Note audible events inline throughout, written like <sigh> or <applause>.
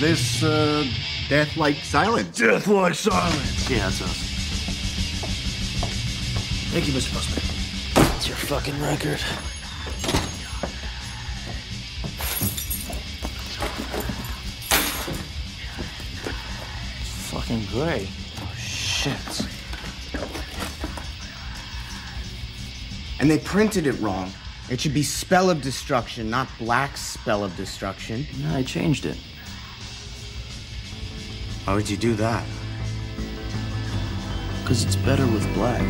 this uh, death-like silence. Death like silence. Yeah, that's us. Thank you, Mr. Postman. It's your fucking record. Fucking gray. Oh, shit. And they printed it wrong. It should be Spell of Destruction, not Black Spell of Destruction. No, I changed it. Why would you do that? Because it's better with black.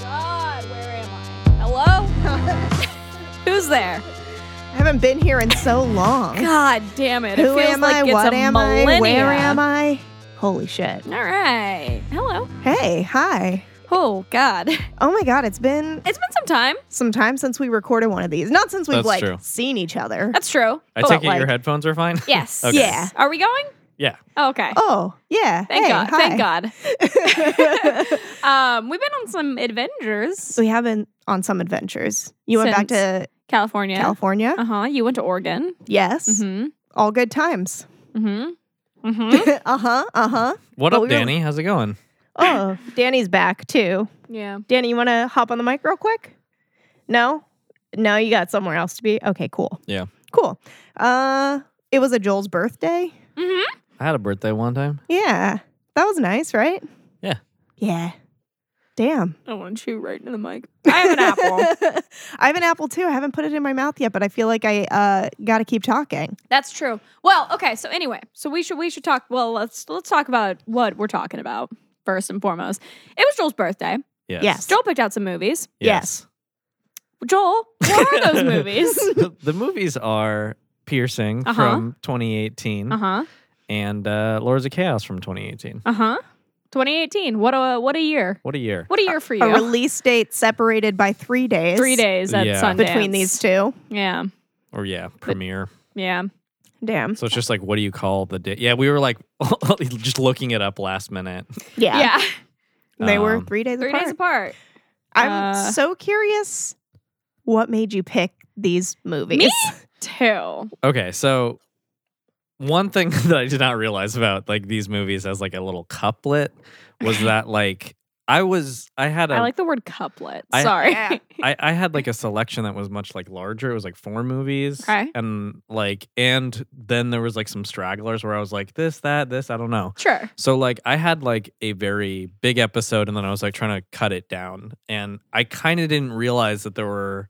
God, where am I? Hello? <laughs> Who's there? I haven't been here in <laughs> so long. God damn it. Who it feels am like I? it's What a am millennia. I? Where am I? Holy shit. All right. Hello. Hey, hi. Oh, God. <laughs> It's Oh my god, it's been been some time. some time since we recorded one of these. Not since we've That's like true. seen each other. That's true. I But, take it your <laughs> like- headphones are fine? Yes. <laughs> Okay. Yeah. Are we going? Yeah. Okay. Oh, yeah. Thank Hey, God. hi. Thank God. <laughs> <laughs> um, we've been on some adventures. We have been on some adventures. You went back to California. California? Uh huh. You went to Oregon. yes. Mm All good times. hmm. Mm hmm. Mm hmm. <laughs> uh-huh. Uh-huh. What But up, we were- Danny? How's it going? Oh, <laughs> Danny's back too. yeah. Danny, you want to hop on the mic real quick? No? No, you got somewhere else to be? Okay, cool. Yeah. Cool. Uh it was a Joel's birthday. Mm I had a birthday one time. Yeah. That was nice, right? Yeah. Yeah. Damn. hmm. I want to chew right into the mic. I have an <laughs> apple. I have an apple too. I haven't put it in my mouth yet, but I feel like I uh got to keep talking. That's true. Well, okay. So anyway, so we should we should talk. Well, let's let's talk about what we're talking about first and foremost. It was Joel's birthday. Yes. Yes. Joel picked out some movies. Yes. Joel, what are <laughs> those movies? the, the movies are Piercing Uh-huh. from 2018 Uh Uh-huh. huh. and uh, Lords of Chaos from 2018. Uh uh-huh. huh. 2018. What a what a year. What a year. What a year for A you. release date separated by 3 days. Three days at Yeah. Sundance between these two. Yeah. Or, yeah, premiere. Yeah. Damn. So it's just like, what do you call the day? Yeah, we were like <laughs> just looking it up last minute. Yeah. Yeah. They were Um, 3 days Three apart. days apart. I'm Uh, so curious what made you pick these movies. <laughs> Me? Two. Okay, so one thing <laughs> that I did not realize about like these movies as like a little couplet <laughs> was that like I was I had a I like the word couplet. I- Sorry. Yeah. I, I had like a selection that was much like larger. It was like four movies. Okay. And like and then there was like some stragglers where I was like this, that, this, I don't know. sure. So like I had like a very big episode and then I was like trying to cut it down. And I kind of didn't realize that there were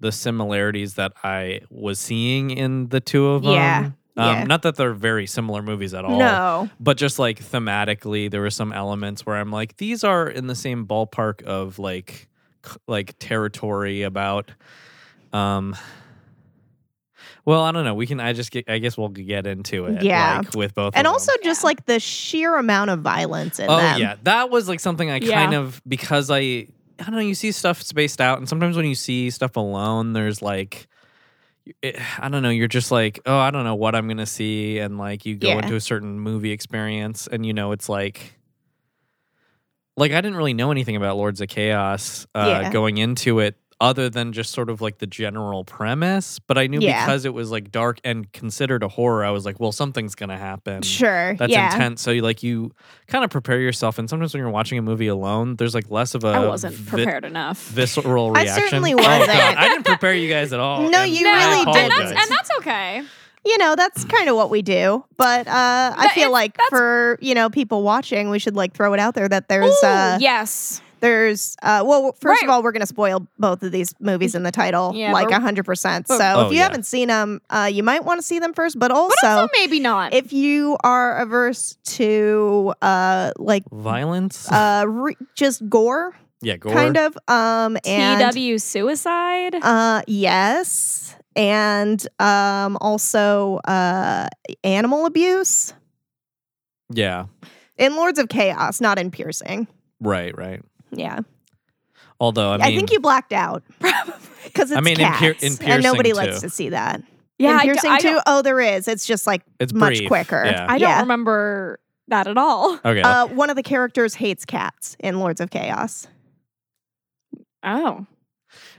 the similarities that I was seeing in the two of them. Yeah. Um, oh, Yeah. Not that they're very similar movies at all. No. But just like thematically, there were some elements where I'm like, these are in the same ballpark of like, c- like territory about, um, well, I don't know. We can. I just. Get, I guess we'll get into it. Yeah. Like, with both. And of them. also just like the sheer amount of violence in Oh them. yeah, that was like something I Yeah. kind of because I I don't know. You see stuff spaced out, and sometimes when you see stuff alone, there's like. It, I don't know. You're just like, oh, I don't know what I'm gonna see, and like you go Yeah. into a certain movie experience, and you know it's like, like I didn't really know anything about Lords of Chaos uh, Yeah. going into it, other than just sort of like the general premise. But I knew Yeah. because it was like dark and considered a horror, I was like, well, something's gonna happen Sure. that's yeah. intense. So you like you kind of prepare yourself, and sometimes when you're watching a movie alone, there's like less of a I wasn't vi- prepared enough. visceral I reaction. certainly Oh, God, wasn't. I didn't prepare you guys at all. No, and you no, I really and that's apologize. and that's okay. You know, that's kind of what we do. But uh I But feel it's- like that's- for, you know, people watching, we should like throw it out there that there's Ooh, uh yes. there's uh well first of Right. all, we're going to spoil both of these movies in the title Yeah, like but- 100%. So but- Oh, if you yeah. haven't seen them, uh you might want to see them first, but also, But also maybe not. if you are averse to uh like violence. uh re- just gore yeah, gore. kind of um and TW suicide. uh yes and um also uh animal abuse Yeah, in Lords of Chaos, not in piercing. Right, right. Yeah, Although I I, mean, think you <laughs> blacked out because it's I mean, in cats, pier- in piercing, and nobody too. likes to see that. Yeah, in I d- piercing I too. don't- Oh, there is. It's just like It's much brief, quicker. yeah. I don't remember that at all. okay. Uh, one of the characters hates cats in Lords of Chaos. Oh,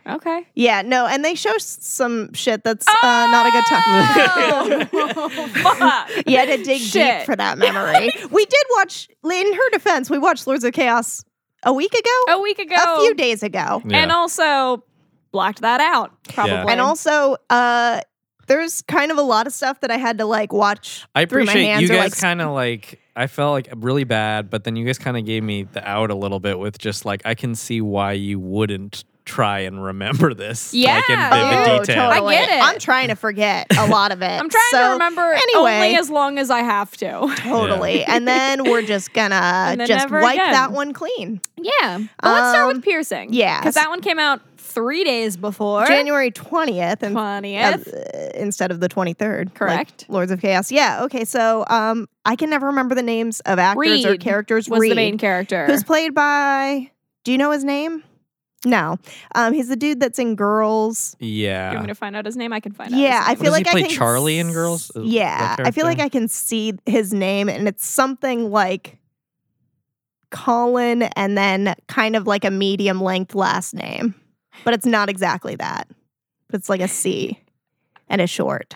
okay. Yeah, no, and they show s- some shit that's uh, not a good time. Oh, fuck. <laughs> You had to dig Shit. deep for <laughs> that memory. we did watch, in her defense, we watched Lords of Chaos a week ago, a week ago. a few days ago. yeah. And also blocked that out, probably. And also, uh, there's kind of a lot of stuff that I had to like watch. I through my appreciate you hands or, guys like, kind of like I felt like really bad, but then you guys kind of gave me the out a little bit with just like I can see why you wouldn't try and remember this. like in Yeah. vivid Oh, detail. totally. I get it. I'm trying to forget a lot of <laughs> it. I'm trying So, to remember anyway. Oh. only as <laughs> long as I have to. Totally. And then we're just <laughs> gonna And then just never wipe again. that one clean. <laughs> Yeah. Well, let's start Um, with piercing. yes. Because that one came out three days before. January 20th and 20th. uh, instead of the 23rd. like Correct. Lords of Chaos. Yeah. Okay. So um, I can never remember the names of actors or Reed characters. was Reed, the main character. Who's played by, do you know his name? No. Um, he's the dude that's in Girls. Do you Yeah. want me to find out his name? I can find out. Yeah, his I name. feel Does he like play I can Charlie in s- Girls? Is Yeah, that I feel like character? I can see his name, and it's something like Colin, and then kind of like a medium length last name, but it's not exactly that. But it's like a C and a short.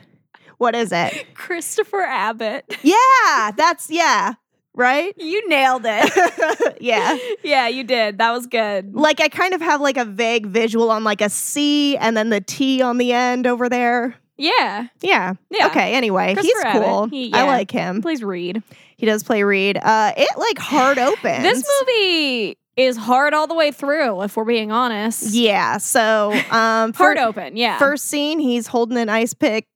What is <laughs> it? Christopher <laughs> Abbott. Yeah, that's yeah, right. You nailed it. <laughs> yeah. yeah, you did. That was good. Like I kind of have like a vague visual on like a C and then the T on the end over there. Yeah. Yeah. Yeah. Okay. Anyway, he's Christopher Abbott. cool. He- yeah. I like him. Please read. He does play Reed. Uh, it like hard <sighs> opens. This movie is hard all the way through, if we're being honest. Yeah. So <laughs> um, Hard fir- open, yeah. First scene, he's holding an ice pick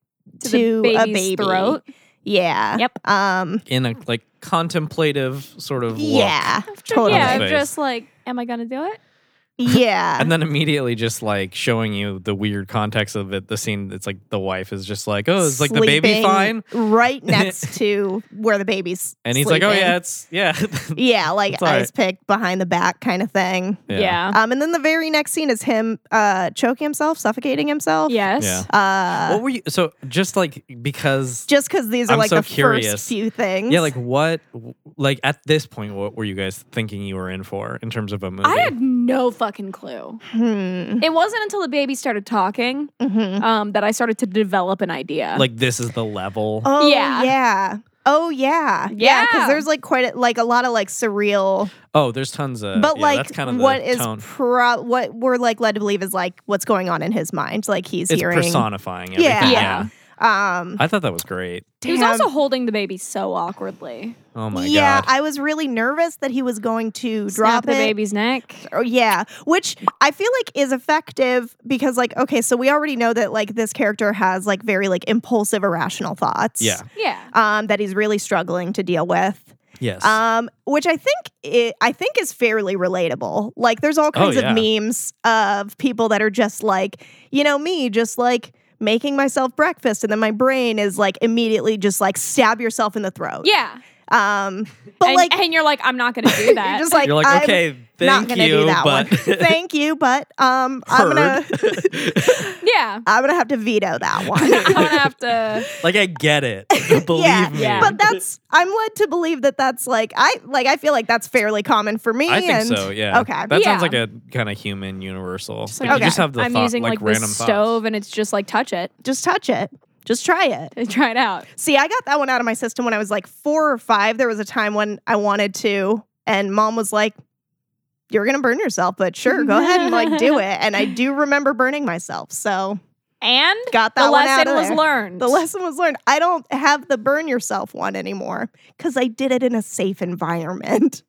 to, the a baby's baby. throat. Yeah. Yep. Um. in a like contemplative sort of look. Yeah. Totally. Totally. Yeah, Face. just like, am I gonna do it? Yeah. And then immediately just like showing you the weird context of it, the scene it's like the wife is just like, Oh, it's like the baby Sleeping fine? Right next <laughs> to where the baby's. And he's like, Oh sleeping. yeah, it's yeah. <laughs> Yeah, like It's all ice pick behind the back kind of thing. Yeah. Um, and then the very next scene is him uh choking himself, suffocating himself. Yes. Yeah. Uh, What were you so just like because just because these are I'm like so the curious. first few things. Yeah, like what? Like at this point, what were you guys thinking you were in for in terms of a movie? I had no fucking clue. Hmm. It wasn't until the baby started talking Mhm. um, that I started to develop an idea. like this is the level. Oh Yeah. yeah. Oh yeah. Because Yeah. there's like quite a, like a lot of like surreal, oh, there's tons of. but yeah, like that's kind of what the is tone. pro what we're like led to believe is like what's going on in his mind. Like he's it's hearing. personifying. Everything. yeah. Yeah. Um. I thought that was great. he was damn. also holding the baby so awkwardly. Oh my yeah, god. I was really nervous that he was going to Drop drop the it. baby's neck. Or, Oh, yeah, which I feel like is effective because like okay, so we already know that like this character has like very like impulsive, irrational thoughts. yeah. Yeah. Um, that he's really struggling to deal with. Yes. um, which I think it, I think is fairly relatable. Like, there's Oh, all kinds of memes of people that are just like, you know, me, just like making myself breakfast, and then my brain is like immediately just like stab yourself in the throat. Yeah. Um, but and, like, and you're like, I'm not <laughs> gonna do that. you're just like, You're like, I'm okay, not thank gonna you, do that but <laughs> one. <laughs> thank you, but um, I'm gonna. <laughs> <laughs> yeah. I'm gonna have to veto that <laughs> I'm one. <laughs> gonna have to. like I get it. Believe Yeah, me. yeah. but that's I'm led to believe that that's like I like I feel like that's fairly common for me. I think and, so. Yeah. Okay. That Yeah. sounds like a kind of human universal. Just like, you just okay, have the I'm thought, using like, the random stove, thoughts. and it's just like touch it, Just touch it. Just try it. try it out. See, I got that one out of my system when I was like four or five. There was a time when I wanted to, and mom was like, You're gonna burn yourself, but sure, go ahead and <laughs> like do it. And I do remember burning myself. So And got that the one out lesson of was there. learned. The lesson was learned. I don't have the burn yourself one anymore because I did it in a safe environment.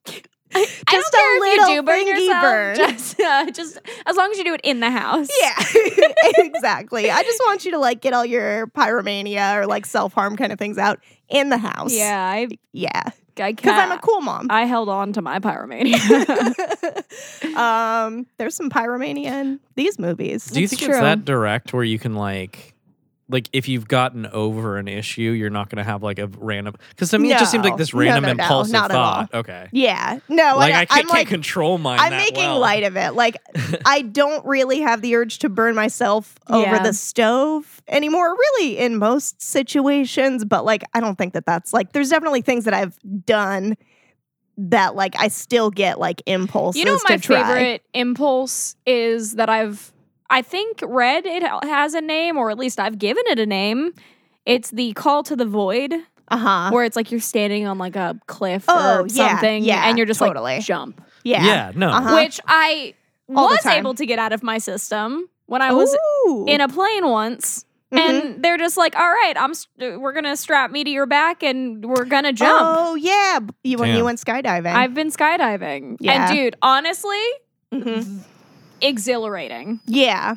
I don't Just a care if you little do burn thingy yourself. <laughs> burn. Just, uh, just as long as you do it in the house. Yeah, <laughs> exactly. I just want you to like get all your pyromania or like self harm kind of things out in the house. Yeah. I, Yeah. <laughs> I Because can't. I'm a cool mom. I held on to my <laughs> pyromania. <laughs> um, there's some pyromania in these movies. Do you That's think true. it's that direct where you can like like if you've gotten over an issue, you're not going to have like a random. Because to me, it just seems like No. this No, random no, no, impulsive not at all. thought. Okay, Yeah. No, like I, I, can't, am like, can't control mine. I'm that making well. light of it. Like, I don't really have the urge to burn myself over Yeah. the stove anymore, really, in most situations. But, like, I don't think that that's like, there's definitely things that I've done that, like, I still get, like, impulses. You know, what to my try. favorite impulse is that I've, I think, read it has a name, or at least I've given it a name. It's the call to the void, Uh huh. where it's like you're standing on like a cliff Oh, or yeah, something, yeah, and you're just totally. like jump, Yeah. Yeah, no. Uh-huh. which I All the was time. able to get out of my system when I was Ooh. Mm-hmm. in a plane once. And they're just like, all right, I'm. St- we're gonna strap me to your back, and we're gonna jump. Oh, yeah. b- You, when you Damn. went skydiving. I've been skydiving, Yeah. and dude, honestly, <laughs> Mhm. exhilarating. Yeah.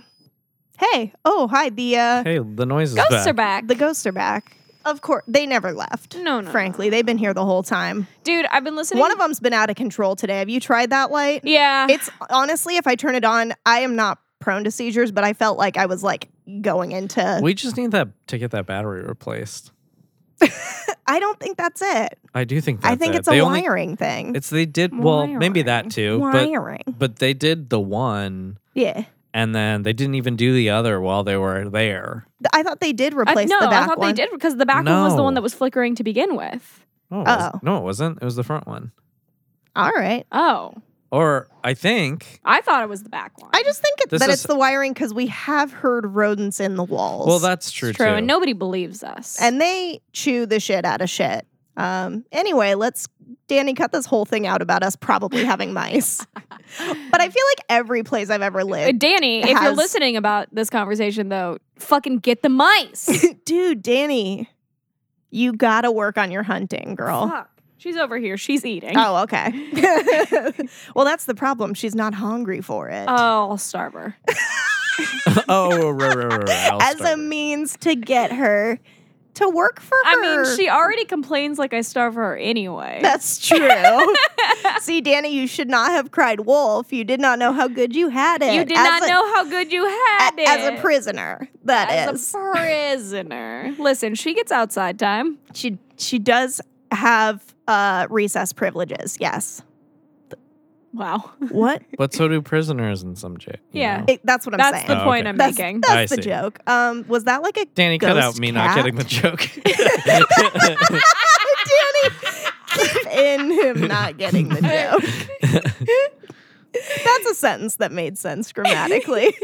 Hey. Oh, hi. The, uh, Hey, the noise is Ghosts back. are back. the ghosts are back. Of course, they never left. No, no, no, Frankly, they've been here the whole time. Dude, I've been listening. One of them's been out of control today. Have you tried that light? Yeah. It's honestly, if I turn it on, I am not prone to seizures, but I felt like I was like going into. We just need that to get that battery replaced. I don't think that's it. I do think. That's I think it. it's a They only- wiring thing. It's they did well, maybe Wiring. that too, but wiring. but they did the one, yeah, Th- and then they didn't even do the other while they were there. I thought they did I, replace Uh, no, the back I thought one. they did because the back one was the one No. that was flickering to begin with. No, it was, Oh. no, it wasn't. It was the front one, All right. Oh, or I think. I thought it was the back one. I just think it, This that is- it's the wiring because we have heard rodents in the walls. Well, that's It's true, true, too. and nobody believes us. and they chew the shit out of shit. Um, anyway, let's Danny cut this whole thing out about us <laughs> probably having mice. but I feel like every place I've ever Uh, lived, Danny, it if you're has- listening about this conversation though, fucking get the <laughs> mice. dude, Danny, you gotta work on your hunting, girl. Fuck. She's over here. She's eating. <laughs> Oh, okay. well, that's the problem. She's not hungry for it. Oh, I'll starve her. <laughs> oh, right, right, right, right. I'll As a start. means to get her to work for I her. mean, she already complains like I starve her anyway. <laughs> That's true. See, Danny, you should not have cried wolf. You did not know how good you had it. you did as not a- know how good you had a- it as a prisoner. That As is, a prisoner. Listen, she gets outside time. she she does have uh recess privileges. Yes, Wow. what? But so do prisoners in some jail. Yeah. <laughs> It- that's what I'm That's saying. the Oh, point okay. I'm that's making. that's I the see. joke. Um, was that like a Danny, cut ghost out me not getting the cat? <laughs> joke. <laughs> <laughs> Danny, keep in him not getting the joke. That's a sentence that made <laughs> sense grammatically.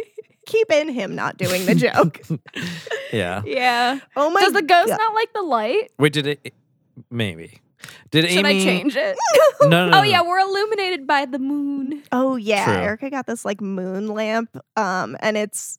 keep in him not doing the <laughs> joke. yeah. yeah. Oh my! Does the ghost God. not like the light? Wait, did it? Maybe. Did Should Amy? I change it? No, <laughs> no, no. oh yeah, no. we're illuminated by the moon. Oh yeah, True. Erica got this like moon lamp, um, and it's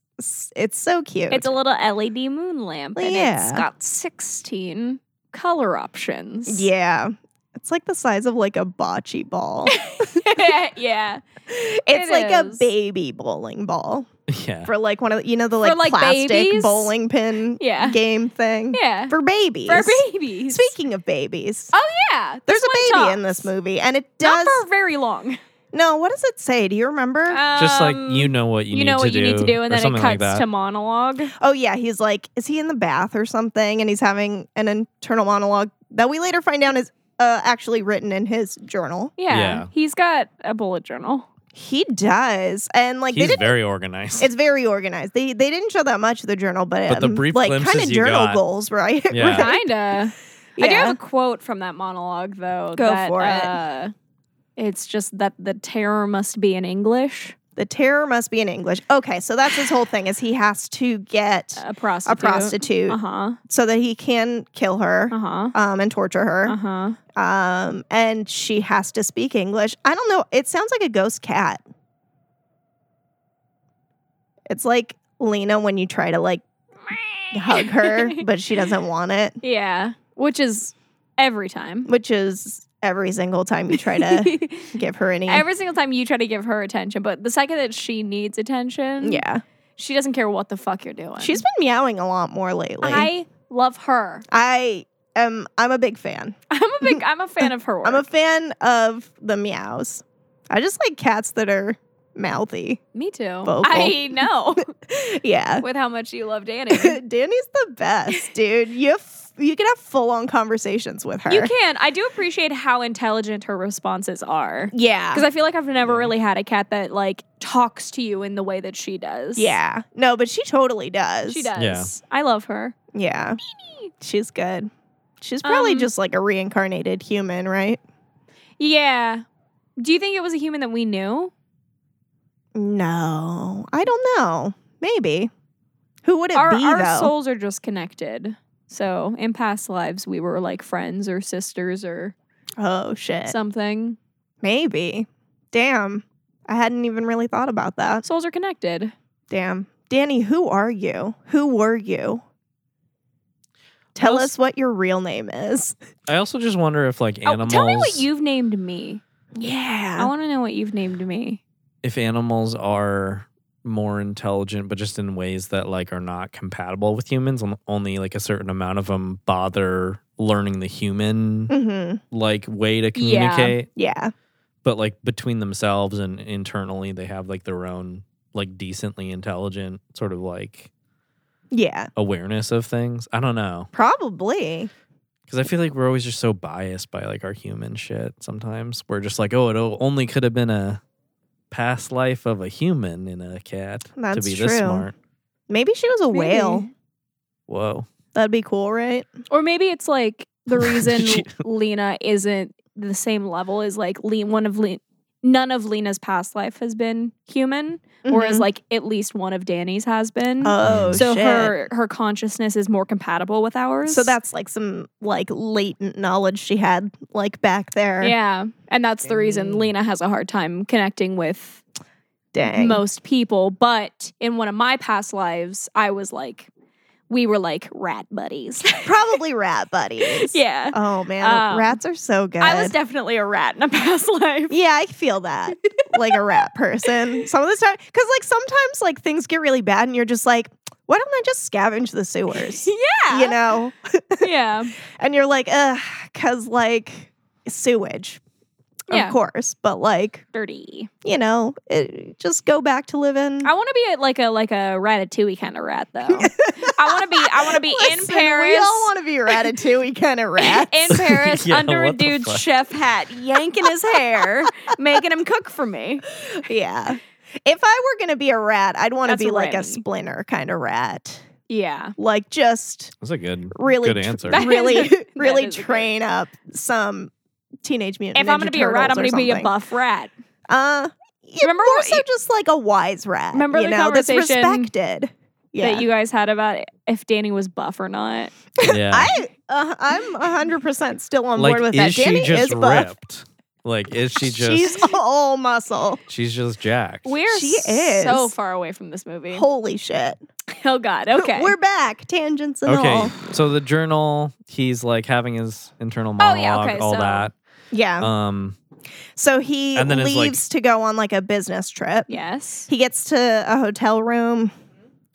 it's so cute. It's a little LED moon lamp, and Yeah. it's got 16 color options. yeah, it's like the size of like a bocce ball. <laughs> yeah. it's <laughs> It like a is. baby bowling ball Yeah. for like one of the, you know the For, like, like, plastic babies? bowling pin Yeah. game thing Yeah. for babies. For babies. Speaking of babies, Oh yeah. there's this a one baby in talks. this movie, and it Not does. for very long. no, what does it say? Do you remember? Just like Um, you know what you, you, need know to what do, you need to do, and or then it something cuts like that. to monologue. Oh yeah, he's like, is he in the bath or something? And he's having an internal monologue that we later find out is uh, actually written in his journal. Yeah. Yeah. He's got a bullet journal. <laughs> He does, and like they He's didn't. very organized. it's very organized. They they didn't show that much of the journal, but, But the um, brief like glimpses kind of you journal got. goals, right? Yeah. <laughs> Right? Kinda. I do Yeah. have a quote from that monologue though. Go that, for it. Uh, it's just that the terror must be in English. The terror must be in English. Okay, so that's his whole thing is he has to get A Uh, prostitute. a prostitute Uh huh. so that he can kill her. Uh huh. Um, and torture Uh her. huh. Um, and she has to speak English. I don't know. It sounds like a ghost cat. It's like Lena when you try to like <laughs> hug her, but she doesn't want it, Yeah, which is every time. which is every single time you try to <laughs> give her any. every single time you try to give her attention, but the second that she needs attention, yeah. she doesn't care what the fuck you're doing. She's been meowing a lot more lately. I love her. <laughs> I am I'm a big fan. I'm a big. <laughs> I'm a fan of her work. I'm a fan of the meows. I just like cats that are mouthy. Me too. Vocal. I <laughs> know Yeah. with how much you love <laughs> Danny. you Danny's the best, dude. You f- you can have full on conversations with her. can. I do appreciate how intelligent her responses are. Yeah. Because I feel like I've never really had a cat that like talks to you in the way that she does. yeah. No, but she totally does. She does. Yeah. I love her. Yeah. She's good. She's probably Um, just like a reincarnated human, right? Yeah. Do you think it was a human that we knew? No, I don't know. Maybe. Who would it our be our though? souls are just connected. So in past lives, we were like friends or sisters or oh shit. something. Maybe. Damn. I hadn't even really thought about that. Souls are connected. Damn. Danny, who are you? Who were you? Tell Well, s- us what your real name is. I also just wonder if like Oh, animals tell me what you've named me. I Yeah. want to know what you've named me. if animals are more intelligent but just in ways that like are not compatible with humans on- only like a certain amount of them bother learning <laughs> the human <laughs> Mm-hmm. like way to Yeah. communicate Yeah. but like between themselves and internally they have like their own like decently intelligent sort of like Yeah. awareness of things i don't know Probably. because i feel like we're always just so biased by like our human shit sometimes we're just like oh it o- only could have been a past life of a human in a cat That's to be this true. smart Maybe she was a whale. Maybe. whoa That'd be cool, right? Or maybe it's like <laughs> the reason She- Lena isn't the same level is like Le- one of Le- none of Lena's past life has been human, whereas Mhm. like at least one of Danny's has been. oh, so shit. her her consciousness is more compatible with ours. So that's like some like latent knowledge she had like back there. Yeah. And that's the reason Lena has a hard time connecting with Dang. most people. But in one of my past lives, I was like, we were like rat <laughs> buddies. Probably rat <laughs> buddies. yeah. Oh man, Um, rats are so good. I was definitely a rat in a <laughs> past life. Yeah, I feel that. like a rat <laughs> person. Some of the time, because like sometimes like things get really bad and you're just like, why don't I just scavenge the sewers? <laughs> Yeah. You know? Yeah. And you're like, ugh, because like sewage, Yeah. of course. But like, Dirty. you know, it, just go back to living. I want to be a, like a like a ratatouille kind of rat though. I want to be I want to <laughs> be in Listen, Paris. We all want to be ratatouille kind of rats. <laughs> <laughs> in Paris Yeah, under a what the dude's fuck? chef hat, yanking his <laughs> hair, making him cook for me. yeah. If I were going to be a rat, I'd want to That's be like a Remy. splinter kind of rat. Yeah. Like just that's a good really good tr- <laughs> answer That is a- <laughs> really that really is a good- train up some teenage mutant. If I'm Ninja gonna be a rat, I'm Turtles gonna or be a something. buff rat. Uh, yeah, Remember more what so you- just like a wise rat. Remember the you know, that's conversation respected. Yeah, that you guys had about if Danny was buff or not. yeah I uh, I'm hundred percent still on like board with is that. Danny she just is buff. ripped like is <laughs> she just She's she's, all muscle. just jacked We're She is. so far away from this movie. Holy shit! <laughs> oh God. Okay. <laughs> we're back. Tangents and Okay, all. so the journal, he's like having his internal Oh, monologue, yeah, okay, all so- that. Yeah. Um, so he and then it's leaves like- to go on like a business trip. yes. He gets to a hotel room,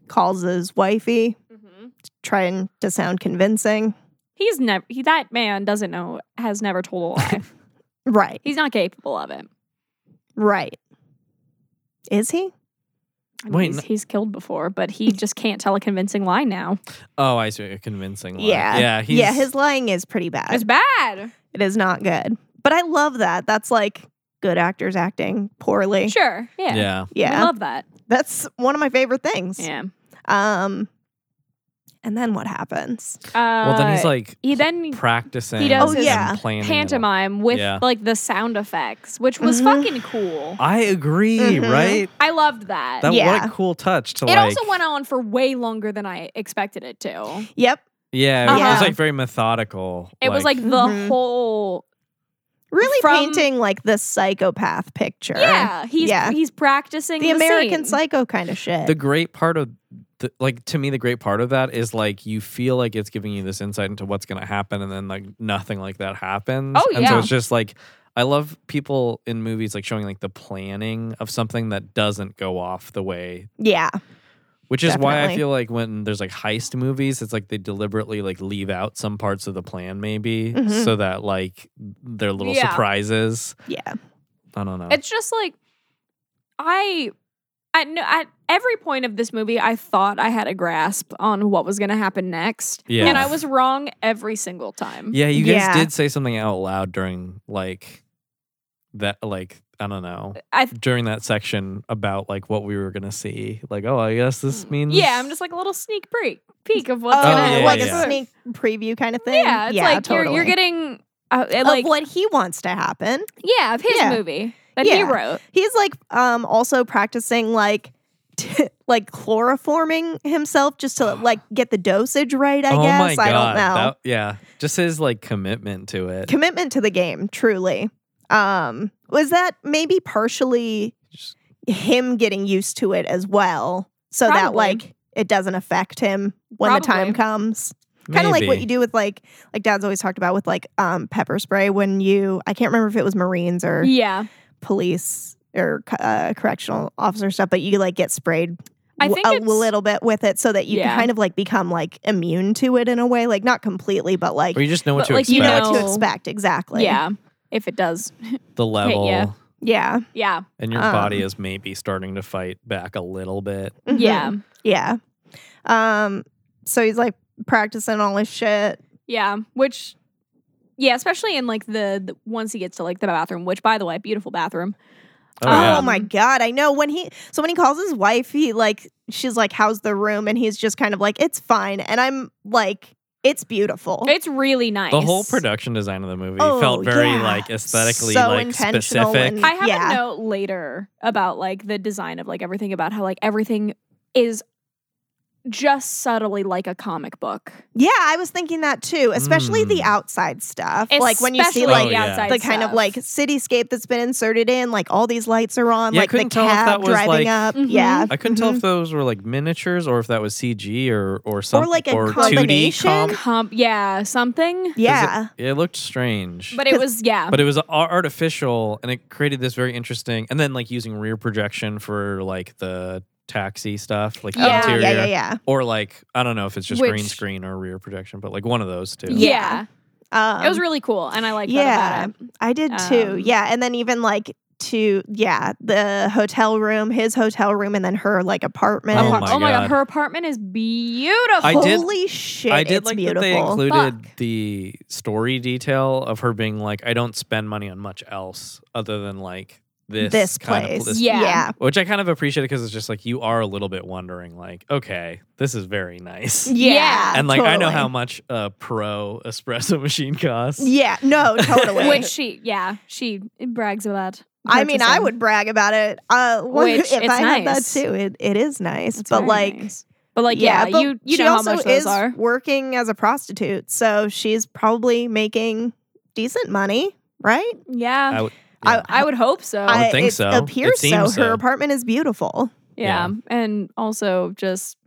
calls his wifey, Mhm. trying to sound convincing. He's never. He, that man doesn't know. Has never told a <laughs> lie. Right. He's not capable of it. Right. Is he? I mean, Wait, he's, no- he's killed before, but he <laughs> just can't tell a convincing lie now. oh, I see, a convincing. lie. Yeah. yeah, he's, yeah, his lying is pretty bad. It's bad. It is not good. But I love that. That's like good actors acting poorly. Sure. Yeah. yeah. We Yeah. love that. That's one of my favorite things. Yeah. Um and then what happens? Uh, Well, then he's like He then practicing. he does Oh, and his yeah. planning and- pantomime with Yeah. like the sound effects, which was Mhm. fucking cool. I agree, Mhm. right? I loved that. That what Yeah. a cool touch to it like. also went on for way longer than I expected it to. Yep. Yeah, it was Uh-huh. like very methodical. It was like the Mhm. whole Really From- painting like the psychopath picture. yeah. He's Yeah. he's practicing The scene. American psycho kind of shit. the great part of the, like to me the great part of that is like you feel like it's giving you this insight into what's going to happen and then like nothing like that happens Oh, and so yeah. it's just like i love people in movies like showing like the planning of something that doesn't go off the way yeah. which is why i Definitely. feel like when there's like heist movies it's like they deliberately like leave out some parts of the plan maybe Mhm. so that like their little Yeah. surprises Yeah. i don't know It's just like I at no at every point of this movie I thought I had a grasp on what was going to happen next Yeah. and I was wrong every single time. Yeah, you guys Yeah. did say something out loud during like that like I don't Uh, know. I th- During that section about like what we were gonna see. Like, oh I guess Mm, this means yeah, I'm just like a little sneak peek peek of what's Oh, going to yeah, happen. like yeah. a sneak preview kind of thing. Yeah, it's like you're, you're totally. getting uh, uh, of like what he wants to happen. yeah of his Yeah. movie that he Yeah. wrote. He's like um also practicing like <laughs> like chloroforming himself just <gasps> to like get the dosage right, I oh guess. my God. I don't know. that- yeah. Just his like commitment to it. Commitment to the game, truly. Um was that maybe partially Just- him getting used to it as well so that Probably. like it doesn't affect him when the Probably. time comes. kind of like what you do with like like dad's always talked about with like um pepper spray when you i can't remember if it was marines or Yeah, police or uh, correctional officer stuff but you like get sprayed I w- think a it's- little bit with it so that you Yeah. kind of like become like immune to it in a way like not completely but like Or you just know what But, to like, expect. you you know what to know- expect exactly yeah. If it does, the level yeah. yeah yeah, and your Um, body is maybe starting to fight back a little bit. Mhm. yeah, yeah um so he's like practicing all his shit yeah. Which, yeah, especially in like the, the once he gets to like the bathroom, which by the way, beautiful bathroom. Oh, Oh, yeah. Um, my god, I know when he so when he calls his wife, he like she's like, "How's the room?" and he's just kind of like, "It's fine." And I'm like, "It's beautiful." It's really nice. The whole production design of the movie Oh, felt very yeah. like aesthetically So like intentional specific. and- I have Yeah. a note later about like the design of like everything about how like everything is just subtly like a comic book. yeah, I was thinking that too, especially the Mm. outside stuff. like when you see Especially like Oh, yeah. outside the kind of stuff. like cityscape that's been inserted in, like all these lights are on, Yeah, I like the couldn't tell if that cab was, driving like- up. Mhm. Yeah. I couldn't tell Mhm. if those were like miniatures or if that was CG or or something like, a 2D combination? comp. 'Cause comp yeah, something. yeah. It, it looked strange, But it 'Cause- was yeah. but it was a- artificial, and it created this very interesting. And then like using rear projection for like the taxi stuff, like the Yeah. interior, yeah, yeah, yeah. or like I don't know if it's just green Which- screen or rear projection, but like one of those two. yeah. Um, It was really cool and I like yeah. that about it. I did too. Um, yeah, and then even like to yeah, the hotel room, his hotel room, and then her like apartment. Oh my oh my god. God. her apartment is beautiful. I did- Holy shit! I did it's like beautiful. that they included Fuck. the story detail of her being like, I don't spend money on much else other than like this, this kind place. Of, this Yeah. yeah, which I kind of appreciate because it's just like you are a little bit wondering, like, okay, this is very nice. Yeah. and like I know totally. how much a pro espresso <laughs> machine costs. Yeah, <laughs> no, <laughs> totally. Which she yeah, she brags about. I mean, I purchasing. would brag about it. Uh, one- Which, <laughs> if it's I had that nice. too, it, it is nice. That's but very like, nice. But like yeah, but you you she know how also much those is are. working as a prostitute, so she's probably making decent money, right? Yeah. I would- yeah. I would hope so. would think it so. It appears so. seems Her so. apartment is beautiful. Yeah. And also just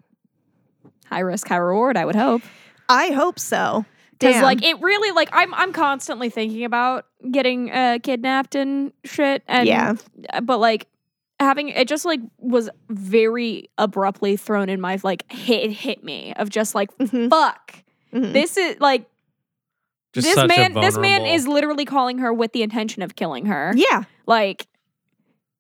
high risk, high reward, I would hope. I hope so. Because Damn. like it really like I'm I'm constantly thinking about getting uh kidnapped and shit. And uh, Yeah. but like having it just like was very abruptly thrown in my like hit it hit me of just like Mhm, fuck. mhm. This is like Just this such a man this man vulnerable- is literally calling her with the intention of killing her. yeah, Like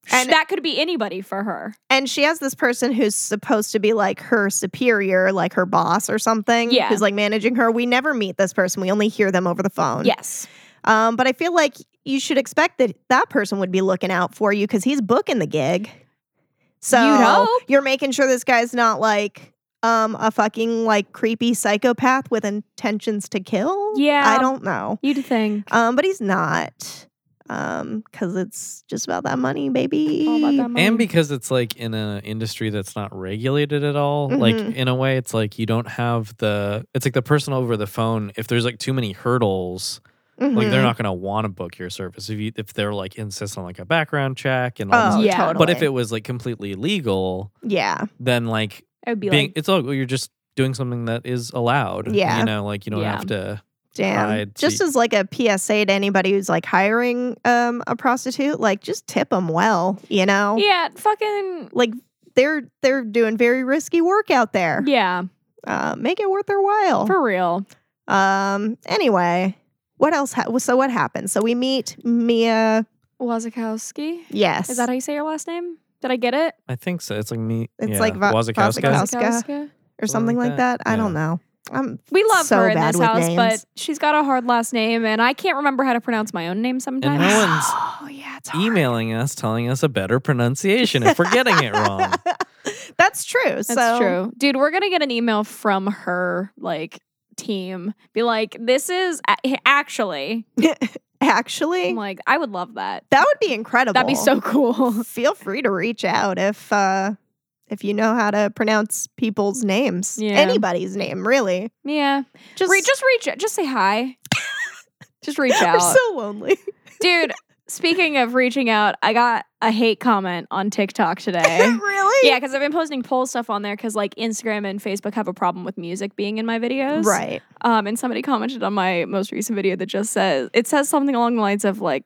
sh- And- that could be anybody for her. and she has this person who's supposed to be like her superior, like her boss or something. Yeah. who's like managing her. We never meet this person. We only hear them over the phone. Yes. Um, but I feel like you should expect that that person would be looking out for you because he's booking the gig. So You'd hope. you're making sure this guy's not like um a fucking like creepy psychopath with intentions to kill. Yeah. I don't know. You'd think. Um, but he's not. Um, because it's just about that money, baby. All about that money. and because it's like in an industry that's not regulated at all like Mhm. in a way it's like you don't have the it's like the person over the phone if there's like too many hurdles like they're Mhm. not going to want to book your service if you if they're like insist on like a background check and all this Oh, Yeah. totally. but if it was like completely legal yeah, then like it would be being like it's all you're just doing something that is allowed Yeah. you know like you don't Yeah. have to damn. I'd just see- as like a PSA to anybody who's like hiring um a prostitute, like just tip them well, you know. Yeah, fucking like they're they're doing very risky work out there. Yeah. Uh, make it worth their while. For real. um. Anyway, what else? Ha- so what happened? So we meet Mia. Wazakowski. Yes. Is that how you say your last name? Did I get it? I think so. It's like me. It's yeah. like Va- Wasikowska. Wasikowska. Alaska? Alaska? or something like that. I don't Yeah. know. I'm We love so her in bad this with house, names. but she's got a hard last name, and I can't remember how to pronounce my own name And sometimes. no <sighs> one's oh yeah, it's hard. emailing us telling us a better pronunciation if we're getting it wrong. That's true. That's true. Dude, we're going to get an email from her, like, team. Be like, this is a- actually. Actually, I'm like, I would love that. that would be incredible. That'd be so cool. <laughs> Feel free to reach out if uh if you know how to pronounce people's names. Yeah. Anybody's name, really. yeah. Just Re- just reach out. Just say hi. <laughs> just reach <laughs> We're out. so lonely. <laughs> Dude, speaking of reaching out, I got a hate comment on TikTok <laughs> today. <laughs> really? yeah, because I've been posting poll stuff on there because like Instagram and Facebook have a problem with music being in my videos. Right. Um, and somebody commented on my most recent video that just says it says something along the lines of like,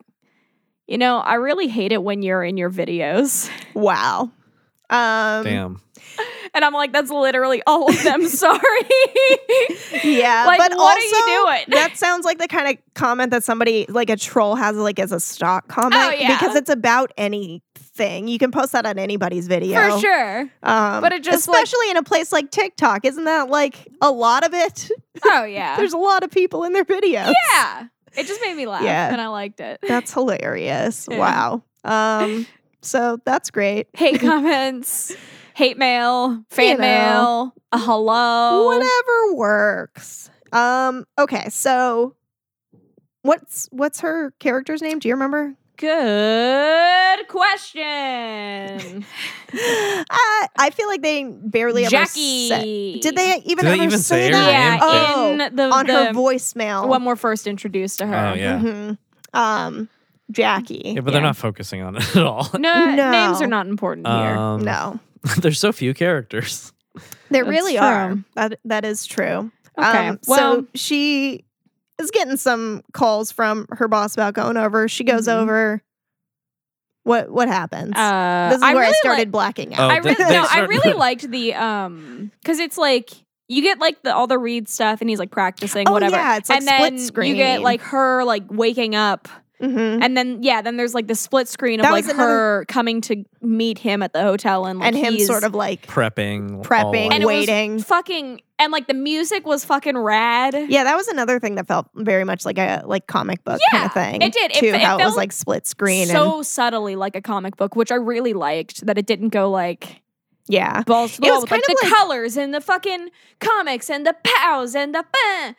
you know, I really hate it when you're in your videos. <laughs> Wow. <laughs> Um Damn. And I'm like, that's literally all of <laughs> them. Sorry. Yeah, Like, but what are also, you doing? <laughs> That sounds like the kind of comment that somebody like a troll has like as a stock comment Oh, yeah. because it's about anything. You can post that on anybody's video. For sure. Um, But it just, like- especially in a place like TikTok, isn't that like a lot of it? <laughs> Oh yeah. There's a lot of people in their videos. yeah. It just made me laugh Yeah. and I liked it. That's hilarious. Yeah. Wow. Um, so that's great. <laughs> hate <laughs> comments, hate mail, fan You know. mail, a hello. Whatever works. Um, okay, so what's what's her character's name? Do <gasps> you remember? Good question. I I feel like they barely ever Jackie. say- Did they even Did they ever even say her that? Yeah, name? Oh, in the, on her the- voicemail. when we're first introduced to her. Oh yeah. Mhm. Um, Jackie. Yeah, but they're Yeah. not focusing on it at all. <laughs> No, No. names are not important here. Um, <laughs> no, there's so <laughs> few characters. there that's really true. are. That that is true. Okay, Um, well- so she is getting some calls from her boss about going over. She goes Mhm. over. What what happens? Uh, this is I where I really started like- blacking Oh, out. I they- really they no, I start- <laughs> really liked the um because it's like you get like the all the read stuff and he's like practicing Oh, whatever. yeah, it's like and split then you get screen. like her like waking up Mhm. And then yeah, then there's like the split screen of That like was another- her coming to meet him at the hotel and like, and him Um, he's sort of like Prepping. Prepping. all and it of- was waiting. fucking and like the music was fucking rad. Yeah, that was another thing that felt very much like a like comic book kind Yeah, of thing. it did. It Too, fe- it how it was felt like split screen. so and, subtly like a comic book, which I really liked that it didn't go like yeah, balls to the It wall with was like kind the of like- colors and the fucking comics and the pows and the. bah.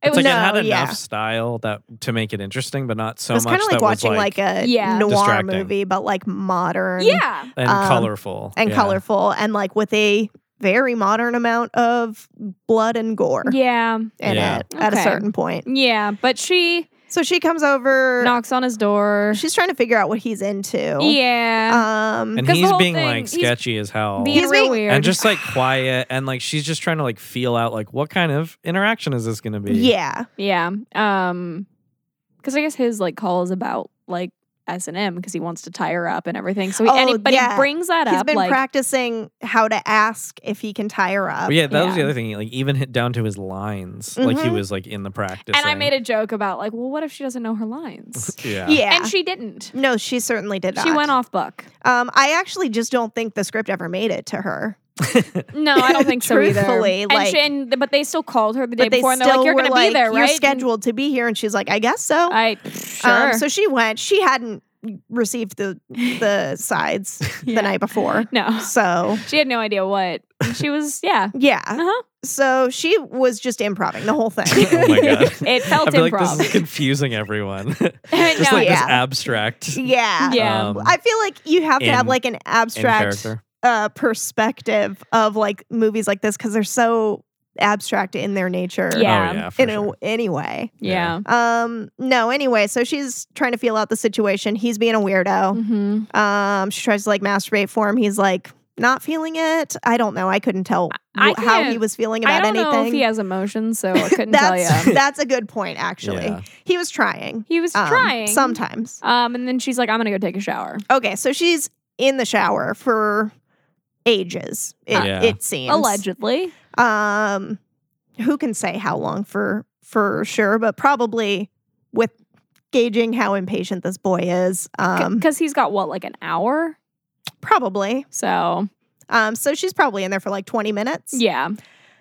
It It's was like it had No, enough yeah. style that to make it interesting, but not so it was much kind of like that was watching like, a Yeah. noir distracting. movie, but like modern, yeah, and um, colorful and Yeah. colorful, and like with a very modern amount of blood and gore yeah, in Yeah. it at a Okay. certain point. yeah. But she So she comes over. knocks on his door. She's trying to figure out what he's into. yeah, Um. And 'Cause the he's whole being thing- like he's sketchy as hell. being he's real being- weird and just like quiet and like she's just trying to like feel out like what kind of interaction is this gonna be? yeah. Yeah. Um cuz I guess his like call is about like S&M cuz he wants to tie her up and everything. So he, and he- Oh, but yeah. he brings that He's up been like practicing how to ask if he can tie her up. But yeah, that was Yeah. the other thing. Like even hit down to his lines, like he Mhm. was like in the practice. and I made a joke about like well what if she doesn't know her lines? <laughs> yeah. Yeah. And she didn't. no, she certainly did not. She went off book. Um, I actually just don't think the script ever made it to her. No, I don't think so either. Truthfully, and like- she, and, but they still called her the day but they before and they're still like you're were going to like, be there, You're right? scheduled to be here, and she's like, I guess so. And I sure. um, so she went. She hadn't <laughs> received the the sides Yeah. the night before, <laughs> no. so She had no idea what. And She was yeah. yeah. Uh-huh. So she was just improving the whole thing. <laughs> <laughs> oh my god. It felt I feel like improv. <laughs> this is <laughs> confusing everyone. <laughs> just no, like this yeah. <laughs> abstract yeah. yeah. um, I feel like you have to have In- like an in abstract character. uh, perspective of like movies like this because they're so abstract in their nature. Yeah. Oh yeah. For In sure. a, anyway. yeah. Um, no, anyway, so she's trying to feel out the situation. He's being a weirdo. Mhm. Um, she tries to like masturbate for him. He's like not feeling it. I don't know. I couldn't tell I- I wh- how he can't- was feeling I about don't anything. know if he has emotions, so I couldn't tell that's you. <laughs> that's a good point actually. Yeah. He was trying. He was um, trying sometimes. Um, and then she's like, "I'm gonna go take a shower." Okay, so she's in the shower for ages. It, Yeah. it seems Allegedly, um who can say how long for for sure but probably with gauging how impatient this boy is um because he's got what, like an hour? Probably. So Um, so she's probably in there for like 20 minutes. yeah,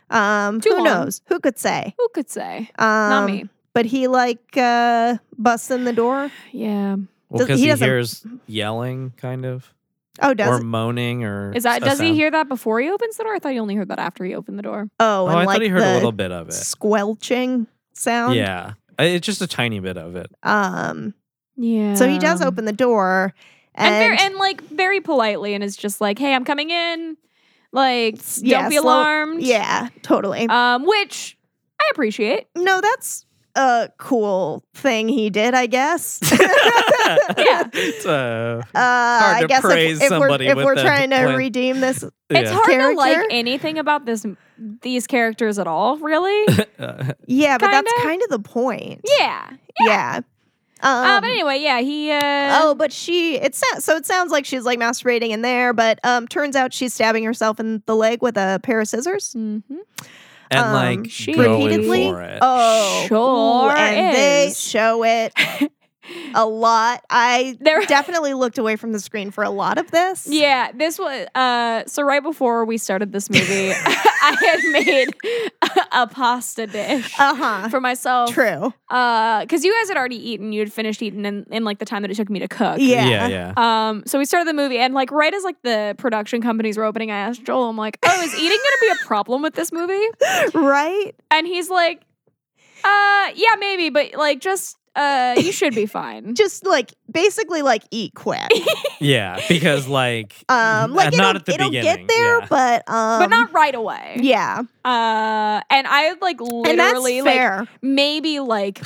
Um, Too who long. knows? Who could say? who could say? Um, Not me. But he like uh, busts in the door. Yeah. Well, Does- because he he, doesn't- hears yelling, kind of, Oh, does or it? moaning, or Is that a does he sound. hear that before he opens the door? I thought he only heard that after he opened the door. Oh, Oh, and I like thought he heard the a little bit of it. squelching sound. Yeah, I- it's just a tiny bit of it. Um, Yeah. so he does open the door, and and, very, and like very politely and is just like, "Hey, I'm coming in. Like, don't yeah, be slow- alarmed." yeah, totally. Um, which I <laughs> appreciate. no, that's a cool thing he did, I <laughs> guess. Yeah. It's, uh, Uh, I to guess if- praise if, somebody we're, if with we're that trying to plan. redeem this, It's hard to like Character? anything about this these characters at all, really. <laughs> hard. yeah, but that's Kinda. kind of the point. yeah. Yeah. Um, Uh, but anyway, yeah, he uh Oh, but she it sa- so it sounds like she's like masturbating in there, but um turns out she's stabbing herself in the leg with a pair of scissors. mhm. and Um, like she- going repeatedly? for it. Oh, Sure ooh, and they is. <laughs> show it a lot. I There- definitely looked away from the screen for a lot of this. Yeah, this was uh so right before we started this movie, <laughs> I had made <laughs> a pasta dish Uh huh. for myself. True. Uh cuz you guys had already eaten, you had finished eating in, in like the time that it took me to cook. Yeah. Uh, yeah, yeah. Um so we started the movie and like right as like the production companies were opening, I asked Joel, I'm like, "Oh, is eating going to be a problem with this <laughs> movie?" Right? And he's like, "Uh, yeah, maybe, but like just uh you should be fine." <laughs> Just like basically like eat <laughs> quick. Yeah, <laughs> because like, Um like Uh, not it'll, at the it'll get beginning. there, yeah. but um but not right away. yeah. Uh, and I like literally and that's like fair. <laughs> maybe <laughs> like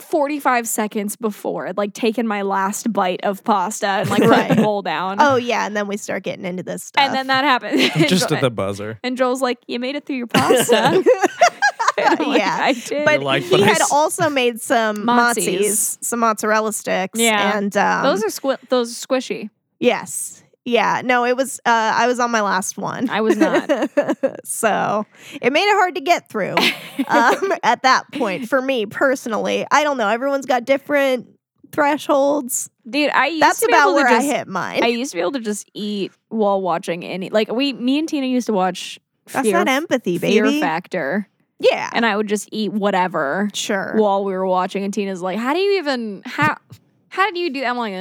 45 seconds before I'd, like taken my last bite of pasta and like put Right. the bowl down. Oh yeah, and then we start getting into this stuff. and then that happened. And <laughs> just Jo- at the buzzer. and Joel's like, "You made it through your <laughs> pasta." <laughs> And I'm like, Yeah. I did. but like he rice. had also <laughs> made some Matzies. matzies, some mozzarella sticks. Yeah. and um, those are squi- those are squishy. yes, yeah. No, it was. Uh, I was on my last one. I was not. <laughs> so it made it hard to <laughs> get through um, at that point for me personally. I don't know. Everyone's got different thresholds. Dude, I used That's to be about able where to just I hit mine. I used to be able to just eat while watching any like we me and Tina used to watch That's Fear, not empathy, Fear baby. Factor Yeah, and I would just eat whatever sure. while we were watching and Tina's like, "How do you even how how do you do that?" I'm like,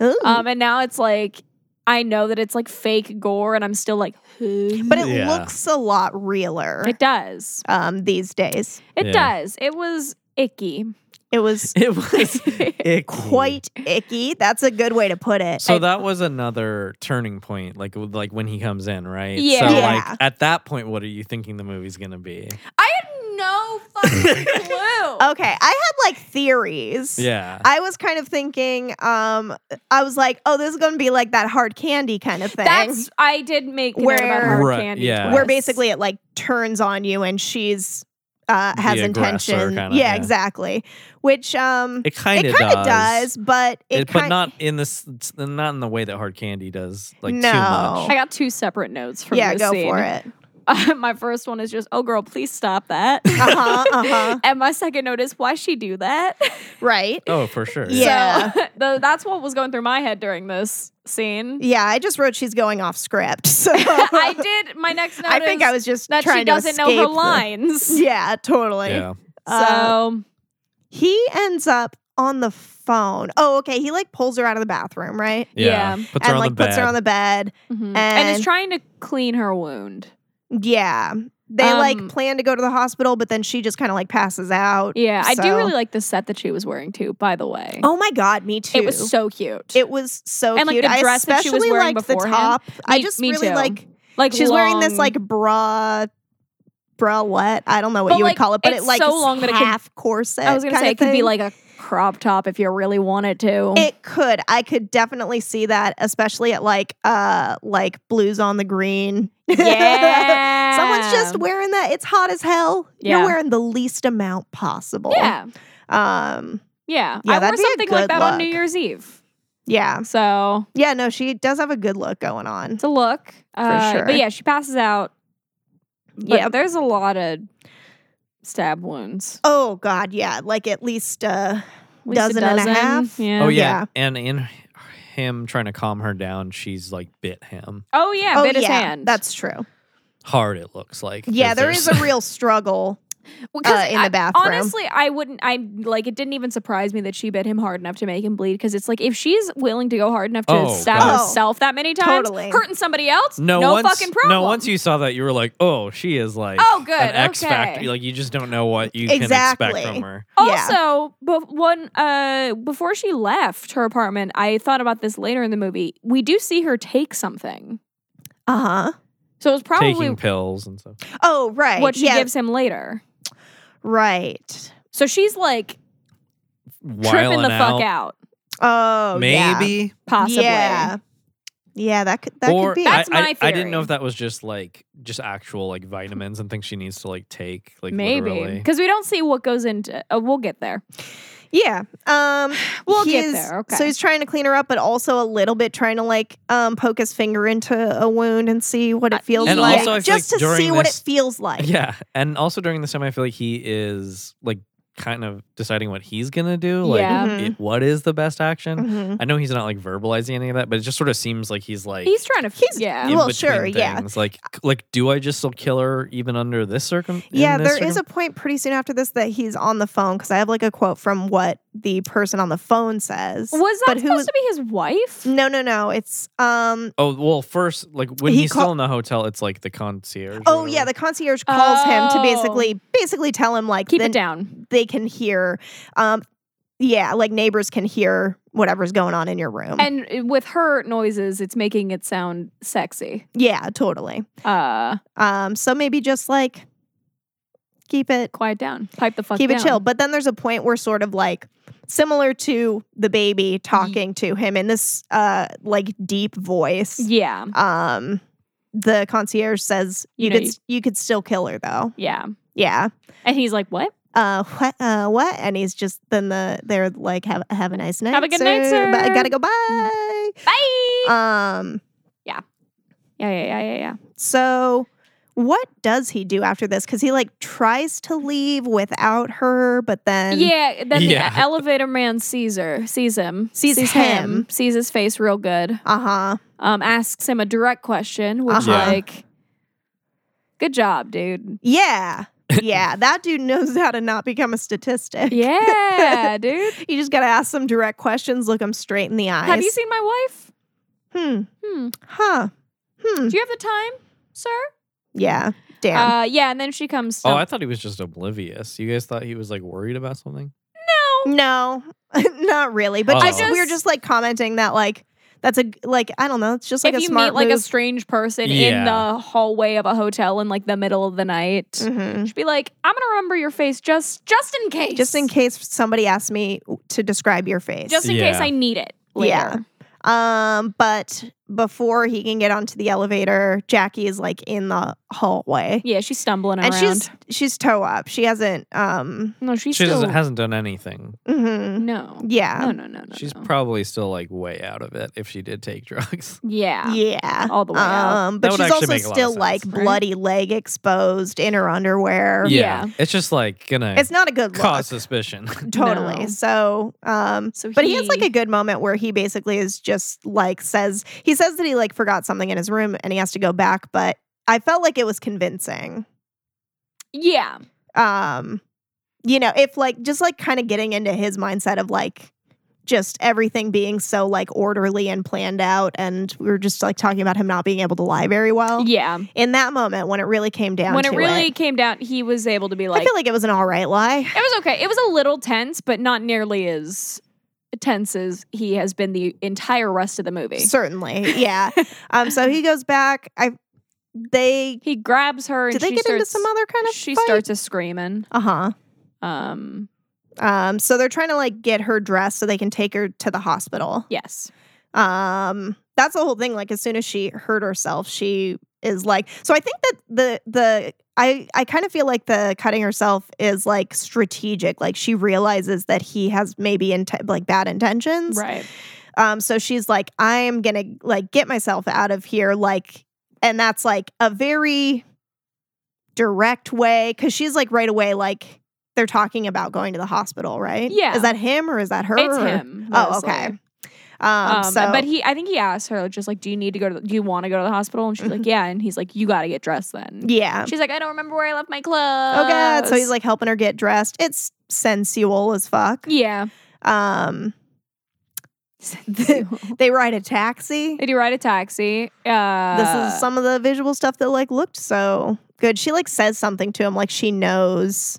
"Uh." Ooh. Um and now it's like I know that it's like fake gore and I'm still like, "Huh?" but it Yeah. looks a lot realer. it does. um, these days. It Yeah. does. It was icky. It <laughs> was <laughs> It <laughs> was icky. quite icky. That's a good way to put it. So that was another turning point, like w- like when he comes in, right? Yeah. So Yeah. like at that point, what are you thinking the movie's gonna be? I had no fucking <laughs> clue. okay, I had like theories. Yeah. I was kind of thinking, um, I was like, oh, this is going to be like that hard candy kind of thing. That's I did make a note about Where- hard Right, candy. yeah. twice. where basically it like turns on you and she's uh, has The aggressor intention. kinda, yeah, yeah. exactly. Which um, it kind of kinda does. but it, It- but kind not in this, it's not in the way that hard candy does. Like too No. I much. got two separate notes from Yeah, this go scene. Uh, for <laughs> it. my first one is just, "Oh girl, please stop that." <laughs> Uh-huh, uh-huh. <laughs> and my second note is, "Why she do that?" <laughs> Right. Oh, for sure. Yeah. So though that's what was going through my head during this scene. Yeah, I just wrote she's going off script. <laughs> So <laughs> I did my next note. I think is I was just that trying she doesn't to know her escape the- lines. <laughs> Yeah, totally. Yeah. Uh, so he ends up on the phone. Oh, okay. He like pulls her out of the bathroom, right? Yeah. Yeah. Puts her and on like the bed. puts her on the bed. mhm. and, is and- trying to clean her wound. Yeah. They Um, like plan to go to the hospital, but then she just kind of like passes out. Yeah, I do So- really like the set that she was wearing too. By the way, Oh my god, me too. it was so cute. It was so And, like, cute. the I dress that she was especially wearing liked the beforehand. top. I Me- just me really too. like like she's wearing this long- like bra bralette. I don't know what But, you like, would call it, but it's it like so long that it could- half corset. I was gonna kinda say it could be thing. like a crop top if you really wanted to. It <laughs> could. I could definitely see that, especially at like uh like blues on the green. yeah, <laughs> Someone's just wearing that. It's hot as hell. Yeah. You're wearing the least amount possible. yeah, Um yeah. Yeah, I wore that'd be a something like good that on New look. Mm. Year's Eve. yeah. So Yeah, no, she does have a good look going on. it's a look. Uh, sure. But yeah, she passes out. Yeah, Yep. there's a lot of stab wounds. Oh god, yeah. Like at least uh At least Dozen and a half? Yeah. Oh yeah. Yeah. and in him trying to calm her down, she's like bit him Oh yeah, oh, bit his yeah, hand. That's true. hard. It looks like 'cause Yeah, there is a there's- <laughs> real struggle. Well, 'cause uh, in the I- bathroom. honestly, I wouldn't. I like it didn't even surprise me that she bit him hard enough to make him bleed. Because it's like if she's willing to go hard enough to Oh, stab God. herself that many times, Totally. hurting somebody else, <laughs> no, no, once, fucking problem. No, once you saw that, you were like, "Oh, she is like Oh, good, an X okay. factor." Like you just don't know what you can Exactly. expect from her. Yeah. Also, but one uh, before she left her apartment, I thought about this later in the movie. We do see her take something, Uh so it was probably Taking pills and stuff. huh. Oh, right. what she yeah, gives him later. Right. So she's like tripping Whiling the fuck out. out, Oh, yeah. Maybe possibly. Yeah. Yeah, that could that could or be. I, That's I- my I didn't know theory. if that was just like just actual like vitamins and things she needs to like take. Like Maybe literally. because we don't see what goes into. Uh, we'll get there. yeah. Um We'll get he's- there, okay. So he's trying to clean her up, but also a little bit trying to like um poke his finger into a wound and see what Uh, it feels And like. also I feel just like to during see what it this- feels like. Yeah, and also during this time, I feel like he is like kind of deciding what he's gonna do. Like, Yeah. Mm-hmm. it- what is the best action? Mhm. I know he's not like verbalizing any of that, but it just sort of seems like he's like He's trying to. He's- yeah. in Well, between sure, yeah. things. Like, like, do I just still kill her even under this circum? in Yeah, this there is circum- a point pretty soon after this that he's on the phone because I have like a quote from what the person on the phone says. Was that but who- supposed to be his wife? No, no, no. It's um. Oh well, first like when He he's call- still in the hotel, it's like the concierge. or Oh yeah, whatever. the concierge calls him to Oh. basically basically tell him like Keep the- it down. they can hear. Um, yeah, like neighbors can hear whatever's going on in your room. And uh, with her noises, it's making it sound sexy. yeah, totally. Uh, Um, so maybe just like keep it quiet down. Pipe the fuck. keep it down. chill. But then there's a point where sort of like similar to the baby talking to him in this uh like deep voice. Yeah. Um the concierge says you, You know, could s- you could still kill her though. Yeah. Yeah. And he's like, "What? Uh what uh what? And he's just then the they're like have have a nice night. Have a good night, But I sir." Mm-hmm. gotta go bye. Bye." Um Uh, yeah, yeah, yeah, yeah, yeah. so what does he do after this? Because he like tries to leave without her, but then yeah. Then Yeah. the elevator man sees her, sees him, Sees him. sees his face real good. uh huh. Um, asks him a direct question, which Uh-huh. like, "Good job, <laughs> dude." <laughs> Yeah. Yeah. that dude knows how to not become a statistic. Yeah, <laughs> dude. You just got to ask some direct questions, look them straight in the eyes. Have you seen my wife? Hmm. Hmm. Huh. Hmm. Do you have the time, sir? Yeah. Damn. Uh, yeah, and then she comes. Oh, I thought he was just oblivious. You guys thought he was like worried about something? no, <laughs> not really. But Oh. just, I we were just- just like commenting that, like, that's a, like, I don't know. It's just like if a you smart meet like a move. strange person in Yeah. the hallway of a hotel in like the middle of the night, Mhm. she'd be like, "I'm gonna remember your face just just in case, Just in case somebody asks me to describe your face. just in Yeah. case I need it." Later. Yeah. um, but before he can get onto the elevator, Jackie is like in the hallway. yeah, she's stumbling And around. she's she's toe up. She hasn't um no, she's she still doesn't, hasn't done anything. mhm. no, Yeah. no, no, no, no. She's no. probably still like way out of it if she did take <laughs> drugs. Oh, yeah. Yeah. All the way out. Um, That but would she's actually also make a lot of still sense. like Right? bloody leg exposed in her underwear. Yeah. It's just like gonna It's not a good look. <laughs> cause suspicion. <laughs> Totally. No. So, um, So but he has like he- a good moment where he basically is just like says he says that he like forgot something in his room and he has to go back. But I felt like it was convincing. Yeah, Um, you know, if like just like kind of getting into his mindset of like just everything being so like orderly and planned out, and we were just like talking about him not being able to lie very well. yeah. in that moment when it really came down When to it really came down, he was able to be I like, feel like it was an all right lie. It was okay. It was a little tense, but not nearly as tense as he has been the entire rest of the movie. Certainly. <laughs> Yeah. um so he goes back. I they he grabs her and did they she get into starts- some other kind of she fight? starts a screaming. Uh-huh. Um Um so they're trying to like get her dressed so they can take her to the hospital. yes. Um that's the whole thing like as soon as she hurt herself she is like so I think that the the I I kind of feel like the cutting herself is like strategic like she realizes that he has maybe inte- like bad intentions. Right. Um, so she's like, I'm gonna like get myself out of here, like, and that's like a very direct way because she's like right away, like they're talking about going to the hospital, right? Yeah. Is that him or is that her? It's or- him. Oh, mostly. okay. Um, Um, so, but he, I think he asked her just like, "Do you need to go to? The, do you want to go to the hospital?" And she's like, "Yeah." And he's like, "You got to get dressed then." Mm-hmm. yeah. She's like, "I don't remember where I left my clothes." oh god. So he's like helping her get dressed. It's sensual as fuck. <laughs> "Yeah." <laughs> Um, they ride a taxi. Did you ride a taxi? Uh, this is some of the visual stuff that like looked so good. She like says something to him like she knows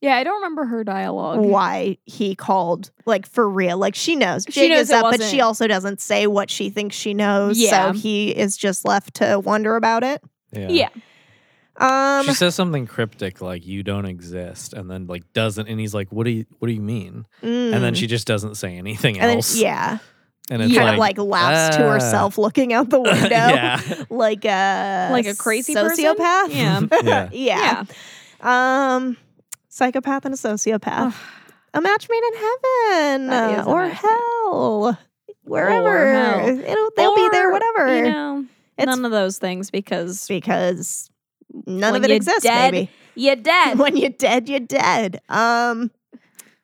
yeah. I don't remember her dialogue. why he called like for real. Like she knows. She Jake knows is it up, but she wasn't- also doesn't say what she thinks she knows. Yeah. So he is just left to wonder about it. Yeah. Um she says something cryptic like "you don't exist," and then like doesn't, and he's like, "What do you What do you mean?" And then she just doesn't say anything mm. and then, else. yeah, and Yeah. kind of like laughs to ah. herself looking out <laughs> the window. yeah, <laughs> Like a Like a crazy person? sociopath. Yeah. <laughs> <laughs> yeah. yeah. Um, psychopath and a sociopath. a match made in heaven That is a or match made- hell, wherever hell. It'll, they'll be there, Or, whatever. You know, It's- none of those things <laughs> because because none When of it you're exists. dead, <laughs> Maybe you're dead. when you're dead, you're dead. Um,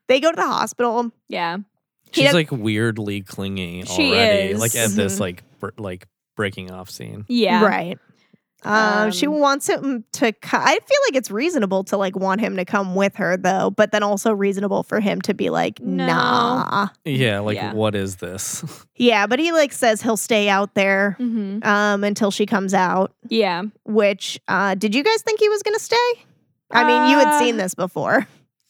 they go to the hospital. yeah. She's does- like weirdly clingy She already, is. like at <laughs> this Mhm. like br- like breaking off scene. Yeah. Right. Um, she Um, wants him to. Co- I feel like it's reasonable to like want him to come with her though, but then also reasonable for him to be like, No. nah. Yeah, like Yeah. what is this? <laughs> Yeah, but he like says he'll stay out there hmm um until she comes out. Yeah. Which uh did you guys think he was gonna stay? I mean, you Uh, had seen this before,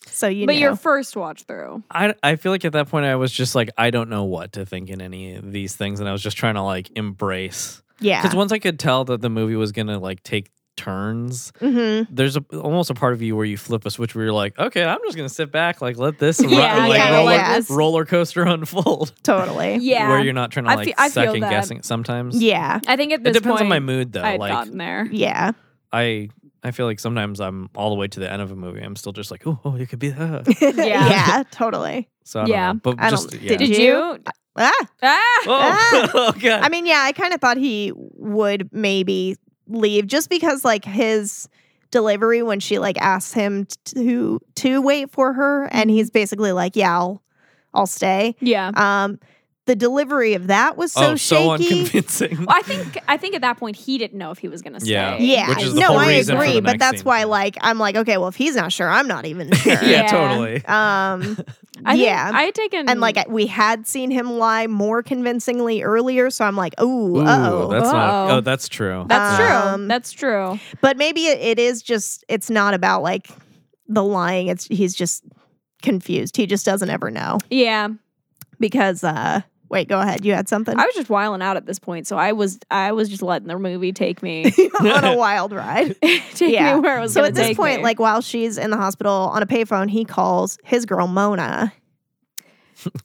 so you. but know. your first watch through. I I feel like at that point I was just like I don't know what to think in any of these things, and I was just trying to like embrace yeah. because once I could tell that the movie was gonna like take turns, Mm-hmm. there's a, almost a part of you where you flip a switch where you're like, okay, I'm just gonna sit back, like let this <laughs> ro- Yeah, <laughs> like, yeah, roller, yeah. roller coaster unfold, <laughs> Totally. Yeah. where you're not trying to I like fe- I feel second that. guessing it sometimes. Yeah. I think at it this depends point, on my mood though. I had like gotten there. Yeah. I I feel like sometimes I'm all the way to the end of a movie, I'm still just like, oh, oh, it could be that. <laughs> <laughs> yeah. <laughs> Yeah. Totally. So I Yeah. don't know. but I just don't- yeah. did Did you? you? Ah. Ah! <laughs> oh, oh god. I mean, yeah. I kind of thought he would maybe leave just because like his delivery when she like asks him to to wait for her, and Mm-hmm. he's basically like, "Yeah, I'll I'll stay." Yeah. Um, the delivery of that was so oh, so shaky. unconvincing. <laughs> Well, I think I think at that point he didn't know if he was going to stay. Yeah. Yeah, Which is the no, whole I reason for agree, the but next that's scene. why, like, I'm like, okay, well, if he's not sure, I'm not <laughs> even sure. yeah, Yeah. totally. Um, I think yeah, I had taken and like we had seen him lie more convincingly earlier, so I'm like, ooh, Ooh, oh, that's not. Uh-oh. Oh, that's true. that's true. um, That's true. but maybe it, it is just it's not about like the lying. It's he's just confused. He just doesn't ever know Yeah. because. uh Wait, go ahead. You had something <laughs> I was just wiling out at this point, so I was I was just letting the movie take <laughs> me <laughs> on a wild ride. take Yeah. me where it was So gonna at this take point, me. like while she's in the hospital on a payphone, he calls his girl Mona.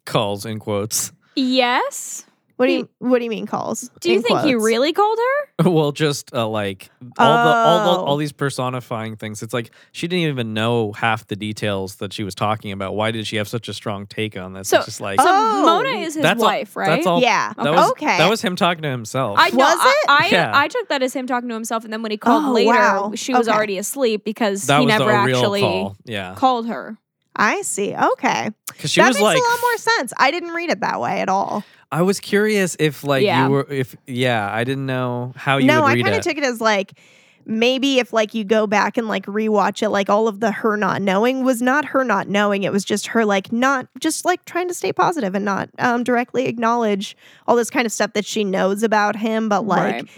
Calls in quotes. <laughs> yes. What do you What do you mean calls? Do you In think he quotes. really called her? well, just uh, like all the all the, Oh. all these personifying things. It's like she didn't even know half the details that she was talking about. Why did she have such a strong take on this? So- it's just like So Oh. Mona is his That's all- wife, right? that's all. Yeah. That was, okay. That was him talking to himself. I know, Was I, it? I, Oh. Yeah. I took that as him talking to himself, and then when he called Oh, later, wow. she was Okay. already asleep because that he was never the real actually call. Yeah, called her. I see. Okay, because she that was makes like, a lot more sense. I didn't read it that way at all. I was curious if like Yeah. you were if yeah, I didn't know how Oh, you No, would I read kind of it. took it as like maybe if like you go back and like rewatch it, like all of the her not knowing was not her not knowing. It was just her like not just like trying to stay positive and not um, directly acknowledge all this kind of stuff that she knows about him, but like Right.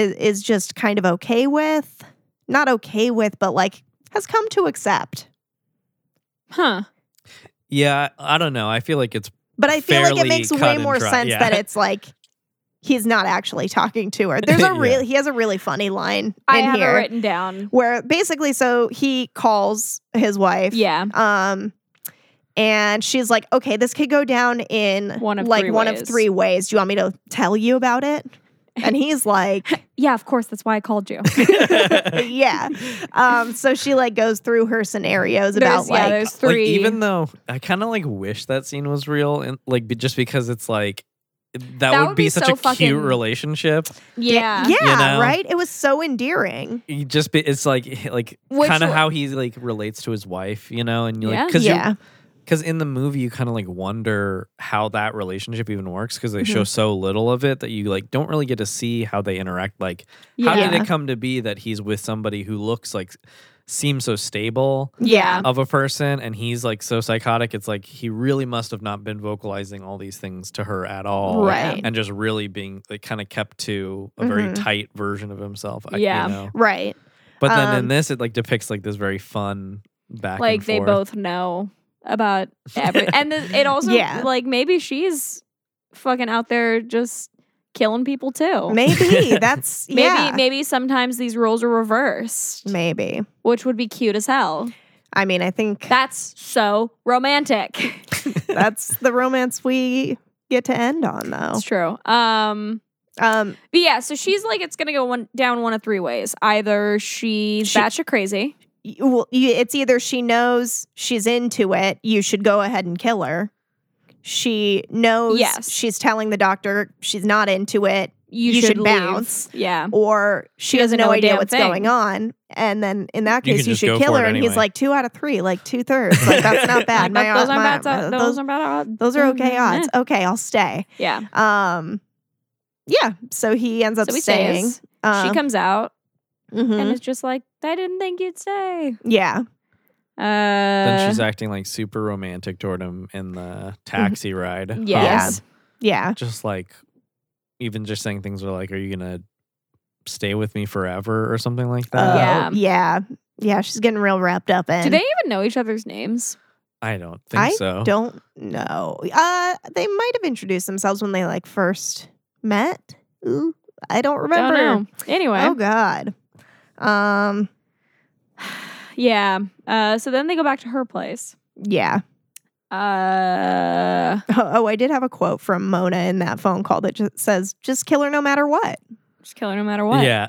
is, is just kind of okay with, not okay with, but like has come to accept. Huh. yeah, I don't know. I feel <laughs> like it's But I feel like it fairly makes cut way and more dry, sense yeah. that it's like he's not actually talking to <laughs> her. There's a Yeah. real he has a really funny line I in have here it written down. where basically so he calls his wife. Yeah. Um and she's like, "Okay, this could go down in One of like three one ways." of three ways. Do you want me to tell you about it?" And he's like, <laughs> Yeah, of course. That's why I called <laughs> you. <laughs> "Yeah." Um, so she like goes through her scenarios about There's- yeah, like there's like three. even though I kind of like wish that scene was real and like be, just because it's like that, would, be, such so a fucking- cute relationship. yeah. yeah, know? right? It was so endearing. You just be, it's like like Which kind of wa- how he like relates to his wife, you know, and you Yeah. like because Yeah. because in the movie you kind of like wonder how that relationship even works because they show Mm-hmm. so little of it that you like don't really get to see how they interact like how did Yeah. it come to be that he's with somebody who looks like seems so stable Yeah. of a person and he's like so psychotic it's like he really must have not been vocalizing all these things to her at all Right. and just really being like kind of kept to a very Mhm. tight version of himself I- Mm-hmm. Yeah. you know? Right. but then in Um, this it like depicts like this very fun back like and they forth. both know about everything. and th- <laughs> it also Yeah. like maybe she's fucking out there just killing people too. <laughs> Maybe that's Maybe yeah. maybe sometimes these roles are reversed, Maybe. which would be cute as hell. I mean, I think That's so romantic. <laughs> that's the romance we get to end on, though. That's true. Um Um, but yeah, so she's like it's gonna go one down one of three ways. Either she's She- batshit crazy. y- well, y- it's either she knows she's into it, you should go ahead and kill her. She knows Yes. she's telling the doctor she's not into it, You, You should leave. bounce. Yeah. or She she, has doesn't no know a idea damn what's thing. going on. And then in that You case, can you, just should go kill for her. it And he's anyway. like two out of three, like two <laughs> thirds. Like that's not bad. Like, oh, my, uh, those, my- aren't bad, my- those Mm-hmm. aren't bad odds. those are okay odds. Okay, I'll stay. mm-hmm. Yeah. Um, yeah. So he ends up So he staying. Uh, stays. she Um, comes out comes. and it's just like, I didn't think you'd stay. yeah. Uh, Mm-hmm. then she's acting like super romantic toward him in the taxi ride home. yes. Yeah. just like even just saying things are like are you gonna stay with me forever or something like that Uh, Yeah. yeah. Yeah. Yeah. She's getting real wrapped up in. Do they even know each other's names? i don't think I so Don't know. Uh, they might have introduced themselves when they like first met. Ooh, I don't remember. Don't know. Anyway, Oh God. Um. yeah. Uh, so then they go back to her place. Yeah. Uh, Oh, oh, I did have a quote from Mona in that phone call that just says, "Just kill her no matter what." just kill her no matter what. <laughs> yeah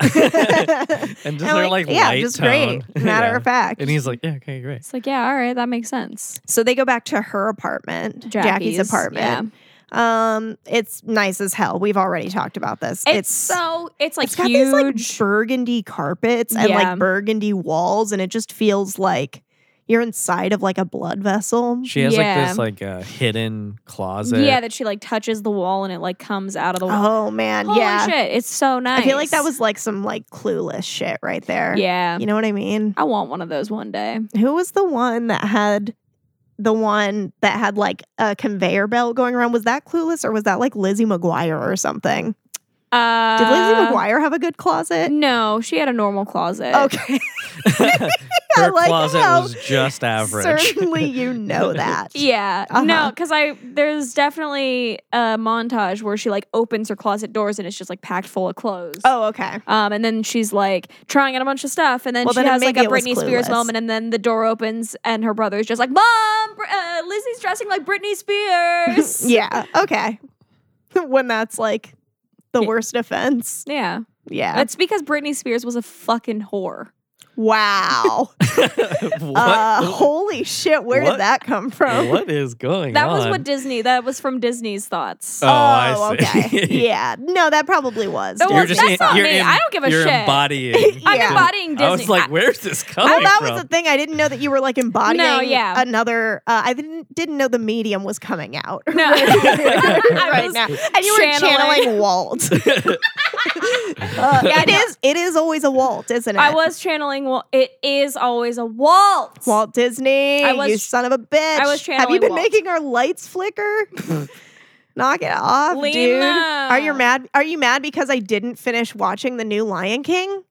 and just I'm their like, yeah, light just tone. great. <laughs> Matter Yeah. of fact. and he's like yeah okay great It's like, yeah, all right, that makes sense. so they go back to her apartment, Jackie's, Jackie's, apartment. Um, it's nice as hell. We've already talked about this. Yeah. It's, so it's like it's got huge. these like burgundy carpets and Yeah. like burgundy walls, and it just feels like you're inside of like a blood vessel. she has Yeah. like this like uh, hidden closet <laughs> yeah, that she like touches the wall and it like comes out of the wall. Oh man, Holy yeah. shit, it's so nice. I feel like that was like some like clueless shit right there. yeah. You know what I mean? I want one of those one day. Who was the one that had the one that had like a conveyor belt going around? Was that clueless or was that like Lizzie McGuire or something? Uh, Did Lizzie McGuire Oh, have a good closet? No, she had a normal closet. Okay. <laughs> I her like closet how was just average Certainly you know that. Yeah. No, Uh-huh. because I there's definitely a montage where she like opens her closet doors and it's just like packed full of clothes. Oh, okay. Um, and then she's like trying on a bunch of stuff, and then Well, she then has like maybe a it was Britney Spears Clueless. moment, and then the door opens, and her brother's just like, "Mom, Br- uh, Lizzie's dressing like Britney Spears." <laughs> <laughs> Yeah. Okay. when that's like the Yeah. worst offense. yeah. Yeah. That's because Britney Spears was a fucking whore. wow. <laughs> <laughs> what? Uh, holy shit. Where What? did that come from? <laughs> what is going That on was what Disney. That was from Disney's thoughts. oh, i see <laughs> okay. yeah. No, that probably It was. Well, Well, you're just that's not you're me. I don't give a you're shit. <laughs> embodying I'm yeah. embodying Disney. <laughs> I was like, where's this coming that from? was the thing. I didn't know that you were like embodying No, yeah. another. Uh, I didn't didn't know the medium was coming out <laughs> No. <laughs> I right was now, and you were channeling- channeling <laughs> Walt. <laughs> uh, yeah, it is. It is always a Walt, isn't it? I was channeling. Wa- It is always a waltz. Walt Disney. I was- you son of a bitch. I was Have you channeling been Walt. making our lights flicker? <laughs> Knock it off, Lena. dude. Are you mad? Are you mad because I didn't finish watching the new Lion King?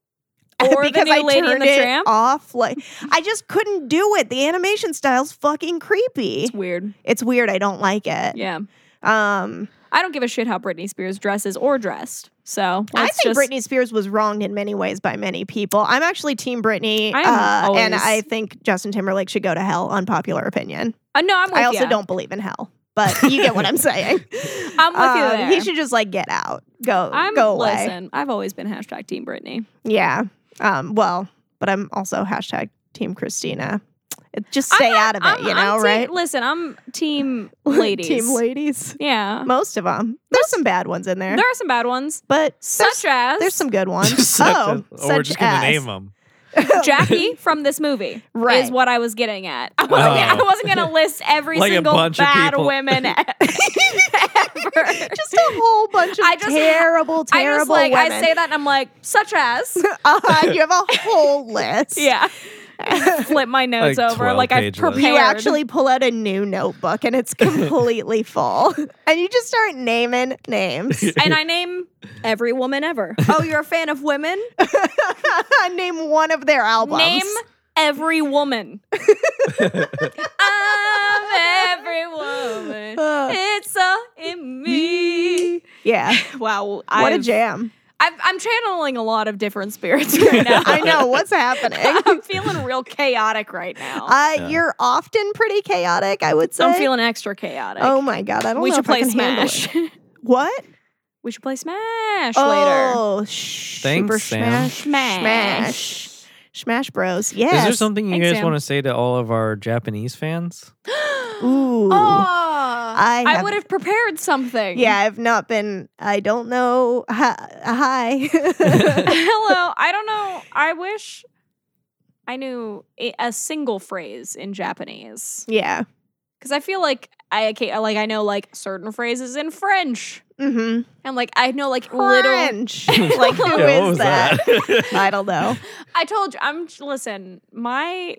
Or the because new I Lady and turned the it Tramp? off. Like I just couldn't do it. The animation style's fucking creepy. It's weird. It's weird. I don't like it. Yeah. Um, I don't give a shit how Britney Spears dresses or dressed. So I let's think just- Britney Spears was wronged in many ways by many people. I'm actually Team Britney, I'm uh, and always- I think Justin Timberlake should go to hell. Unpopular opinion. Uh, no, I'm with I also ya. don't believe in hell, but you <laughs> get what I'm saying. I'm with you Um, there. He should just like get out, go, I'm go away. listen. I've always been hashtag Team Britney. Yeah. Um. Well, but I'm also hashtag Team Christina. It- Just stay out of it, I'm- you know, I'm team- right? <laughs> Listen, I'm Team Ladies. team ladies. Yeah. Most of them. There's some bad ones in there, There are some bad ones, but there's, such as <laughs> there's some good ones. Such oh, a- such we're just gonna as. name them. Jackie from this movie <laughs> Right. is what I was getting at. I wasn't, I wasn't <laughs> gonna list every Oh. Like a single bunch of bad <laughs> people. women e-, ever. Just a whole <laughs> bunch of I just- terrible, I just terrible like I women. say that and I'm like, such <laughs> as uh-huh, you <laughs> have a whole list. <laughs> Yeah. Flip my notes Like over. Like I 12-page list. prepared. You actually pull out a new notebook and <laughs> it's completely full. And you just start naming names. <laughs> <laughs> and I name every woman ever. Oh, you're a fan of women? Name one of their albums. Name every <laughs> woman. I'm every woman. Uh, It's all in me. Yeah. Wow. <laughs> What What I've, <laughs> a jam. I've, I'm channeling a lot of different <laughs> spirits right now. I know what's happening. <laughs> I'm feeling real chaotic right now. Uh, You're often pretty chaotic, I would say. I'm feeling extra chaotic. Oh my god, I don't we know should if I play can handle it. Smash. What? <laughs> we should play Smash later. Oh, sh- Thanks, super Sam. smash, Smash. smash, smash, bros. Is there Yes. something you Thanks, guys Sam. want to say to all of our Japanese fans? Ooh. Oh. I, I have- would have prepared something. Yeah, I've not been. I don't know. Hi. <laughs> <laughs> Hello. I don't know. I wish I knew a, a single phrase in Japanese yeah. because I feel like I okay, like I know like certain phrases in French Mm-hmm. and like I know like little. French. <laughs> <laughs> like who is Yeah, what was that? <laughs> that? <laughs> I don't know. I told you. I'm listen. My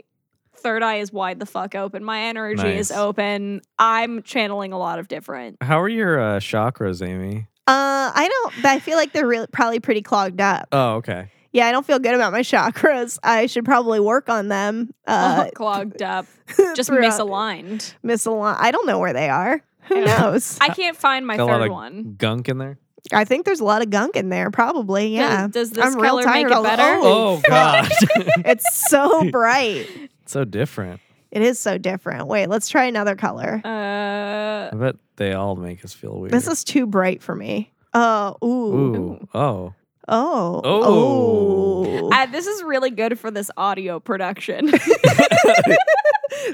third eye is wide the fuck open. My energy is Nice. open. I'm channeling a lot of different. How are your uh, chakras, Amy? Uh, I don't. but I feel like they're really, probably pretty clogged up. Oh, okay. Yeah, I don't feel good about my chakras. I should probably work on them. Uh-huh. Uh, <laughs> clogged <laughs> up, just throughout- misaligned. misaligned. I don't know where they are. I Who don't- knows? I can't find my Got a lot third of one. gunk in there. I think there's a lot of gunk in there, probably. Yeah. Does, does this I'm real color make tired. it I'll- better? <laughs> Oh God, <laughs> It's so bright. so different. It is so different. Wait, let's try another color. Uh, I bet they all make us feel weird. This is too bright for me. Oh, ooh. Ooh. Oh. Oh. Oh. Oh. I, this is really good for this audio production. <laughs> this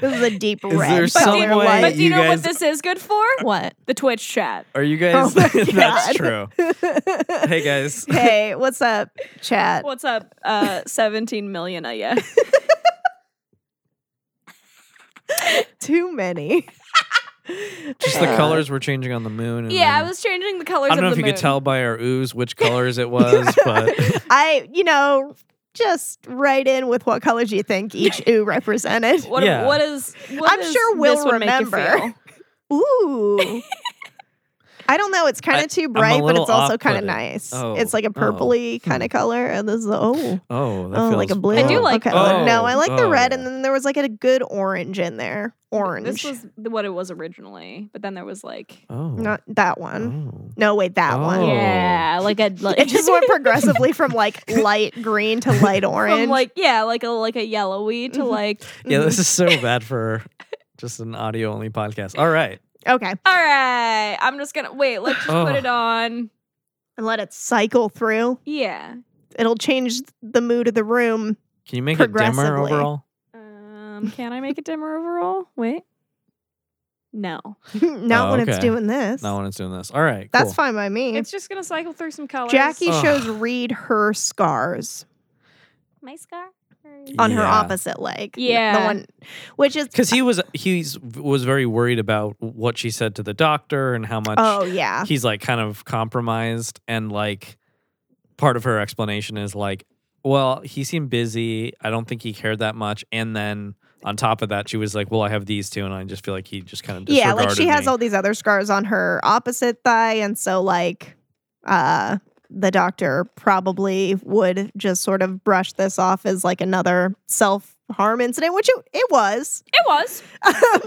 is a deep Is red. there color. some way- Like- <laughs> but do you, you know guys- what this is good for? What? The Twitch chat. Are you guys? <laughs> Oh my God. that's true. <laughs> Hey guys. hey, what's up, chat? What's up, uh, <laughs> 17 million of you? <laughs> Too many. Just the colors were changing on the moon. And yeah, I then- was changing the colors I don't know of if the you moon. could tell by our <laughs> ooze which colors it was, but I, you know, just write in with what colors you <laughs> think each ooh represented. What, Yeah. what is what I'm is sure we'll this would make you remember. feel? <laughs> Ooh. I don't know. It's kind I- of too a bright, but little it's also kind of off-putting. nice. Oh, it's like a oh, purpley kind of color, and this is oh, oh, that oh, feels like a blue. I do like Okay. that. no, I Oh, like the oh, red, yeah. and then there was like a good orange in there. Orange, This was th- what it was originally, but then there was like Oh, not that one. oh. No, wait, that one. Oh. yeah, like a like, <laughs> It just went progressively <laughs> from like light green to light orange. from like yeah, like a like a yellowy to Mm-hmm. Mhm. like Yeah, this is so Mm-hmm. bad for just an audio only podcast. All right. okay, all right. I'm just gonna wait. Let's just put Oh. it on. and let it cycle through. Yeah. It'll change the mood of the room. <laughs> Can you make it dimmer Progressively. overall? Um, can I make it dimmer overall? Wait. No. not Oh, when it's okay. doing this. Not when it's doing this. All right. That's cool. fine by me. It's just gonna cycle through some colors. Jackie Ugh. shows Reed her scars my scar. on her Yeah. opposite leg. Yeah. The one which is Because he was he's was very worried about what she said to the doctor and how much Oh yeah. he's like kind of compromised and like part of her explanation is like well he seemed busy i don't think he cared that much and then on top of that she was like well i have these two and i just feel like he just kind of Yeah, disregarded like she has me. all these other scars on her opposite thigh and so like uh the doctor probably would just sort of brush this off as like another self-harm incident, which it, it was. <laughs> It was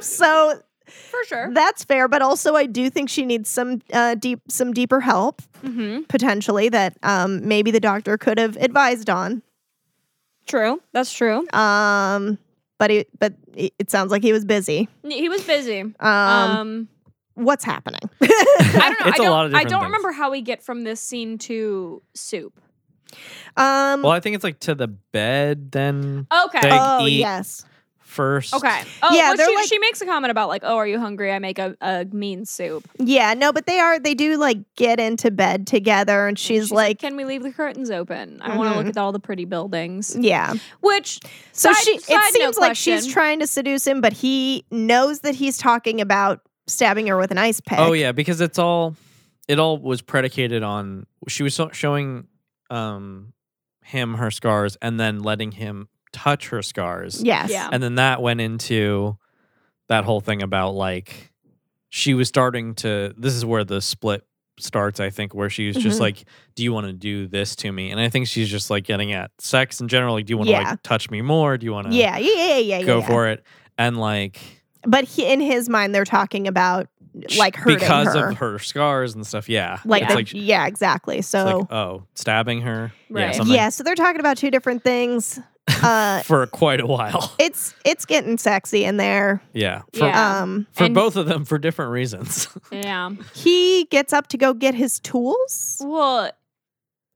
so for sure. that's fair, but also I do think she needs some uh deep some deeper help mm-hmm. potentially that um maybe the doctor could have advised on. True. That's true. Um, but he, but it it sounds like he was busy. N- He was busy. Um, Um, what's happening? I <laughs> don't know. It's I a don't, lot I of different don't things. remember how we get from this scene to soup. um, well i think it's like to the bed then Okay. They- oh eat- yes, first. Okay. Oh, Yeah, well, they're she, like- she makes a comment about like, "Oh, are you hungry? I make a, a mean soup." Yeah, no, but they are. They do like get into bed together, and she's, She's like, Mm-hmm. "Can we leave the curtains open? I want to look at all the pretty buildings." <laughs> yeah. Which So side- she, side it note seems like she's question. trying to seduce him, but he knows that he's talking about stabbing her with an ice pick. Oh yeah, because it's all it all was predicated on she was so- showing um him her scars and then letting him touch her scars. Yes. Yeah. And then that went into that whole thing about like she was starting to this is where the split starts I think where she's just Mhm. like do you want to do this to me? And I think she's just like getting at sex in general like do you want to Yeah. like touch me more? Do you want to Yeah. Yeah. Yeah. Yeah. yeah, go yeah. for it? And like But he, in his mind, they're talking about like hurting because her. of her scars and stuff. Yeah. Like, It's the- yeah, exactly. It's So, like, oh, stabbing her. Yeah, Right. something. yeah. So they're talking about two different <laughs> things. Uh, For quite <laughs> a while. it's it's getting sexy in there. <laughs> Yeah. For, yeah, Um, for and- both of them for different reasons. <laughs> yeah. he gets up to go get his tools. Well,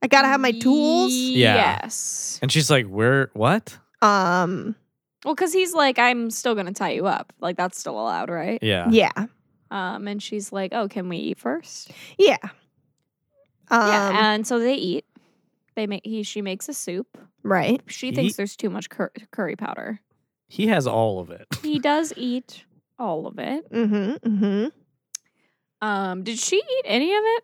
I gotta have my tools. Yeah. Yes. and she's like, where, what? Um, Well, because he's like, "I'm still gonna tie you up. Like that's still allowed, right?" Yeah. yeah, Um, and she's like, "Oh, can we eat first? yeah. Um, yeah. And so they eat. They make he she makes a soup. right. She He- thinks there's too much cur- curry powder. He has all of it. He does eat all of it. Mm-hmm. Mm-hmm. Um, did she eat any of it?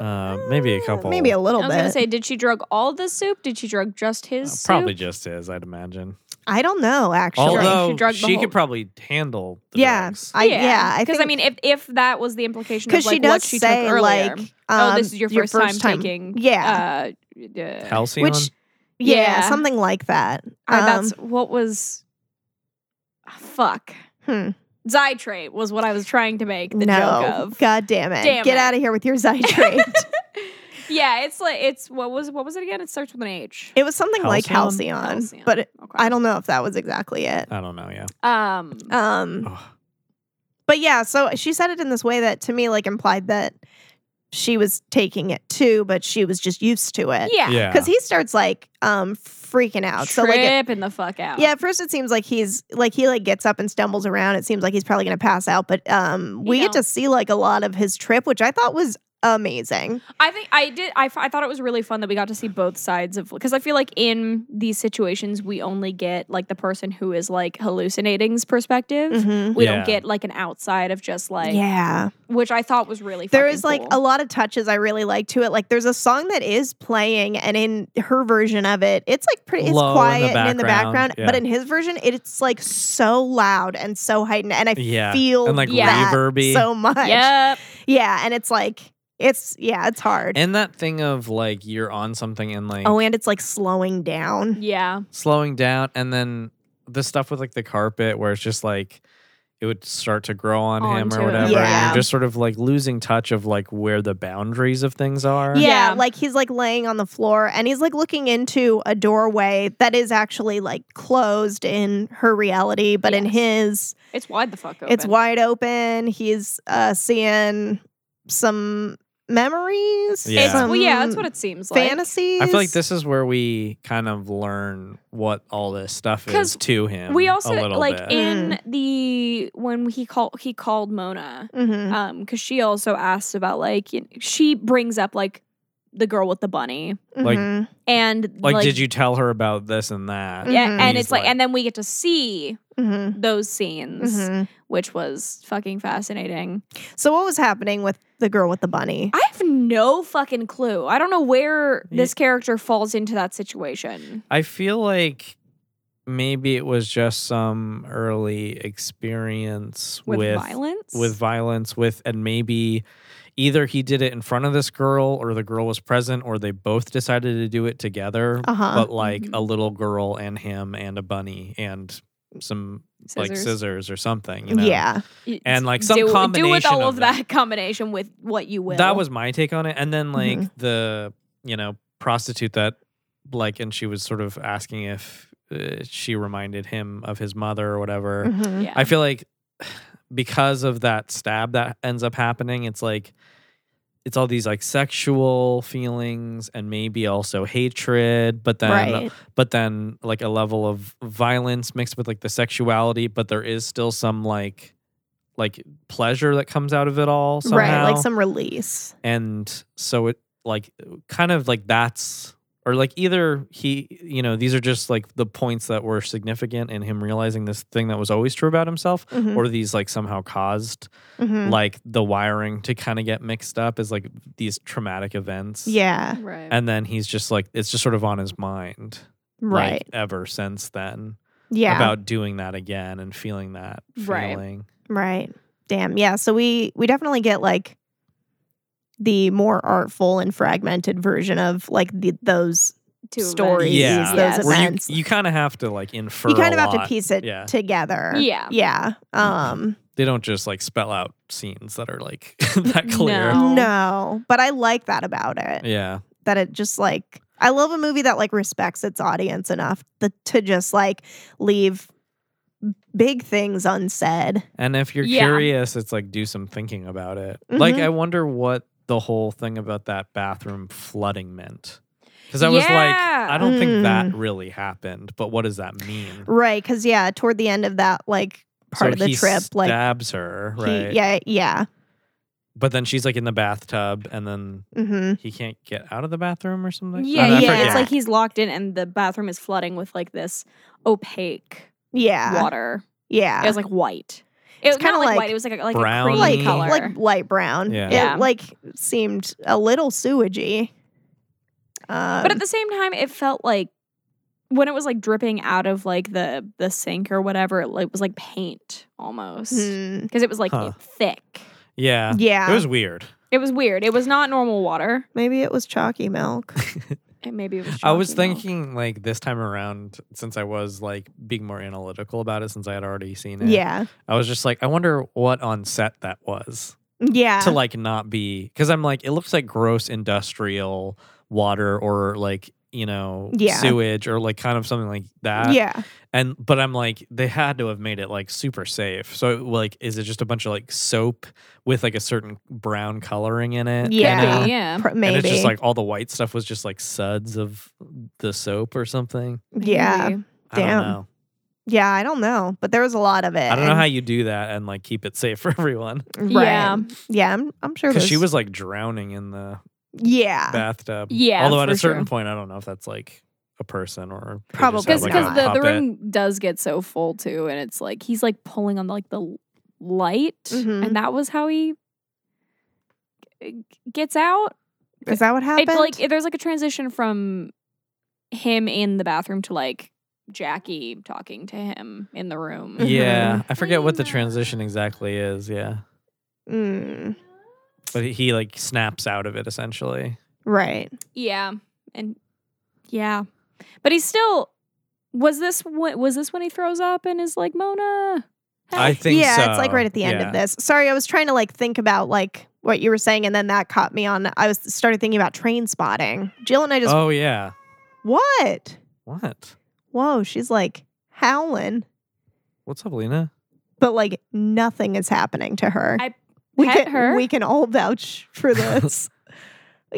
Uh, maybe a couple. Maybe a I little was bit. gonna say, did she drug all the soup? Did she drug just Uh, his? probably soup? just is, I'd imagine. I don't know. Actually. Although She she, drugged the whole- could probably handle the yeah. drugs. I, yeah. I because think I mean, if if that was the implication, because because she like, does what she say took earlier, like, oh, this um, is your first, time, taking, Yeah. uh, uh, Halcyon? Which, yeah, Yeah. something like that. I- Um, that's what was, ah, fuck, Hmm. Zytrate was what I was trying to make the no. joke of. God damn it! Damn Get it. out of here <laughs> with your Zytrate. Yeah, it's like it's what was what was it again? It starts with an H. it was something like Halcyon? Halcyon, Halcyon. but it, Okay. I don't know if that was exactly it. I don't know. Yeah. Um, Um, Ugh. but yeah, so she said it in this way that to me like implied that she was taking it too, but she was just used to it. yeah, Yeah. because he starts like um freaking Uh, out. So like, it, tripping the fuck out. yeah, at first it seems like he's like he like gets up and stumbles around. It seems like he's probably gonna pass out, but um, You we get don't. to see like a lot of his trip, which I thought was amazing. I think I did. I, f- I thought it was really fun that we got to see both sides of because I feel like in these situations we only get like the person who is like hallucinating's perspective. Mhm. We Yeah. don't get like an outside of just like yeah. which I thought was really. There fucking is like cool. a lot of touches I really like to it. Like there's a song that is playing, and in her version of it, it's like pretty, it's Low in the quiet and in the background, background. yeah. But in his version, it's like so loud and so heightened, and I Yeah, feel and, like, that reverby. so much. Yep. yeah, and it's like it's yeah, it's hard. And that thing of like you're on something and like oh, and it's like slowing down. Yeah. slowing down and then the stuff with like the carpet where it's just like it would start to grow on him Onto or it. whatever and Yeah. you're just sort of like losing touch of like where the boundaries of things are Yeah, Yeah. like he's like laying on the floor and he's like looking into a doorway that is actually like closed in her reality, but in Yes. his It's wide the fuck open. It's wide open. He's uh, seeing some memories. Yeah. It's, well, yeah, that's some what it seems like. Fantasies. i feel like this is where we kind of learn what all this stuff 'Cause is to him We a also little like bit. in the when he called he called Mona. uh, Mhm. um because she also asked about like you she brings up like the girl with the bunny like- Mhm. and like, did you tell her about this and that yeah Mhm. and He's it's like, like- and then we get to see Mhm. those scenes Mhm. which was fucking fascinating So what was happening with the girl with the bunny? i have no fucking clue i don't know where Ye- this character falls into that situation i feel like maybe it was just some early experience with, with, violence with violence with and maybe either he did it in front of this girl or the girl was present or they both decided to do it together Uh-huh. but like Mhm. a little girl and him and a bunny and some like scissors or something you know Yeah. Y- and, like, some do, do with combination all of of that. combination with what you will that was my take on it and then like Mhm. the you know prostitute that like and she was sort of asking if uh, she reminded him of his mother or whatever Mhm. yeah I feel like because of that stab that ends up happening, it's like it's all these like sexual feelings and maybe also hatred, but then uh, Right. but then like a level of violence mixed with like the sexuality, but there is still some like like pleasure that comes out of it all somehow. Right, like some release. and so it like kind of like that's or like either he you know these are just like the points that were significant in him realizing this thing that was always true about himself Mhm. or these like somehow caused Mhm. like the wiring to kind of get mixed up is like these traumatic events yeah, Right. and then he's just like it's just sort of on his mind like, right. ever since then yeah, about doing that again and feeling that Right. feeling right. Damn. Yeah. So we we definitely get like the more artful and fragmented version of like the, those. Two stories, events. Yeah. Yes. those Where you, events. you kind of have to like infer you kind of a have to lot. piece it yeah. together. Yeah. Yeah. Um. they don't just like spell out scenes that are like <laughs> that clear. No. No, but I like that about it. Yeah. that it just like I love a movie that like respects its audience enough th- to just like leave big things unsaid. And if you're Yeah. curious, it's like do some thinking about it. Like Mhm. I wonder what the whole thing about that bathroom flooding meant. Cuz I was like Yeah. I don't think that Mm. really happened, but what does that mean? Right, cuz yeah, toward the end of that like part So of the he trip like stabs her, he- right? yeah, yeah. But then she's like in the bathtub and then Mhm. he can't get out of the bathroom or something. Yeah, I yeah. forget. It's like he's locked in, and the bathroom is flooding with like this opaque Yeah. water. Yeah. It was like white. It was kind kinda of like, like white. It was like a, like brown- a like creamy Like- color. like light brown. Yeah. It Yeah. like seemed a little sewagey. Um, but at the same time, it felt like when it was like dripping out of like the the sink or whatever, it like, was like paint almost hmm, because it was like Huh. thick. yeah. yeah. It was weird. It was weird. It was not normal water. Maybe it was chalky milk. It maybe it was. I was chalky milk. thinking like this time around, since I was like being more analytical about it, since I had already seen it. Yeah. I was just like, I wonder what on set that was Yeah. to like not be because I'm like, it looks like gross industrial water or like you know Yeah. sewage or like kind of something like that. yeah. And but I'm like, they had to have made it like super safe. So like, is it just a bunch of like soap with like a certain brown coloring in it? you Yeah. know? Yeah. Pr- Maybe. And it's just like all the white stuff was just like suds of the soap or something. yeah. Maybe. I Damn. don't know. Yeah, I don't know, but there was a lot of it. I don't know and- how you do that and like keep it safe <laughs> for everyone. Right. Yeah. yeah, I'm, I'm sure Because there's- she was like drowning in the yeah, bathtub. Yeah, Although at a for certain sure. point, I don't know if that's like a person or they just Probably have, because like, Because- a because the, the puppet. room does get so full too and it's like he's like pulling on like the light Mhm. and that was how he g- gets out is that what it, happened? like there's like a transition from him in the bathroom to like jackie talking to him in the room Mm-hmm. Yeah, I forget what the transition exactly is. Yeah, Mm, but he- he like snaps out of it essentially. right? yeah and yeah but he's still was this when, was this when he throws up and is like mona I think yeah, so. it's like right at the end Yeah. of this. Sorry, I was trying to like think about like what you were saying, and then that caught me on. I was started thinking about train spotting. Jill and I just Oh yeah. what? What? Whoa, she's like howling, What's up, Lena? but like nothing is happening to her. I we pet can her? we can all vouch <laughs> for this.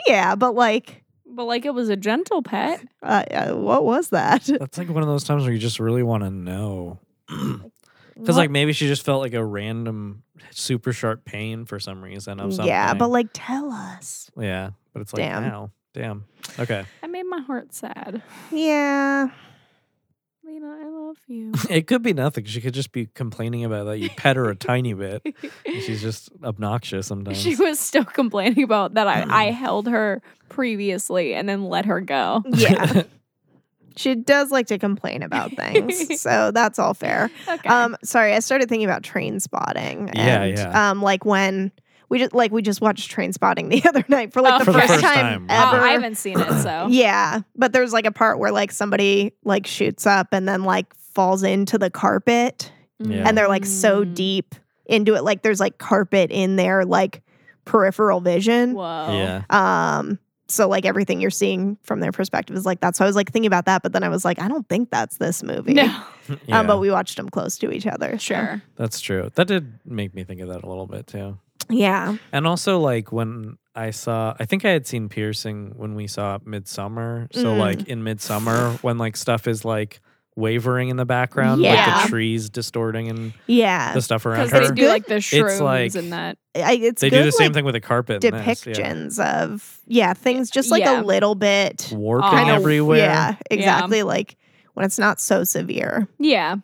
yeah, but like, but like it was a gentle pet uh, uh, what was that? That's like one of those times where you just really want <clears throat> to know. Because like maybe she just felt like a random super sharp pain for some reason of something. Yeah, but like tell us. yeah, but it's like Damn. now, damn. Okay, that made my heart sad Yeah. Lena, I love <laughs> you. it could be nothing. She could just be complaining about that you <laughs> pet her a tiny bit. and <laughs> She's just obnoxious sometimes. she <laughs> was still complaining about that I, I Mm. held her previously and then let her go. <laughs> <laughs> Yeah. she does like to complain about <laughs> things. So that's all fair. Okay. Um sorry, I started thinking about train spotting. Yeah, and, yeah. Um like when we just like we just watched train spotting the <laughs> other night for like Oh, the, For the first, first time, time. Oh, ever. I haven't seen it, so Yeah. But there's like a part where like somebody like shoots up and then like falls into the carpet Yeah. and they're like so Mm. deep into it. Like there's like carpet in their like peripheral vision. Whoa. yeah, Oh. Um, so like everything you're seeing from their perspective is like that. So I was like thinking about that, but then I was like, I don't think that's this movie. No. Yeah, Um, but we watched them close to each <laughs> other. so- Sure. that's true. That did make me think of that a little bit too. Yeah. And also, like when I saw I think I had seen piercing when we saw Midsummer. Mm. So like in Midsummer when like stuff is like wavering in the background, like Yeah. the trees distorting and Yeah, the stuff around Because her. they do like the shrooms like- and that. I, it's They good, do the same like, thing with a carpet. in this, yeah. depictions of yeah things just like Yeah. a little bit warping Kind of- everywhere. Yeah, exactly. Like when it's not so severe. Yeah.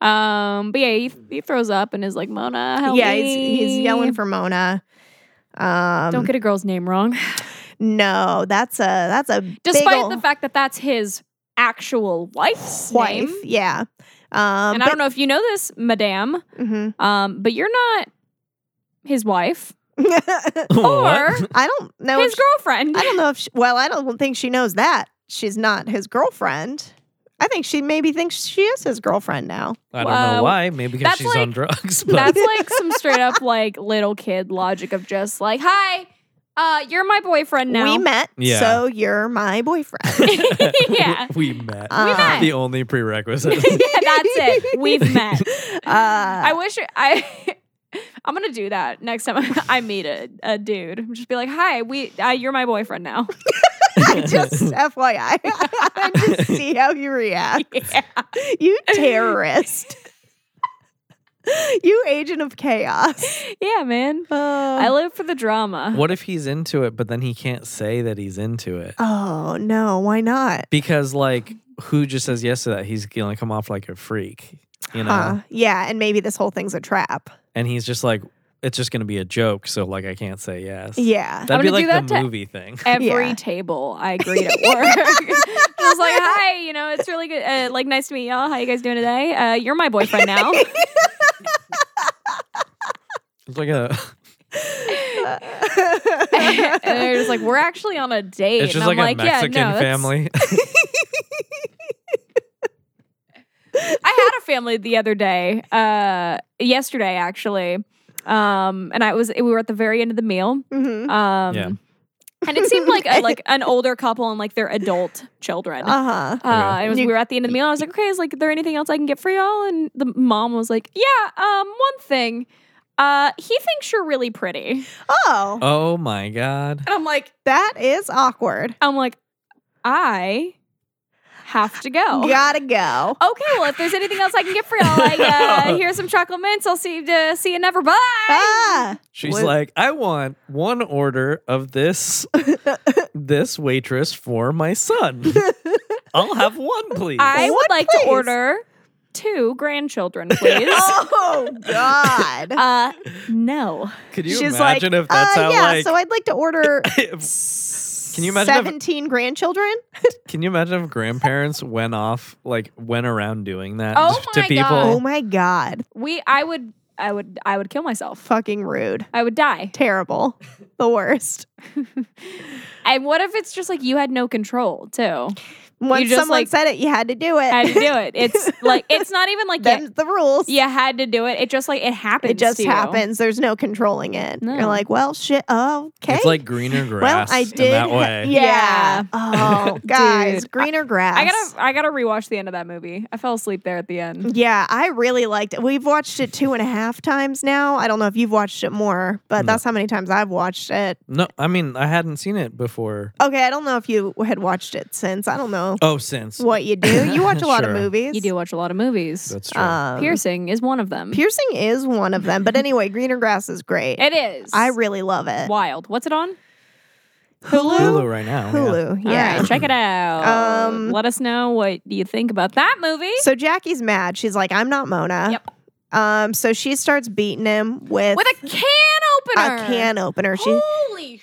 Um, but yeah, he, he throws up and is like, Mona, help yeah, he's, he's me." yelling for Mona. Um, Don't get a girl's name wrong. no. That's a that's a Despite big ol' the fact that that's his actual wife's wife. name. Yeah, um, And I don't know if you know this, madame, um, but you're not his wife or <laughs> What? mm-hmm. <laughs> I don't know. his If she, girlfriend. I don't know if she, well, I don't think she knows that she's not his girlfriend. I think she maybe thinks she is his girlfriend now. I don't Wow. know why. Maybe because That's she's on like- drugs. <laughs> <laughs> But That's like some straight up like little kid logic of just like, hi, uh, you're my boyfriend now. We met, Yeah. so you're my boyfriend. <laughs> yeah. <laughs> we met. We met. The only prerequisite. <laughs> That's it. We've met. <laughs> uh, I wish I. <laughs> I'm gonna do that next time <laughs> I meet a, a dude. I'm Just be like, "Hi, we, uh, you're my boyfriend now." <laughs> just <laughs> FYI. and just see how you react. You terrorist. <laughs> you agent of chaos. yeah, man. Oh. I live for the drama. what if he's into it, but then he can't say that he's into it? oh no, why not? Because like who just says yes to that? He's gonna come off like a freak. You know? Huh. Yeah, and maybe this whole thing's a trap. And he's just like, it's just gonna be a joke, so like I can't say yes. Yeah. That'd be gonna like do that the to- movie thing. Every Yeah. table I agreed at work. <laughs> I was like, "Hi, you know, it's really good. Uh, like, nice to meet y'all. How you guys doing today? Uh, you're my boyfriend now." It's like a <laughs> and they're just like, "We're actually on a date." it's just and I'm like, like, a Mexican yeah, no, that's- family. <laughs> I had a family the other day, uh, yesterday actually, um, and I was we were at the very end of the meal, Mhm. um, Yeah. and it seemed like a, like an older couple and like their adult children. Uh, Uh-huh. it was, we were at the end of the meal. I was like, okay, is like is there anything else I can get for y'all? And the mom was like, yeah, um, one thing. Uh, he thinks you're really pretty, and Oh, oh my god. I'm like, that is awkward. I'm like, I have to go. <laughs> Gotta go. Okay, well, if there's anything else I can get for y'all, I, uh, here's some chocolate mints. I'll see uh, see you never. Bye. Ah. She's What- like, I want one order <laughs> of this this waitress for my son. I'll have one, please. <laughs> I would What, like please? to order two grandchildren, please. <laughs> Oh <laughs> God. uh, no. Could you She's imagine like, if that's uh, how yeah, like? so I'd like to <coughs> order <laughs> if- Can you imagine if- 17 <laughs> grandchildren? can you imagine if grandparents went off like went around doing that Oh <laughs> to my people? God. Oh my God. We, I would, I would, I would kill myself. Fucking rude. I would die. Terrible. The worst. And what if it's just like you had no control too? Once just, someone like, said it, you had to do it. Had to do <laughs> it. It's like it's not even like Them's you, the rules. you had to do it. It just like it happens. It just to you. happens. There's no controlling it. No. You're like, well, shit. Oh, okay. It's like greener grass well, I did. in that ha- way. yeah. Yeah. Oh, <laughs> guys, Dude. greener grass. I gotta, I gotta rewatch the end of that movie. I fell asleep there at the end. Yeah, I really liked it. We've watched it two and a half times now. I don't know if you've watched it more, but No. that's how many times I've watched it. No, I mean I hadn't seen it before. Okay, I don't know if you had watched it since. I don't know Oh, since what you do. You <laughs> watch a lot Sure. of movies. You do watch a lot of movies. that's true. Uh, Um, Piercing is one of them. piercing is one of <laughs> them, but anyway, greener grass is great. it is. I really love it. wild. What's it on? Hulu, Hulu right now. yeah. Hulu, yeah. All right, check it out. Um, Let us know what you think about that movie. So Jackie's mad. She's like, "I'm not Mona." Yep. Um. So she starts beating him with, With a can a opener. can opener. She. Holy shit.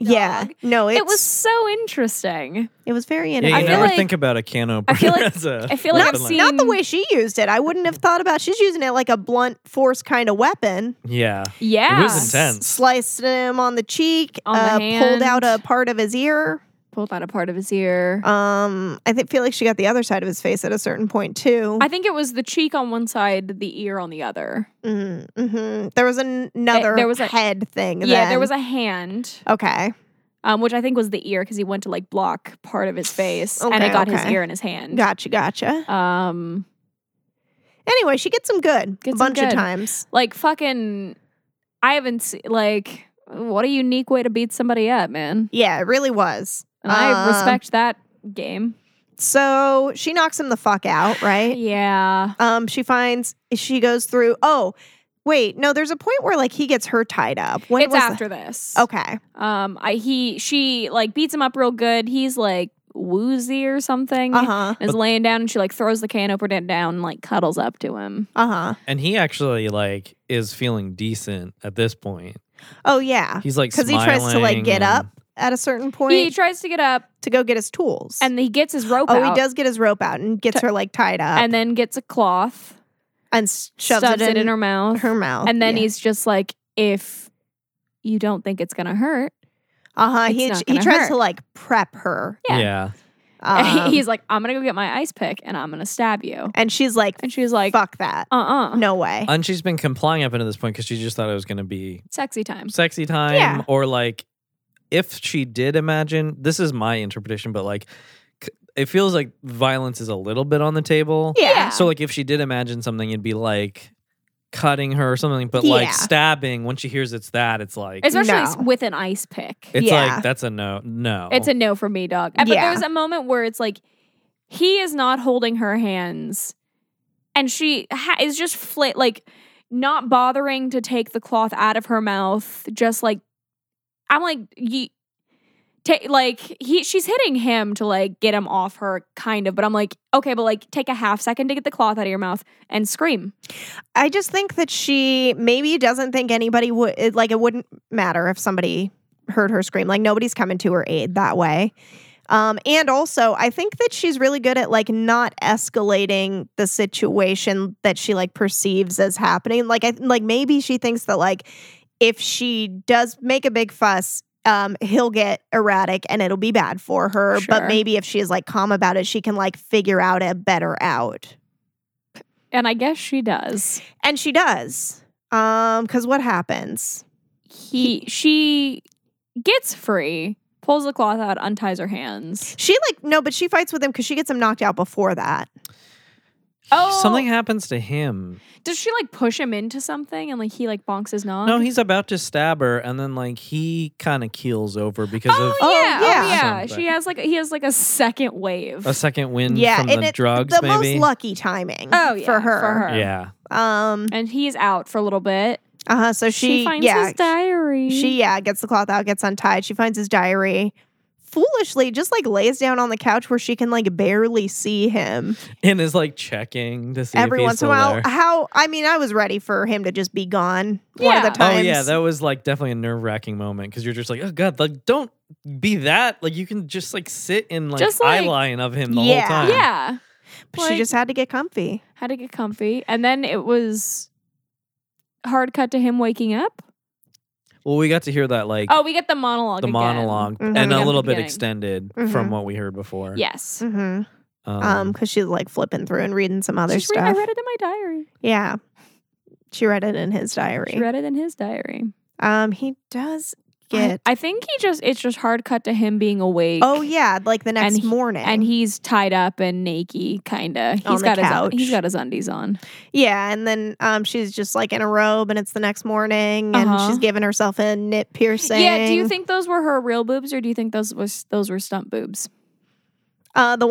Dog. Yeah. No. It's, It was so interesting. It was very Yeah, you interesting. I feel never like- think about a can opener. feel like- <laughs> as a I feel like weapon I've like- seen- Not the way she used it. I wouldn't have thought about. She's using it like a blunt force kind of weapon. Yeah, Yeah. it was intense. Sliced him on the cheek. On the uh, hand. Pulled out a part of his ear. Pulled out a part of his ear. Um, I think feel like she got the other side of his face at a certain point too. I think it was the cheek on one side, the ear on the other. Mm-hmm. There was an- another there was a- head thing. Yeah, then. there was a hand, okay. um, which I think was the ear because he went to like block part of his face and Okay, it got his okay. ear in his hand. Gotcha, gotcha. um, Anyway, she gets him good Gets a 'em bunch of good. times. like fucking, I haven't seen like what a unique way to beat somebody up, man. Yeah, it really was. And I Um, respect that game. So she knocks him the fuck out, right? Yeah. Um, she finds she goes through. Oh, wait, no, there's a point where like he gets her tied up. When it's was after this. The, okay, Um, I he she like beats him up real good. He's like woozy or something. uh huh, Is laying down and she like throws the can opener down and like cuddles up to him. uh huh. And he actually like is feeling decent at this point. Oh yeah, He's like 'Cause he tries to, like, smiling get and- up. at a certain point He tries to get up to go get his tools. and he gets his rope oh, out he does get his rope out and gets her like tied up and then gets a cloth, and s- shoves stuffs it in, her mouth, her mouth. and then yeah. he's just like, if you don't think it's gonna hurt, <laughs> uh huh. He it's not he gonna tries hurt. to like prep her. Yeah. yeah. <laughs> Um, he's like, I'm gonna go get my ice pick and I'm gonna stab you. and she's like, And she's like, fuck that, uh uh no way. And she's been complying up until this point because she just thought it was going to be sexy times. sexy time Yeah. or like if she did imagine, this is my interpretation, but like c- it feels like violence is a little bit on the table. yeah, So like if she did imagine something, it'd be like cutting her or something, but like Yeah. Oh. Um, um, Um, Oh, Oh, Oh, Oh, Um, uh-huh, Oh,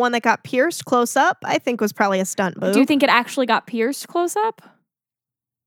Oh, Mm, Mm-hmm. Um, Um, Oh, um, Uh, Um, Uh, Oh. um, Um, Um, Mm, Oh. Um, <laughs>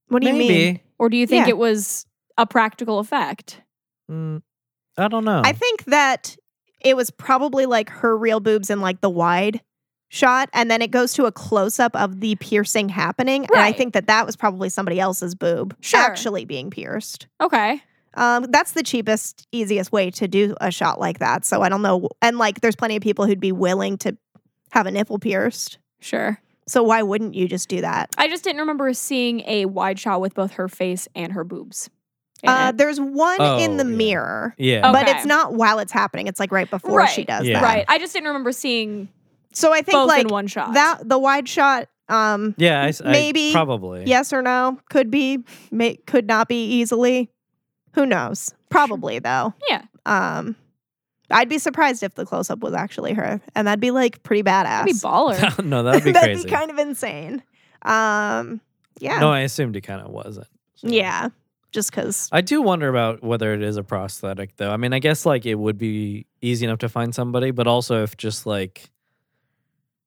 just because. I do wonder about whether it is a prosthetic, though. I mean, I guess like it would be easy enough to find somebody, but also if just like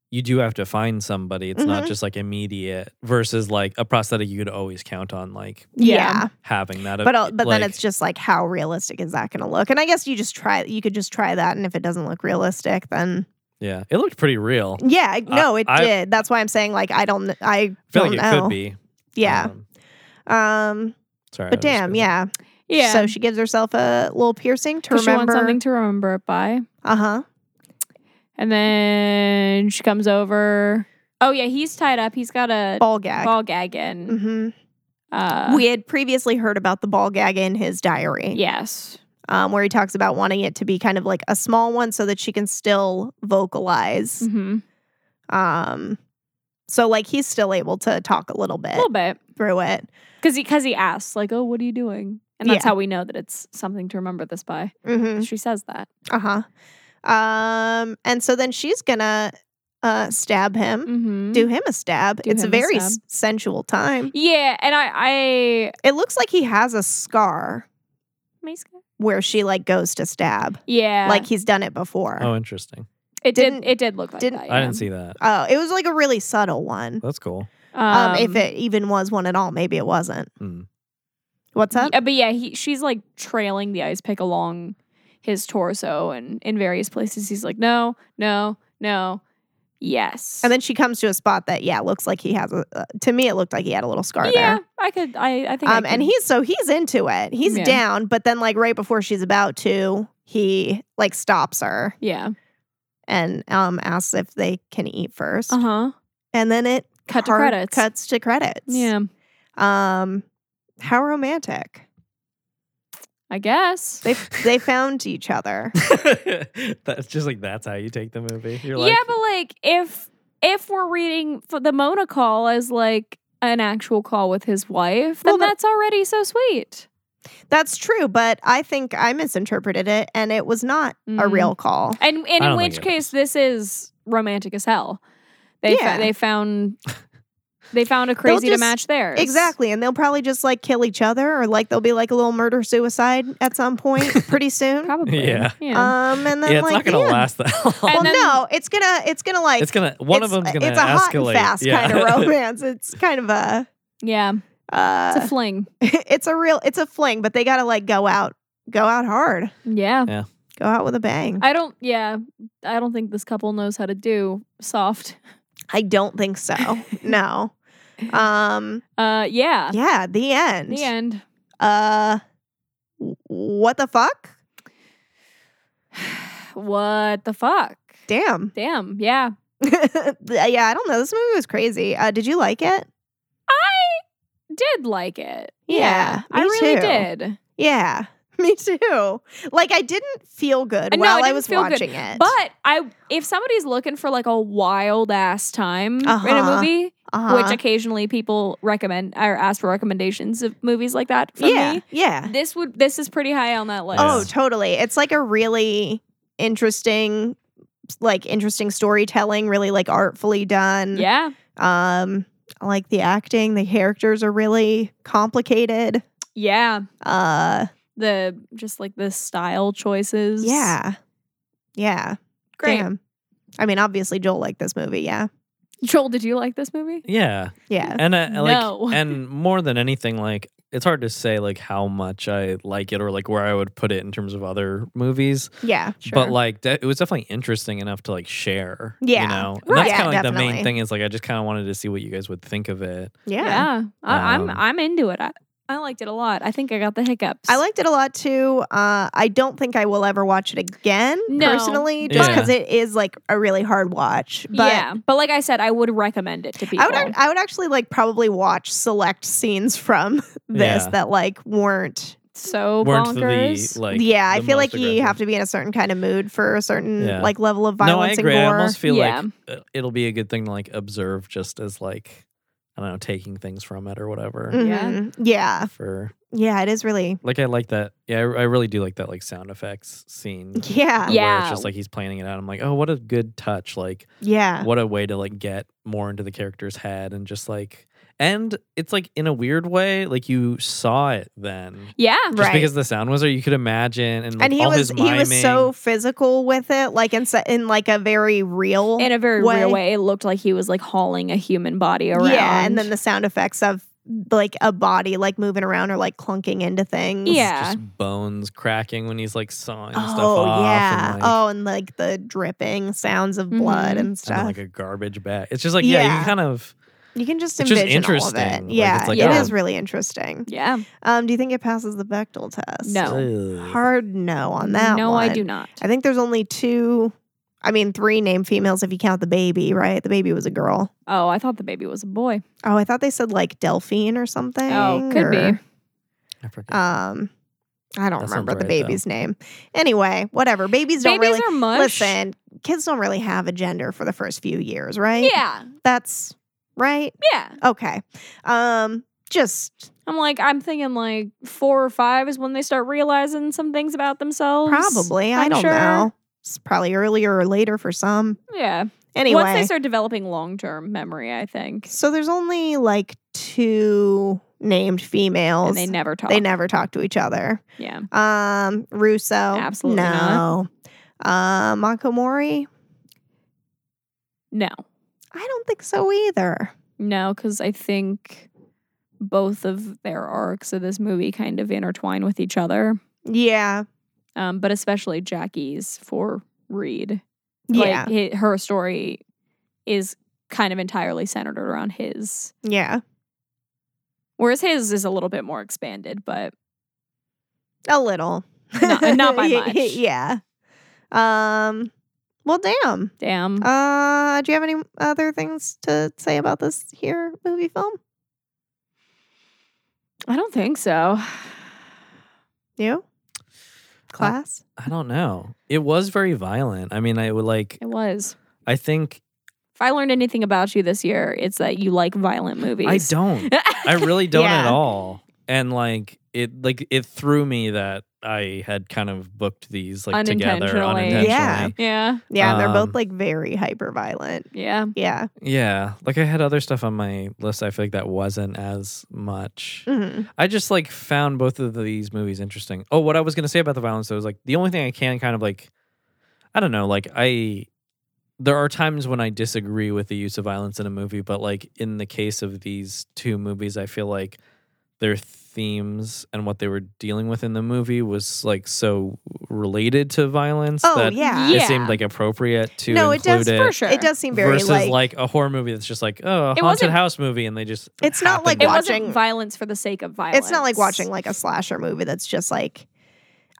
you do have to find somebody, it's not Mhm. just like immediate versus like a prosthetic you could always count on like Yeah. <laughs> Yeah. having that. But uh, but like- then it's just like how realistic is that going to look? And I guess you just try you could just try that and if it doesn't look realistic then yeah, it looked pretty real. I yeah, I- no, it I- did. That's why I'm saying like I don't I, feel don't like it know. could be. Yeah. Um, Um sorry, I but was damn, busy. yeah. Yeah. So she gives herself a little piercing to 'Cause she remember. wants something to remember it by. uh-huh. And then she comes over. Oh yeah, he's tied up. He's got a Ball gag. ball gag in. Mhm. Uh, we had previously heard about the ball gag in his diary. yes. um, where he talks about wanting it to be kind of like a small one so that she can still vocalize. hmm Um, so like he's still able to talk a little A bit little bit. through it. Because he, cause he asks, like, oh, what are you doing? And that's Yeah. how we know that it's something to remember this by. Mm-hmm. She says that. Uh huh. Um, and so then she's gonna uh, stab him, Mm-hmm. do him a stab. Do it's a him a very stab. s- sensual time. yeah, and I, I, It looks like he has a scar my scar- where she like goes to stab, yeah, like he's done it before. Oh, interesting. it didn't- did, it did look like didn't- that. I yeah. didn't see that. Oh, it was like a really subtle one. <laughs> That's cool. <laughs> Um, if it even was one at all, maybe it wasn't. Hmm. What's up? Yeah, but yeah, he, she's like trailing the ice pick along his torso and in various places. He's like, no, no, no, yes. And then she comes to a spot that yeah looks like he has a. Uh, to me, it looked like he had a little scar yeah, there. I could, I, I think, I Um, and could- he's so he's into it. He's Yeah. down, but then like right before she's about to, he like stops her yeah, and um asks if they can eat first, uh huh, and then it cut to hard credits, Cuts to credits. yeah, Um, how romantic. I guess. <laughs> They they found each other. that's just like that's how you take the movie. You're like, yeah, but like if if we're reading for the Mona call as like an actual call with his wife, then Well, the- that's already so sweet. That's true, but I think I misinterpreted it, and it was not a Mm. real call. And, and in don't which think it case, this is romantic as hell. They fo- Yeah. they <laughs> found they found a crazy to just- match theirs. Exactly. And they'll probably just like kill each other or like there'll be like a little murder suicide at some <laughs> point pretty soon. Probably. Yeah. Um and then yeah, it's like not gonna yeah. last that <laughs> long. And Well then- no, it's gonna it's gonna like it's gonna one it's- of them's gonna it's a hot escalate. and fast yeah. <laughs> kind of romance. It's kind of a yeah. It's a uh fling. <laughs> it's a real it's a fling, but they gotta like go out go out hard. Yeah. Go out with a bang. I, I don't. Yeah, I don't think this couple knows how to do soft. don't <laughs> think so. no. Um Uh, yeah. yeah, the end. The end. Uh w- what the fuck? What the fuck? Damn. Damn. Yeah. <laughs> yeah, I don't know. This movie was crazy. Uh, did you like it? I did like it. Yeah, I me really too. did. Yeah, <laughs> me too. Like I didn't feel good Uh, no, while I I didn't was feel good, watching it. But I, if somebody's looking for like a wild ass time in a Uh-huh. movie, uh which occasionally people recommend or ask for recommendations of movies like that from yeah, me, yeah. this would this is pretty high on that list. Oh, totally. It's like a really interesting, like interesting storytelling. Really like artfully done. yeah, Um, I like the acting. The characters are really complicated. yeah. Uh, The just like the style choices. yeah, yeah. great. Damn. I mean, obviously Joel liked this movie. Yeah, Joel, did you like this movie? yeah, yeah. and uh, like, No. <laughs> and more than anything, like it's hard to say like how much I like it or like where I would put it in terms of other movies. Yeah. But like, de- it was definitely interesting enough to like share. Yeah. you know, and Right. that's Yeah, kind of like the main definitely. thing is like I just kind of wanted to see what you guys would think of it. Yeah. I, Um, I'm I'm into it. I, I liked it a lot. I think I got the hiccups. I liked it a lot too. Uh, I don't think I will ever watch it again No. personally, just Yeah. because it is like a really hard watch. But yeah, but like I said, I would recommend it to people. I would ac- I would actually like probably watch select scenes from <laughs> this Yeah. that like weren't. so Weren't bonkers. the like? yeah, I the feel like most you aggressive. have to be in a certain kind of mood for a certain Yeah. like level of No, I violence agree. I and gore. almost feel Yeah. like uh, it'll be a good thing to like observe just as like I don't know, taking things from it or whatever. Mhm. yeah, For yeah, it is really. like, I like that. Yeah, I, I really do like that like sound effects scene. Yeah, Yeah. Where it's just like he's planning it out. I'm like, oh, what a good touch! Like, yeah, what a way to like get more into the character's head and just like And it's like in a weird way, like you saw it then. Yeah. Just Right. because the sound was there, you could imagine and, like, and he all was his he miming. was so physical with it, like in se- in like a very real In a very way. real way, it looked like he was like hauling a human body around. Yeah, and then the sound effects of like a body like moving around or like clunking into things. Yeah. just bones cracking when he's like sawing stuff Oh off. yeah. And, like, oh, and like the dripping sounds of blood Mhm. and and then, stuff. like a garbage bag. It's just like, yeah, you Yeah. kind of you can just it's just envision all of it. interesting. Like, yeah, it's like, it oh. is really interesting. yeah. Um, do you think it passes the Bechtel test? No. Hard no on that. No, I one. do not. I think there's only two. I mean, three named females if you count the baby, right? The baby was a girl. Oh, I thought the baby was a boy. Oh, I thought they said like Delphine or something. Oh, could or- be. I forget. Um, I don't That sounds remember the right, though. baby's name. Anyway, whatever. Babies don't Babies really are mush. listen. Kids don't really have a gender for the first few years, right? Yeah. that's right. Yeah. Okay. Um, just I'm like, I'm thinking like four or five is when they start realizing some things about themselves. probably. I I'm don't sure. know. It's probably earlier or later for some. Yeah. Anyway, Once they start developing long term memory, I think. so there's only like two named females. And they never talk. They never talk to each other. Yeah. Um, Russo, Absolutely no. Uh, Makomori, No. I don't think so either. No, because I think both of their arcs of this movie kind of intertwine with each other, Yeah, um, but especially Jackie's for Reed. yeah, Like, hi- her story is kind of entirely centered around his, yeah. whereas his is a little bit more expanded, but A little, Not- not by much. <laughs> yeah. Um. Well, damn. damn. Uh, do you have any other things to say about this here movie film? I don't think so. You, Uh, class. I don't know. It was very violent. I mean, I would like, It was. I think If I learned anything about you this year, it's that you like violent movies. I <laughs> don't. <laughs> I really don't at Yeah. all. And like it like it threw me that I had kind of booked these like together Unintentionally. unintentionally. Yeah. yeah. yeah, and they're um, both like very hyper violent. Yeah. Yeah. Yeah. Like I had other stuff on my list I feel like that wasn't as much. hmm I just like found both of these movies interesting. Oh, what I was gonna say about the violence though is like the only thing I can kind of like I don't know, like I there are times when I disagree with the use of violence in a movie, but like in the case of these two movies, I feel like their themes and what they were dealing with in the movie was like so related to violence Oh that yeah. it Yeah. seemed like appropriate to No, it include does it. For sure. It does seem very versus like, like, a horror movie that's just like oh a It haunted wasn't- house movie and they just It's not like happen to- It watching- wasn't violence for the sake of violence. it's not like watching like a slasher movie that's just like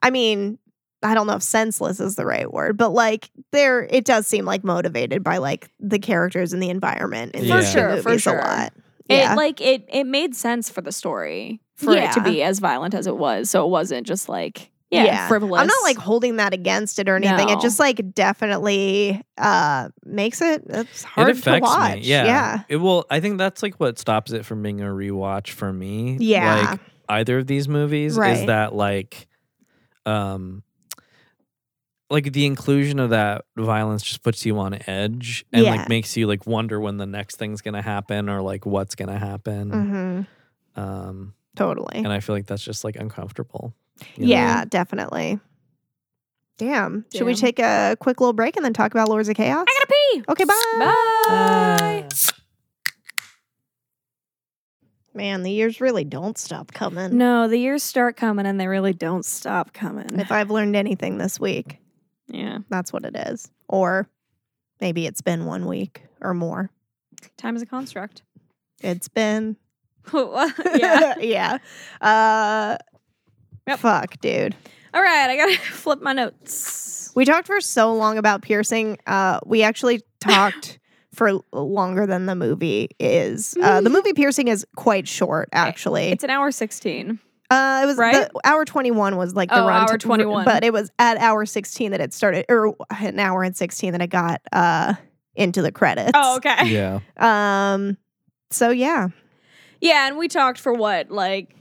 I mean, I don't know if senseless is the right word, but like there it does seem like motivated by like the characters and the environment in For these two sure, for movies sure. a lot. It Yeah. like it it made sense for the story for it to Yeah. be as violent as it was. So it wasn't just like yeah, Yeah. frivolous. I'm not like holding that against it or anything. No. It just like definitely uh makes it it's hard it to affects watch. me. Yeah. Yeah. It will I think that's like what stops it from being a rewatch for me. Yeah. Like either of these movies is Right. that like um like the inclusion of that violence just puts you on edge and Yeah. like makes you like wonder when the next thing's gonna happen or like what's gonna Hmm. happen. Mhm. Um Totally. and I feel like that's just like uncomfortable. you know? Yeah, definitely. Damn. Should we Damn. take a quick little break and then talk about Lords of Chaos? I gotta pee. Okay, bye. Bye. Man, the years really don't stop coming. No, the years start coming and they really don't stop coming. If I've learned anything this week, Yeah. that's what it is. Or maybe it's been one week or more. Time is a construct. It's been <laughs> yeah. <laughs> yeah. Uh Yep. fuck, dude. <laughs> All right, I gotta <laughs> flip my notes. We talked for so long about piercing. Uh <laughs> we actually talked for l- longer than the movie is. <laughs> Uh the movie piercing is quite short actually. Eh, It's an hour sixteen. Uh, it was Right? the, hour twenty one was like the Oh, run hour to- 21. but it was at hour sixteen that it started, or an hour and sixteen that it got uh into the credits. Oh, <laughs> okay. Yeah. Um, so yeah, <laughs> Yeah, and we talked for what, like,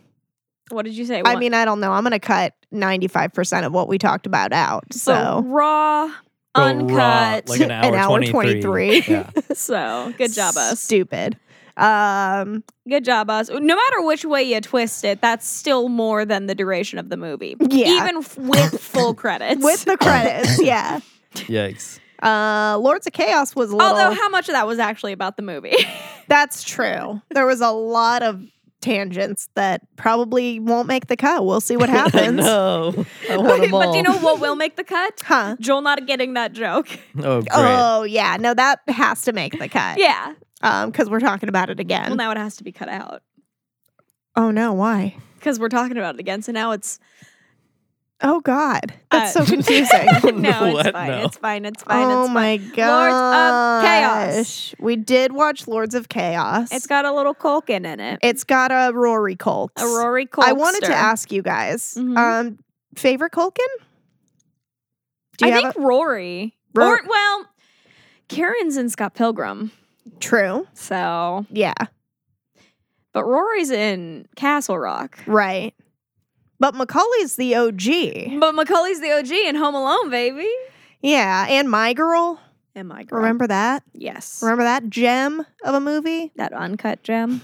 what did you say? I One- mean, I don't know. I'm gonna cut ninety five percent of what we talked about out. so So raw, But raw, uncut. like an hour, hour 23. 23. Yeah. <laughs> so good job, us. Stupid. Um, Good job, us. No matter which way you twist it, that's still more than the duration of the movie. Yeah. Even f- with <laughs> full credits. with the credits, yeah. Yikes. Uh, Lords of Chaos was a little. Although, how much of that was actually about the movie? <laughs> That's true. There was a lot of tangents that probably won't make the cut. <laughs> We'll see what happens. no. I want but, them all. do you know what will make the cut? Huh. Joel not getting that <laughs> joke. Oh, great. Oh yeah, no, that has to make the cut. Yeah. um, because we're talking about it again. Well, now it has to be cut out oh no, why? because we're talking about it again. So now it's Oh god, that's Uh, <laughs> so confusing. <laughs> no, it's What? fine. No. It's fine. It's fine. oh it's fine. my god, Lords of Chaos. We did watch Lords of Chaos. It's got a little Colkin in it. it's got a Rory Colt. A Rory Colster. I wanted to ask you guys, Mhm. um, favorite Culkin? Do you I have think Rory. Ro- or well, Karen's in Scott Pilgrim, a- true? so Yeah, but Rory's in Castle Rock. right. But Macaulay's the OG. But Macaulay's the OG in Home Alone, baby. Yeah, and My Girl. Am I girl? Remember that? Yes. Remember that gem of a movie? that uncut gem.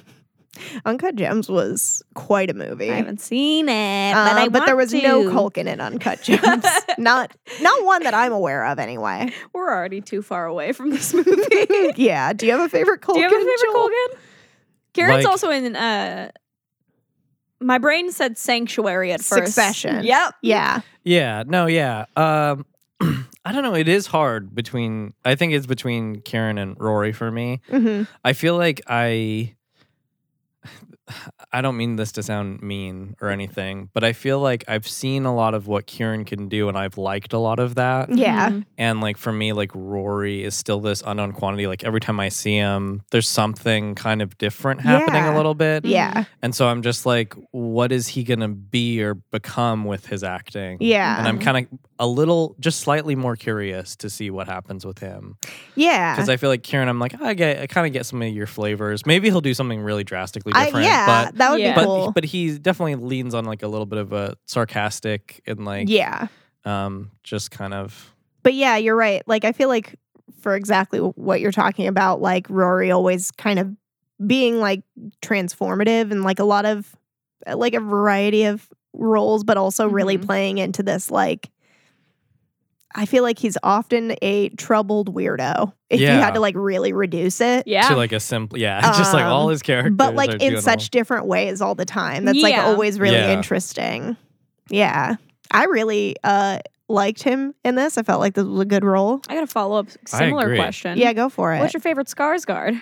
Uncut Gems was quite a movie. I haven't seen it, Uh, but I there want was to. no Culkin in <laughs> Uncut Gems. not not one that I'm aware of, anyway. We're already too far away from this <laughs> <laughs> movie. Do yeah. Do you have a favorite Culkin? you have a favorite Joel? Colgan? Karen's Like- also in. uh My brain said Sanctuary at first. Succession. Yep. Yeah. Yeah. No. Yeah. Um, <clears throat> I don't know. It is hard between. I think it's between Karen and Rory for me. hmm I feel like I. <sighs> I don't mean this to sound mean or anything, but I feel like I've seen a lot of what Kieran can do and I've liked a lot of that. Yeah. Mhm. And like for me, like Rory is still this unknown quantity. Like every time I see him, there's something kind of different happening Yeah. a little bit. Mm-hmm. Yeah. And so I'm just like, what is he gonna be or become with his acting? And Yeah. I'm kind of a little, just slightly more curious to see what happens with him Yeah. because I feel like Kieran. I'm like, I get, I kind of get some of your flavors. Maybe he'll do something really drastically I, different. yeah. But that would Yeah. be but cool. but he definitely leans on like a little bit of a sarcastic and like yeah. um just kind of But yeah, you're right. Like I feel like for exactly what you're talking about, like Rory always kind of being like transformative and like a lot of uh, like a variety of roles, but also really Mhm. playing into this like I feel like he's often a troubled weirdo. If you Yeah. had to like really reduce it. Yeah. to like a simple yeah <laughs> just like all Um, his characters But are like in doing such different ways all the time. That's like Yeah. always really Yeah. interesting. Yeah. I really uh liked him in this. I felt like this was a good role. I got a follow up I similar agree. question. Yeah, go for it. What's your favorite Skarsgård?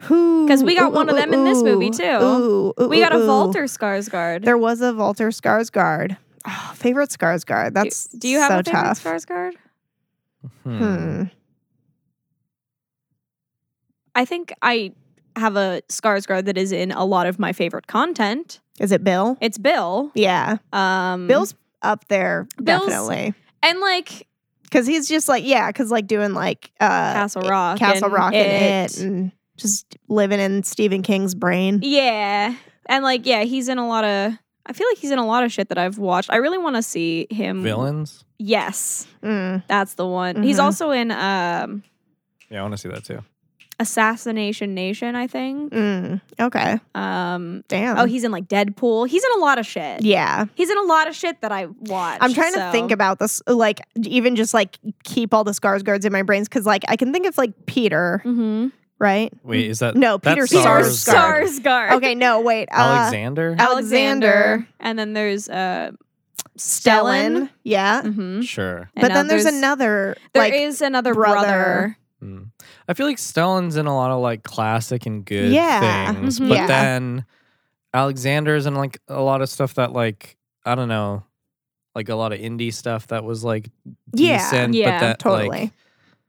Who? 'Cause we got one of them in this movie, too. Ooh, ooh, We got a ooh, ooh. Walter Skarsgård. There was a Walter Skarsgård. Oh, favorite Skarsgård. Do- That's do, you have so a favorite tough. Skarsgård? all- Hmm. I think I have a Skarsgård that is in a lot of my favorite content. Is it Bill? It's Bill. Yeah, Um, Bill's up there Bill's- definitely and like because he's just like yeah, because like doing like uh, Castle Rock, Castle and Rock and it. It. Mm. and just living in Stephen King's brain. Yeah, and like yeah, he's in a lot of. I feel like he's in a lot of shit that I've watched. I really want to see hmm. him. villains. Yes, Mm. that's the one. He's Mhm. also in um, Yeah, I want to see that too. Assassination Nation, I think. Mm. Okay. Um, Damn. oh, he's in like Deadpool. He's in a lot of shit. yeah. He's in a lot of shit that I watch. I'm trying to so- think about this, like even just like keep all the scars guards in my brains because like I can think of like Peter, Mhm. right? Wait, is that Mm, No, Peter that's Sarsgaard. Sarsgaard. Sarsgaard. Okay, no, wait, uh, Alexander? Alexander. And then there's uh, Stellan, yeah. Mm-hmm. sure. But then there's, another, There is like, another brother. brother. Hmm. I feel like Stellan's in a lot of like classic and good Yeah. Mm-hmm. things, Mhm. but Yeah. then Alexander's in like a lot of stuff that like I don't know, like a lot of indie stuff that was like Yeah. decent, Yeah, but that totally. like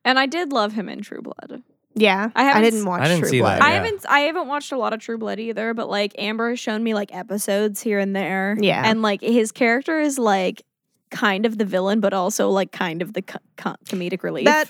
And I did love him in True Blood. yeah. I I haven't didn't s- watch. I didn't True see Blood. that I Yeah. haven't I haven't watched a lot of True Blood either, but like Amber has shown me like episodes here and there. Yeah. And like his character is like kind of the villain, but also like kind of the co- co- comedic relief. That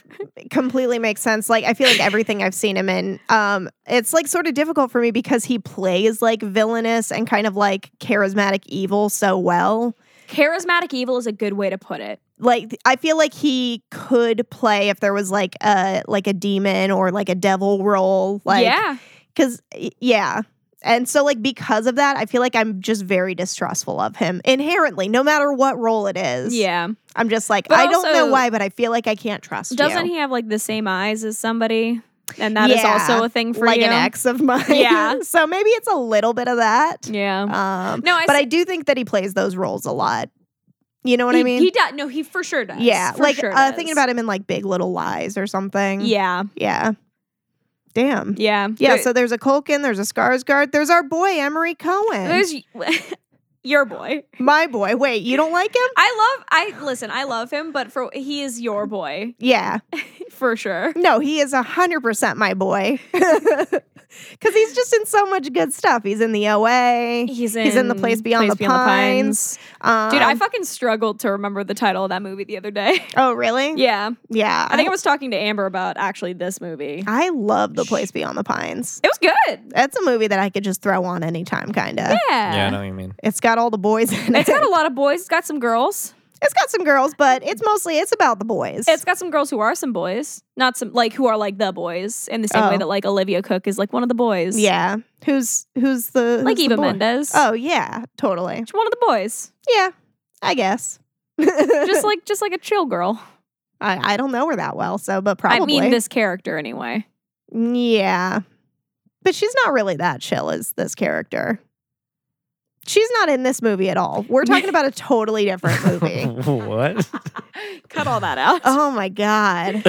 completely makes sense. Like I feel like everything I've seen him in, um, it's like sort of difficult for me because he plays like villainous and kind of like charismatic evil so well. Charismatic evil is a good way to put it. like I feel like he could play if there was like a like a demon or like a devil role, like yeah. Cause y- yeah. And so like because of that, I feel like I'm just very distrustful of him inherently, no matter what role it is. Yeah. I'm just like, But I don't know also- why, but I feel like I can't trust Doesn't you. he have like the same eyes as somebody? And that is Yeah, also a thing for like you. an ex of mine. Yeah. <laughs> so maybe it's a little bit of that. Yeah. Um, No, I but see- I do think that he plays those roles a lot. You know what he, I mean? He does. No, he for sure does. yeah, For like sure uh, does. thinking about him in like Big Little Lies or something. Yeah. yeah. Damn. Yeah. Yeah, There- so there's a Colkin, there's a Skarsgård, there's our boy Emery Cohen. there's <laughs> your boy. my boy. Wait, you don't like him? I love. I listen. I love him, but for he is your boy <laughs> Yeah. for sure. No, he is 100% my boy. <laughs> Cuz he's just in so much good stuff. He's in the OA. He's in. He's in the place beyond, the, pines. Um, Dude, I fucking struggled to remember the title of that movie the other day. <laughs> Oh, really? yeah, Yeah. I think I was talking to Amber about actually this movie. It I love The Place Beyond the Pines. was good. That's a movie that I could just throw on anytime, kind of. Yeah. Yeah, I know what you mean. It's got all the boys in it. It's <laughs> got a lot of boys. It's got some girls. it's got some girls, but it's mostly it's about the boys. It's got some girls who are some boys, not some like who are like the boys in the same Oh. way that like Olivia Cook is like one of the boys. yeah. Who's who's the like who's Eva the boy? Mendes. Oh yeah, totally. She's one of the boys. Yeah, I guess. Just <laughs> Just like just like a chill girl. I, I don't know her that well, so but probably. I mean this character anyway. Yeah, but she's not really that chill as this character. She's not in this movie at all. We're talking about a totally different movie. <laughs> what? Cut all that out. oh my god,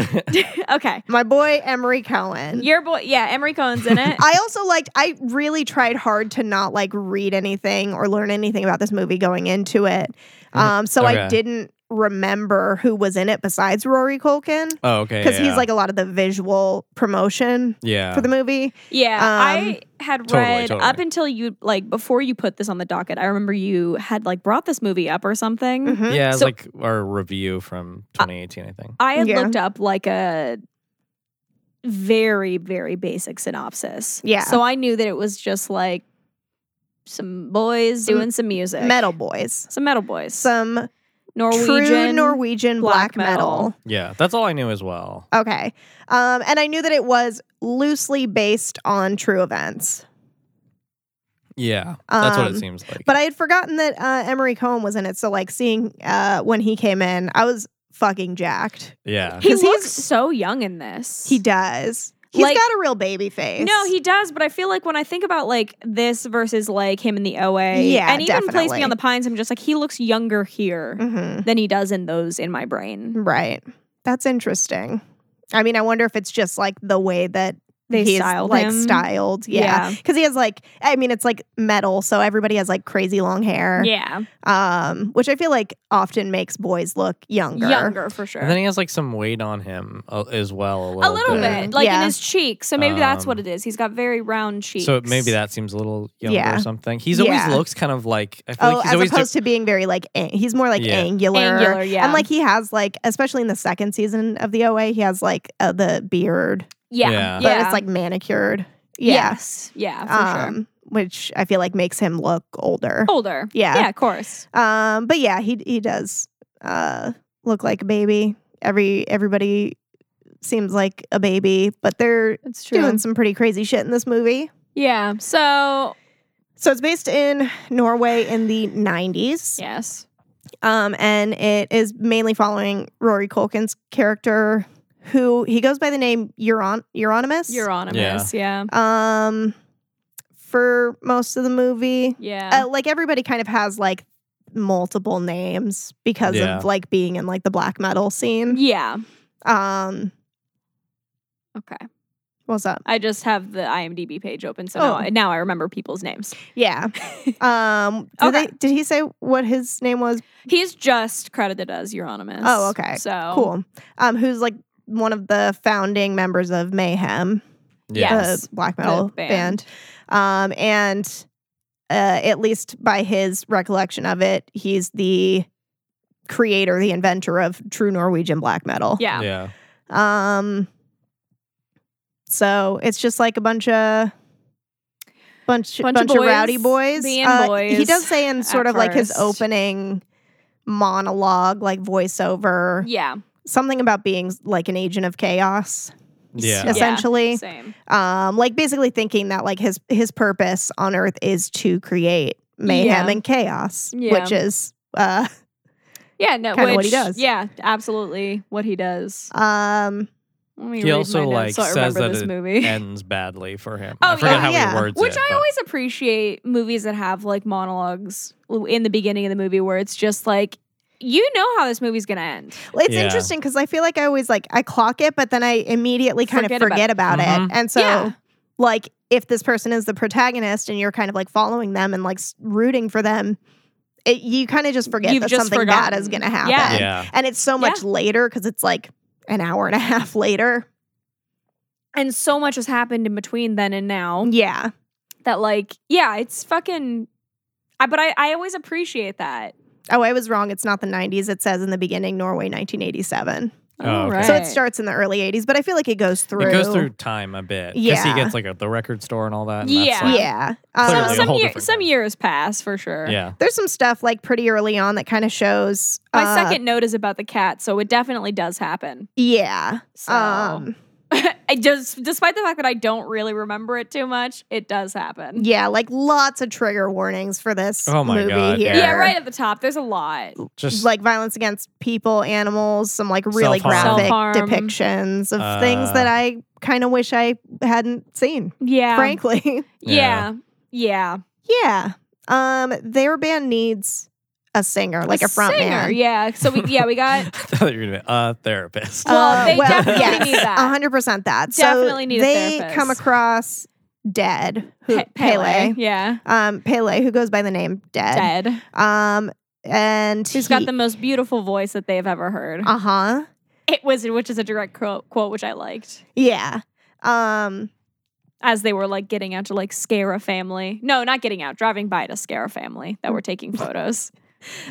okay. my boy Emery Cohen. Your boy yeah, Emery Cohen's in it. <laughs> I also liked. I really tried hard to not like read anything or learn anything about this movie going into it. Um, so I Mm-hmm. Okay. didn't remember who was in it besides Rory Culkin <laughs> Oh, okay. because yeah. he's like a lot of the visual promotion yeah. for the movie. Yeah, I um, had Totally, read totally. up until you like before you put this on the docket. I remember you had like brought this movie up or something. Mhm. Yeah, it's So- like our review from Uh, 2018, I think. I had Yeah. looked up like a very very basic synopsis. Yeah. so I knew that it was just like some boys Some doing some music, Metal boys, some metal boys, some Norwegian, true Norwegian black, black metal. metal. Yeah, that's all I knew as well. Okay, um, and I knew that it was loosely based on true events, Yeah, that's what Um, it seems like. but I had forgotten that uh, Emery Cohen was in it. So like seeing uh, when he came in, I was fucking jacked. yeah, He 'Cause he's- looks so young in this. He does. He's Like- got a real baby face. No, he does, but I feel like when I think about like this versus like him in the OA, Yeah, and even Place definitely. Beyond the Pines, I'm just like he looks younger here Mhm. than he does in those in my brain. Right. That's interesting. I mean, I wonder if it's just like the way that They he's styled like him. styled. Yeah. Yeah. Cause he has like, I mean, it's like metal. So everybody has like crazy long hair. Yeah, Um, which I feel like often makes boys look younger. younger for sure. and then he has like some weight on him uh, as well, a a little, little bit, like Yeah. in his cheeks. So maybe that's what it Um, is. He's got very round cheeks. So maybe that seems a little younger Yeah. or something. He's always Yeah. looks kind of like I Oh, feel like he's as always opposed to being very like, an- he's more like Yeah. angular. Angular, yeah. And like he has like, especially in the second season of the OA, he has like uh, the beard, Yeah, Yeah. yeah, but it's like manicured. Yeah. Um, yes, yeah, for sure. Which I feel like makes him look older. Older, yeah. yeah, of course. Um, but yeah, he he does uh look like a baby. Every everybody seems like a baby, but they're It's doing some pretty crazy shit in this movie. Yeah. So So it's based in Norway in the 90s. yes, Um, and it is mainly following Rory Culkin's character who he goes by the name Euron Euronymous. Euronymous. Yeah, Um for most of the movie. yeah. uh, like everybody kind of has like multiple names because Yeah. of like being in like the black metal scene. yeah. Um, Okay. what's up? I just have the IMDb page open, so Oh. now, I, now I remember people's names. <laughs> Yeah. Um, did, Okay. they, did he say what his name was? He's just credited as Euronymous. Oh, okay. So Cool. Um, who's like one of the founding members of Mayhem, yeah. yeah. the Yes. black metal The band. band. Um, and uh, at least by his recollection of it, he's the creator, the inventor of true Norwegian black metal. Yeah. yeah. Um so it's just like a bunch of bunch, bunch, Bunch of of boys rowdy boys. Uh, being He boys does say in sort at of like his first. opening monologue, like voiceover, Yeah. something about being like an agent of chaos. Yeah. Yeah. Yeah. essentially. same. um, like basically thinking that like his his purpose on Earth is to create mayhem Yeah. and chaos, Yeah. which is uh, Yeah, no, Kinda which, what he does. Yeah, absolutely, what he does. um, Let me He read also, my notes like, so I says remember that this it movie. <laughs> <laughs> Ends badly for him. Oh, I forget yeah. how Yeah. he words Which it. I but- always appreciate movies that have like monologues in the beginning of the movie where it's just like, you know how this movie's gonna end. well, it's Yeah. interesting because I feel like I always like I clock it, but then I immediately kind Forget of about forget it. about it, Mhm. and so Yeah. like if this person is the protagonist and you're kind of like following them and like s- rooting for them, it, you kind of just forget You've that just something bad forgotten. is going to Yeah. happen, Yeah. and it's so much later because it's like an hour and a half later. And so much has happened in between then and now Yeah, that like, yeah, it's fucking. I, but I, I always appreciate that. Oh, I was wrong. It's not the 90s. It says in the beginning Norway 1987. Oh, okay. So Right. it starts in the early 80s, but I feel like it goes through. It goes through time a bit. Because he Yeah. gets like at the record store and all that. And Yeah. That's like, yeah. Some, Clearly a Um, some, whole year, different some guy. years pass for sure. Yeah. there's some stuff like pretty early on that kind of shows. My uh, second note is about the cat, so it definitely does happen. Yeah. So. Um, I just, despite the fact that I don't really remember it too much, it does happen. yeah, like lots of trigger warnings for this Oh my movie God, here. yeah. Yeah, right at the top. There's a lot. Just Like violence against people, animals, some like really Self-harm. graphic Self-harm. depictions of things Uh, that I kind of wish I hadn't seen, Yeah. frankly. <laughs> Yeah. Yeah. Yeah. Um, their band needs a singer, like a front singer, man. Yeah. So we yeah, we <laughs> <laughs> I got thought you were gonna be a therapist. Uh, Well, they definitely need that. hundred percent that. So Definitely need a they therapist. come across dead who, Pe- Pele. Yeah. Um, Pele, who goes by the name Dead. Dead. Um, and Who's got the most beautiful voice that they have ever heard. Uh huh. It was which is a direct quote, quote which I liked. Yeah. Um. As they were like getting out to like scare a family. No, not getting out, driving by to scare a family that were <laughs> taking photos.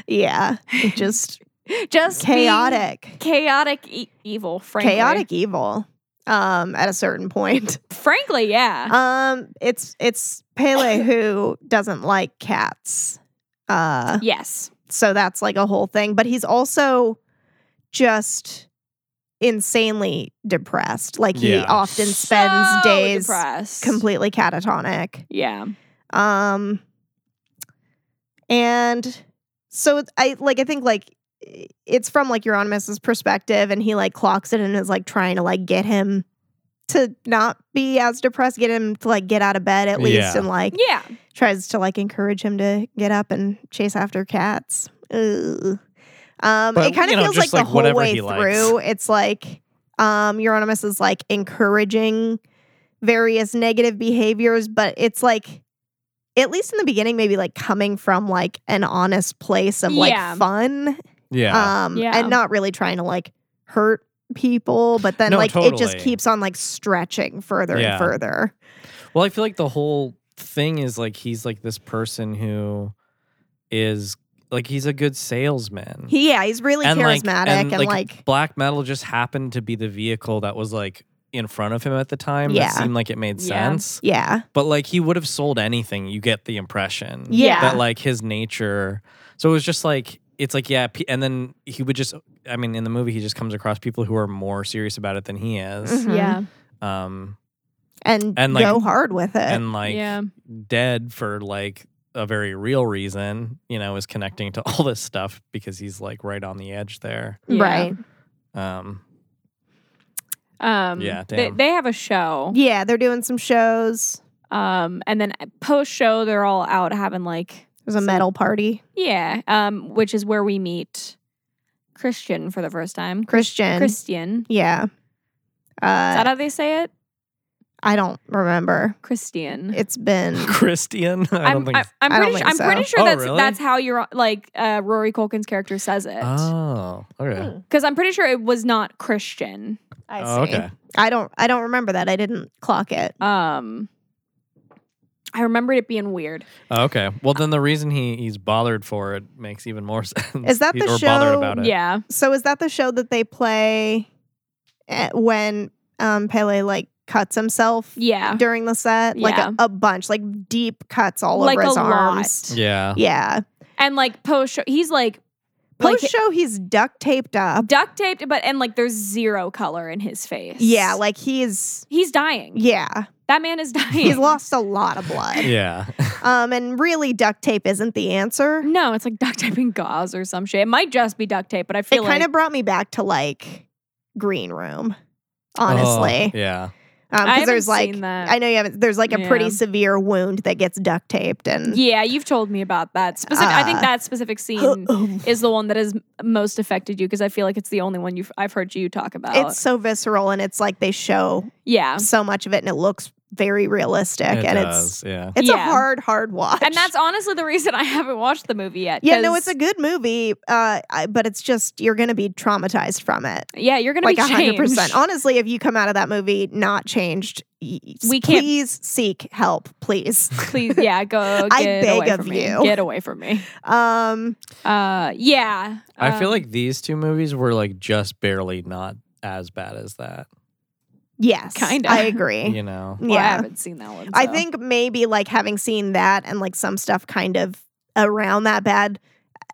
Yeah. It Just <laughs> Just being chaotic. chaotic e- evil, frankly. Chaotic evil. Um. At a certain point. Frankly, yeah. Um, it's it's <coughs> Pele who doesn't like cats. Uh, yes. so that's like a whole thing. But he's also just insanely depressed. Like he Yeah. often spends So days depressed. completely catatonic. Yeah. Um, and so it- I like I think like it's from like Euronymous' perspective, and he like clocks it and is like trying to like get him to not be as depressed, get him to like get out of bed at least, Yeah. and like Yeah. tries to like encourage him to get up and chase after cats. Ugh. Um, But, it kind you of know, feels just, like the like, whole whatever way he likes. through, it's like um, Euronymous is like encouraging various negative behaviors, but it's like at least in the beginning, maybe like coming from like an honest place of like Yeah. fun, yeah. um, Yeah. and not really trying to like hurt people, but then No, like it just totally. keeps on like stretching further Yeah. and further. well, I feel like the whole thing is like he's like this person who is like he's a good salesman. He, yeah, he's really charismatic and, like black metal just happened to be the vehicle that was like in front of him at the time. Yeah. That seemed like it made Yeah. sense. Yeah. But like he would have sold anything. You get the impression. Yeah. That like his nature. So it was just like it's like yeah, p- and then he would just. I mean, in the movie, he just comes across people who are more serious about it than he is. Mhm. Yeah. Um, And, And, like- go hard with it. and like yeah. dead for like a very real reason, you know, is connecting to <laughs> all this stuff because he's like right on the edge there. Yeah. Right. Um, <laughs> Um Yeah, they, damn. they have a show. Yeah, they're doing some shows. Um, and then post show, they're all out having like, There's a metal party. yeah, um, which is where we meet Christian for the first time. Christian. Christian. yeah. Is that Uh, how they say it? I don't remember. Christian. It's been Christian, I don't I'm, think. I, it's- I'm I don't pretty think sure, I'm so. pretty sure Oh, that's really? that's how you're like uh, Rory Culkin's character says it oh, okay. because I'm pretty sure it was not Christian. <laughs> Hmm, I Oh, okay. I don't I don't remember that. I didn't clock it. Um, I remembered it being weird. Oh, okay. Well, then the reason he he's bothered for it makes even more <laughs> sense. Is that He- the or bothered show- about it? Yeah, So is that the show that they play at- when um Pele like cuts himself yeah, during the set? Like Yeah. a, a bunch, like deep cuts all Like over his a lot. arms. Yeah. Yeah. and like post show, he's like Like- Post show, he's duct taped up. Duct taped, but and like there's zero color in his face. Yeah, like he's he's dying. yeah, That man is dying. he's lost a lot of blood. Yeah. Um, and really, duct tape isn't the answer. No, it's like duct taping gauze or some shit. It might just be duct tape, but I feel it like kind of brought me back to like Green Room, <laughs> honestly. Oh, yeah. Um, I 'cause haven't there's like seen that. I know you haven't. There's like a Yeah. pretty severe wound that gets duct taped and yeah, you've told me about that specific. I think Uh, that specific scene <laughs> is the one that has m- most affected you because I feel like it's the only one you've I've heard you talk about. it's so visceral and it's like they show yeah, so much of it and it looks very realistic It and it's does. Yeah. it's a Yeah. hard hard watch and that's honestly the reason I haven't watched the movie yet. yeah no 'cause- it's a good movie uh I- but it's just you're gonna be traumatized from it yeah. You're gonna like be changed. 100% honestly if you come out of that movie not changed y- We can't- please seek help please <laughs> Please, yeah, go. Get I beg away of from me. you. Get away from me. <laughs> um Uh, yeah. I feel um, like these two movies were like just barely not as bad as that. yes Kinda. i agree You know. well, I yeah haven't seen that one. I so. think maybe like having seen that and like some stuff kind of around that bad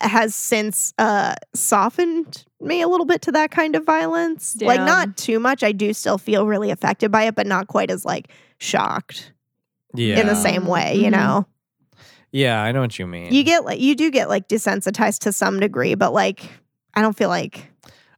has since uh softened me a little bit to that kind of violence. Like Damn. not too much. I do still feel really affected by it, but not quite as like shocked Yeah. in the same way, you Mhm. know. Yeah, I know what you mean. You get like you do get like desensitized to some degree, but like I don't feel like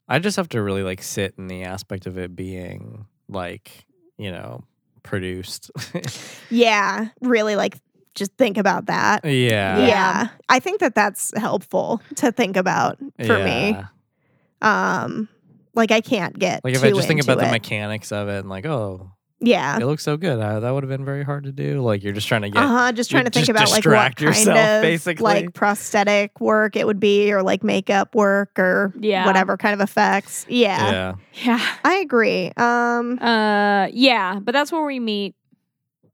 I just have to really like sit in the aspect of it being like, you know, produced. <laughs> yeah, really like just think about that. yeah. Yeah. I think that that's helpful to think about for me. Yeah. um like i can't get Like if too I just think into about the it. mechanics of it and like, oh, yeah it looks so good. Uh, that would have been very hard to do. Like you're just trying to get uh-huh just trying you to think just about like what distract kind yourself, of basically. like prosthetic work it would be or like makeup work or Yeah. whatever kind of effects yeah, yeah. Yeah. i agree um Uh, yeah, but that's where we meet.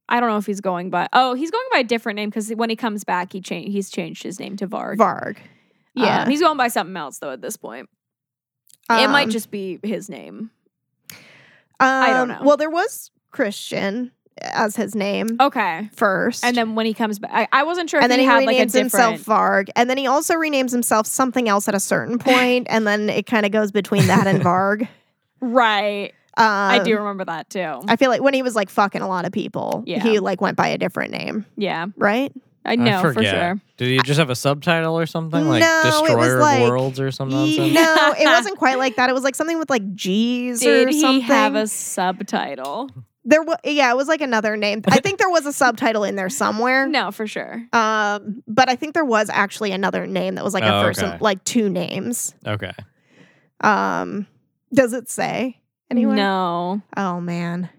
I don't know if he's going by. Oh, he's going by a different name because when he comes back, he cha- he's changed his name to Uh, Varg. varg Um, yeah he's going by something else though. At this point, it might Um, just be his name. don't um, know. well there was christian as his name Okay, first Oh, and then when he comes back, I, I wasn't sure if and then he, he, had renames like a himself different. Varg, and then he also renames himself something else at <laughs> a certain point, and then it kind of goes between that and Varg. Um, Right, I do remember that too. I feel like when he was like fucking a lot of people, Yeah. he like went by a different name, yeah, right? I know for forget. sure. Did you just have a subtitle or something like No, it was "Destroyer like- of Worlds" or something? Oh, nonsense? no, <laughs> it wasn't quite like that. It was like something with like G's Did or he something. have a subtitle? there was yeah, it was like another name. I think there was a subtitle in there somewhere. No, for sure. Um, but I think there was actually another name that was like a Oh, first okay. like two names. Okay. Um, does it say anywhere? No. Oh man.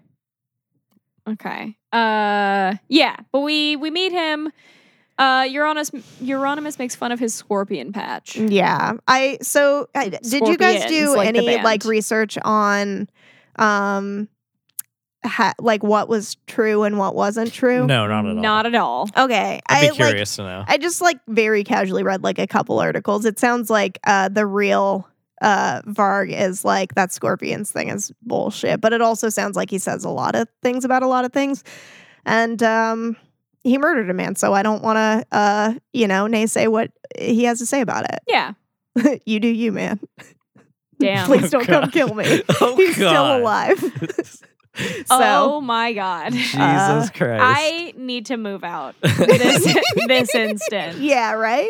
Okay. Uh yeah, but we we meet him. Uh Uranus Euronymous makes fun of his scorpion patch. Yeah. I so I, did you guys do Scorpions, like the any band. like research on um ha, like what was true and what wasn't true? No, not at all. Not at all. Okay. I'd I, be curious to know. Like, I just like very casually read like a couple articles. It sounds like uh the real uh Varg is like that scorpions thing is bullshit, but it also sounds like he says a lot of things about a lot of things. And um he murdered a man, so I don't want to uh you know, naysay what he has to say about it. <laughs> Yeah. you do you, man. Damn. Please don't come God. kill me. Oh, He's God. still alive. so oh my god. <laughs> Jesus uh, Christ. <laughs> I need to move out this this instant. yeah, right?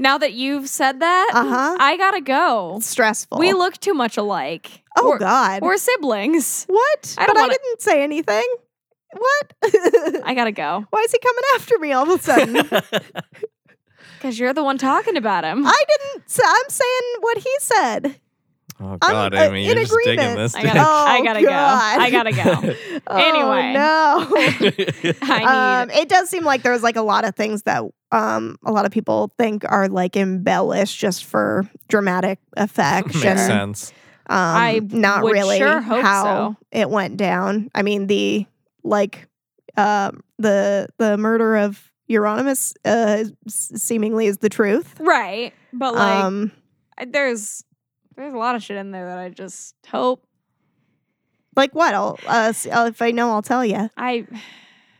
Now that you've said that, Uh-huh. I gotta go. It's stressful. We look too much alike. Oh we're, God. We're siblings. what? I don't but I wanna- didn't say anything. What? I gotta go <laughs> Why is he coming after me all of <laughs> a sudden? because you're the one talking about him. I didn't say I'm saying what he said. oh God, uh, Amy, in you're just digging agreement. this. <laughs> I gotta, I Oh, gotta God. go. I gotta <laughs> go. Oh, Anyway. no. <laughs> I need. <laughs> um, it does seem like there's like a lot of things that um a lot of people think are like embellished just for dramatic effect. Makes and, sense. Um, I not would really sure hope how so. it went down. I mean the like uh, the the murder of Euronymous uh, s- seemingly is the truth. Right. But <laughs> like um, I- there's there's a lot of shit in there that I just hope like what? I'll uh, s- uh, if I know, I'll tell you. I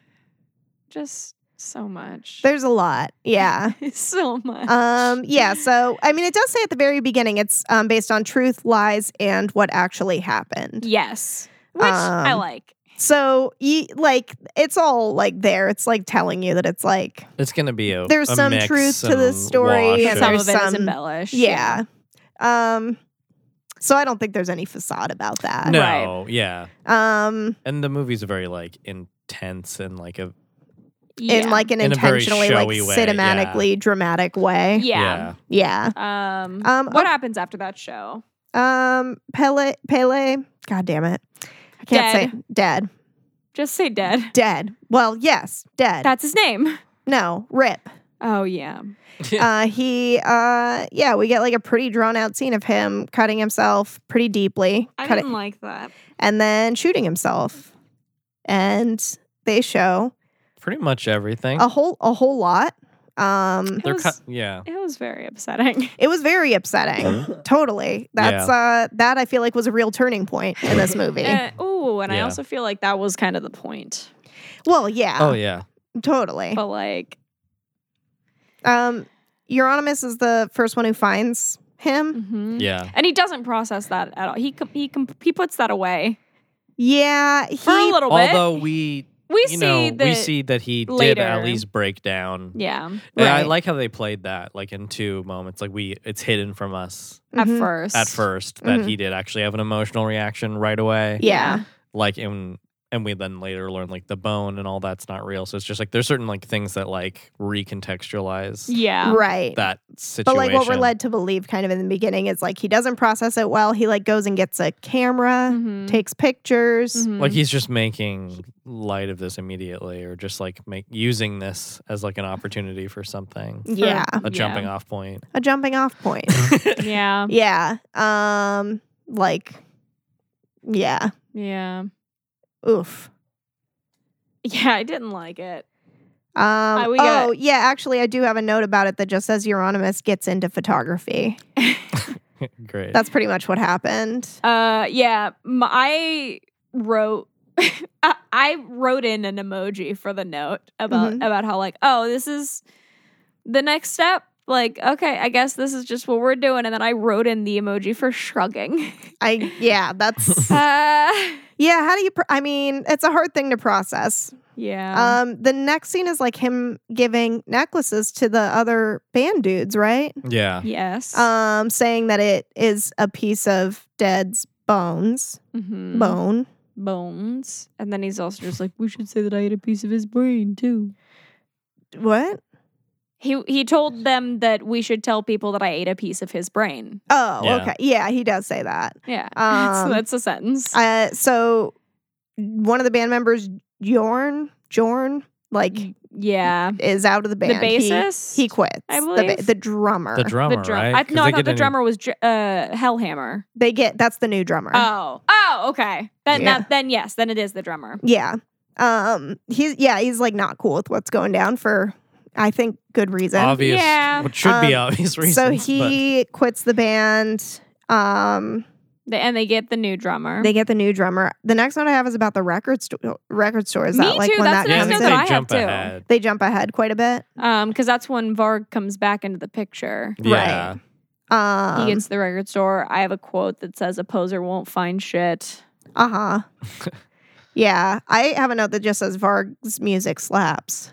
<sighs> just So much. There's a lot. Yeah. <laughs> so much. Um, yeah. So, I mean, it does say at the very beginning it's um, based on truth, lies, and what actually happened. yes. Which I Um, like. So, ye, like, it's all like there. It's like telling you that it's like, It's gonna be a There's a some mix, truth to this some story And and wash some of- of it is some- embellished. yeah. Um, so I don't think there's any facade about that. no, yeah, Um, and the movie's very like intense and like a Yeah. in like an In a very intentionally like showy way, cinematically dramatic way. yeah. Yeah. Um, Um, what oh. happens after that show? Um, Pele, Pele. God damn it. I can't Dead. say dead. Just say dead. Dead. Well, yes, dead. That's his name. no, rip. Oh yeah. uh, he uh yeah we get like a pretty drawn out scene of him cutting himself pretty deeply I cutting- didn't like that. and then shooting himself and they show pretty much everything. a whole a whole lot um They're was- cut. Yeah, It was very <laughs> upsetting. it was very upsetting totally that's uh that i feel like was a real turning point in this movie Uh, oh, and I Yeah. also feel like that was kind of the point. well yeah oh yeah, totally But like, um euronymous is the first one who finds him mhm. yeah. and he doesn't process that at all. He com- he com- he puts that away yeah he for a little Although we bit. We you see know that. we see that he did later. at least break down. yeah. And I Right. like how they played that like in two moments. Like we, it's hidden from us At Mhm. first. at first that he did actually have an emotional reaction right away. mm-hmm. yeah Like and and we then later learn like the bone and all that's not real. So it's just like there's certain like things that like recontextualize Yeah. right that situation. But like what we're led to believe kind of in the beginning is like he doesn't process it well. He like goes and gets a camera, Mhm. takes pictures. Mhm. like he's just making light of this immediately, or just like make using this as like an opportunity for something, For- Yeah. a jumping off point. <laughs> A jumping off point. Yeah. yeah. Um like yeah. Yeah. Oof. Yeah. I didn't like it. Um we oh got- yeah, actually I do have a note about it that just says Euronymous gets into photography. Great. That's pretty much what happened. Uh, yeah, m- I wrote. <laughs> I- I wrote in an emoji for the note about Mhm. about how like oh this is the next step like okay I guess this is just what we're doing and then I wrote in the emoji for shrugging. <laughs> I yeah, <laughs> that's uh, yeah, how do you pr- I mean, it's a hard thing to process. yeah, Um, the next scene is like him giving necklaces to the other band dudes, right? yeah. yes, Um, saying that it is a piece of Dead's bones, Mhm. bone. bones, and then he's also just like we should say that I had a piece of his brain too. What? He he told them that we should tell people that I ate a piece of his brain. Oh, Yeah. okay. Yeah, he does say that. Yeah, <laughs> Um, so that's a sentence. Uh, so one of the band members, Jorn, Jorn, like yeah, is out of the band. He- Mm-hmm. bassist? He, quits. I the, believe. the drummer. The drummer, the drum. right? I, 'Cause no, they I thought get the a new- drummer was J- uh, Hellhammer. they get that's the new drummer. Oh, oh, okay. Then Yeah. that, then yes, then it is the drummer. Yeah. Um. He's yeah. He's like not cool with what's going down for, I think, good reason. obvious, Yeah. what should be Um, obvious reasons. so but- he quits the band. Um. They, and they get the new drummer. They get the new drummer. The next note I have is about the record store. Record store is Me that like too, when that's that the yeah, I next comes think note that I in? they jump have, too. ahead. they jump ahead quite a bit. um, because that's when Varg comes back into the picture. Yeah, Um, he gets to the record store. I have a quote that says, "A poser won't find shit." uh huh. <laughs> yeah, I have a note that just says Varg's music slaps.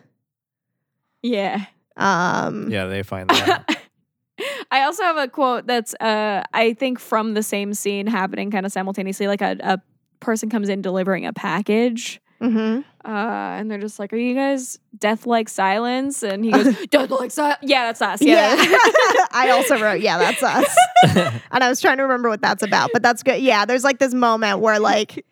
Yeah. Um, yeah, they find that. I also have a quote that's, uh, I think, from the same scene happening kind of simultaneously. Like a, a person comes in delivering a package. mhm. Uh, and they're just like, "Are you guys death like silence?" And he <laughs> goes, "Death like silence." Yeah, that's us. Yeah, Yeah, <laughs> I also wrote. Yeah, that's us. and I was trying to remember what that's about, but that's good. Yeah, there's like this moment where like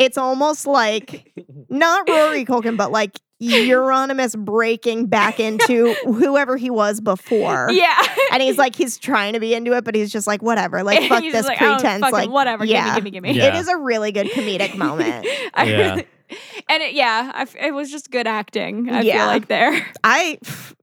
it's almost like not Rory Culkin, but like Euronymous breaking <laughs> back into whoever he was before. yeah. and he's like he's trying to be into it, but he's just like whatever, <laughs> like He's fuck just this like, "Oh, pretense, fucking like whatever. yeah. Give me, give me, give me. Yeah. It is a really good comedic moment. <laughs> I Yeah. really- and it, yeah, I f it was just good acting. I Yeah. feel like there, <laughs> I,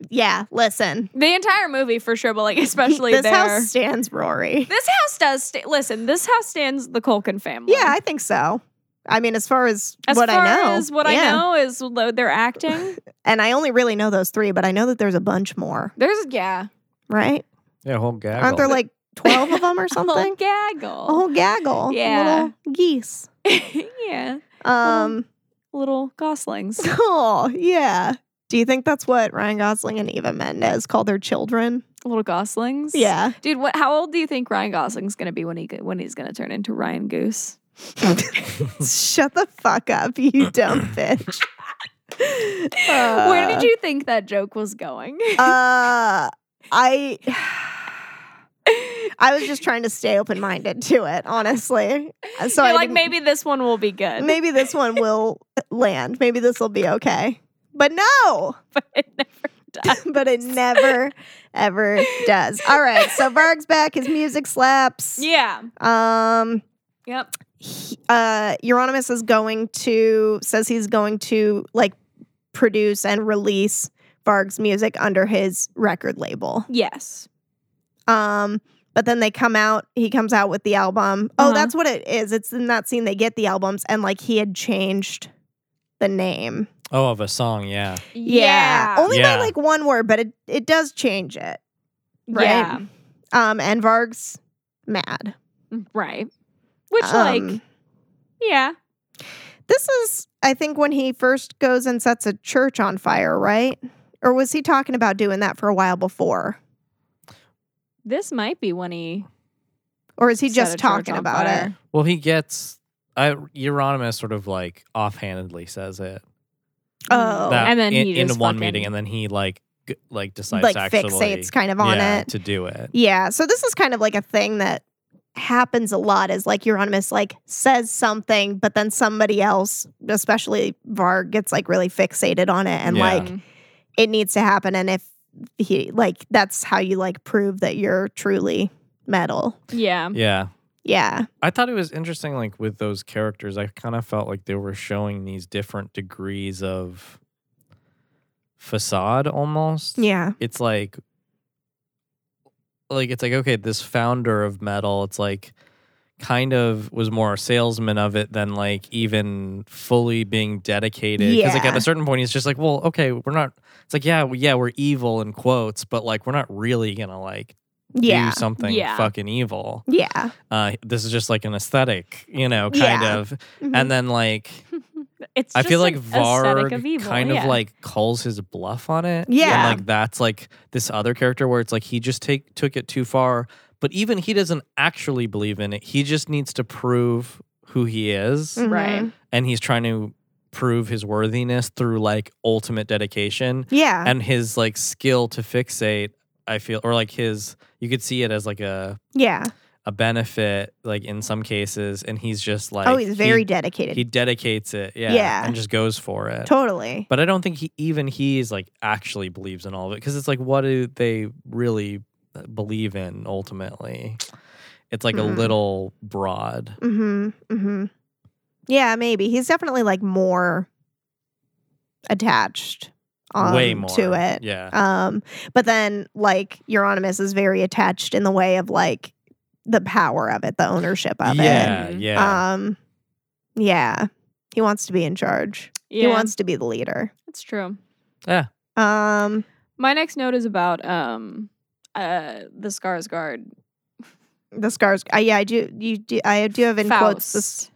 yeah, listen, the entire movie for sure, but <laughs> like especially this there. house stands Rory. this house does sta- listen. This house stands the Culkin family. Yeah, I think so. I mean, as far as, As what far I know, as what Yeah. I know is lo- they're <laughs> acting. and I only really know those three, but I know that there's a bunch more, There's yeah, right? <laughs> Yeah, whole gaggle. Aren't there like twelve <laughs> of them or <laughs> something? a gaggle. a whole gaggle, Oh, Yeah. little geese. <laughs> yeah, Um, little goslings. <laughs> oh yeah. Do you think that's what Ryan Gosling and Eva Mendes call their children? little goslings. Yeah, dude. What? How old do you think Ryan Gosling's gonna be when he g- when he's gonna turn into Ryan Goose? shut the fuck up, you dumb bitch. Where Uh, did you think that joke was going? <laughs> uh i <sighs> i was just trying to stay open-minded to it honestly Uh, so You're I like didn't- maybe this one will be good. maybe this one will uh, land maybe this will be okay but no <laughs> but it never does. <laughs> but it never ever does all right <laughs> so varg's back his music slaps yeah. um Yep. he- uh Euronymous is going to says he's going to like produce and release Varg's music under his record label. Yes. Um, but then they come out, he comes out with the album. Oh, Uh-huh. that's what it is. It's in that scene they get the albums and like he had changed the name. oh, of a song, yeah. Only Yeah. by like one word, but it, it does change it. Right. Yeah. Um, and Varg's mad. Right. Which Um, like yeah. This is, I think, when he first goes and sets a church on fire, right? Or was he talking about doing that for a while before? This might be when he Or is he set a just church talking on about fire. it? Well, he gets. I Euronymous sort of like offhandedly says it. Oh, That- Mm-hmm. And then in, he in just one fucking- meeting, and then he like g- like decides like to actually fixates kind of on yeah, it. to do it. Yeah. So this is kind of like a thing that happens a lot is like Euronymous like says something, but then somebody else, especially Varg, gets like really fixated on it and Yeah. like Mhm. it needs to happen. And if he like that's how you like prove that you're truly metal. Yeah. Yeah. Yeah. I thought it was interesting, like with those characters, I kind of felt like they were showing these different degrees of facade almost. Yeah. It's like, like, it's like, okay, this founder of metal, it's like kind of was more a salesman of it than like even fully being dedicated. Because, like, at Yeah. a certain point, he's just like, well, okay, we're not, it's like, yeah, we- yeah, we're evil in quotes, but like, we're not really going to like Yeah. do something Yeah. fucking evil Yeah. uh, this is just like an aesthetic, you know, kind Yeah. of. Mhm. And then like Mm-hmm. <laughs> It's I just feel like an aesthetic Varg of evil. kind yeah. of like calls his bluff on it. Yeah. And like that's like this other character where it's like he just take took it too far, but even he doesn't actually believe in it. He just needs to prove who he is Mhm. Right. and he's trying to prove his worthiness through like ultimate dedication Yeah. and his like skill to fixate, I feel or like his you could see it as like a yeah. a benefit, like in some cases, and he's just like, oh, he's very he, dedicated. he dedicates it, yeah, Yeah. and just goes for it. totally. But I don't think he even he's like actually believes in all of it because it's like, what do they really uh, believe in ultimately? It's like Mm. a little broad. Mm-hmm. Mm-hmm. Yeah, maybe. He's definitely like more attached um, Way more to it. yeah. Um, but then like Euronymous is very attached in the way of like the power of it, the ownership of it. yeah, Mhm. yeah. Um yeah. He wants to be in charge. Yeah. He wants to be the leader. It's true. Um My next note is about um uh the Skarsgård the scars uh, yeah, I do you do I do have in quotes the, s- Faust.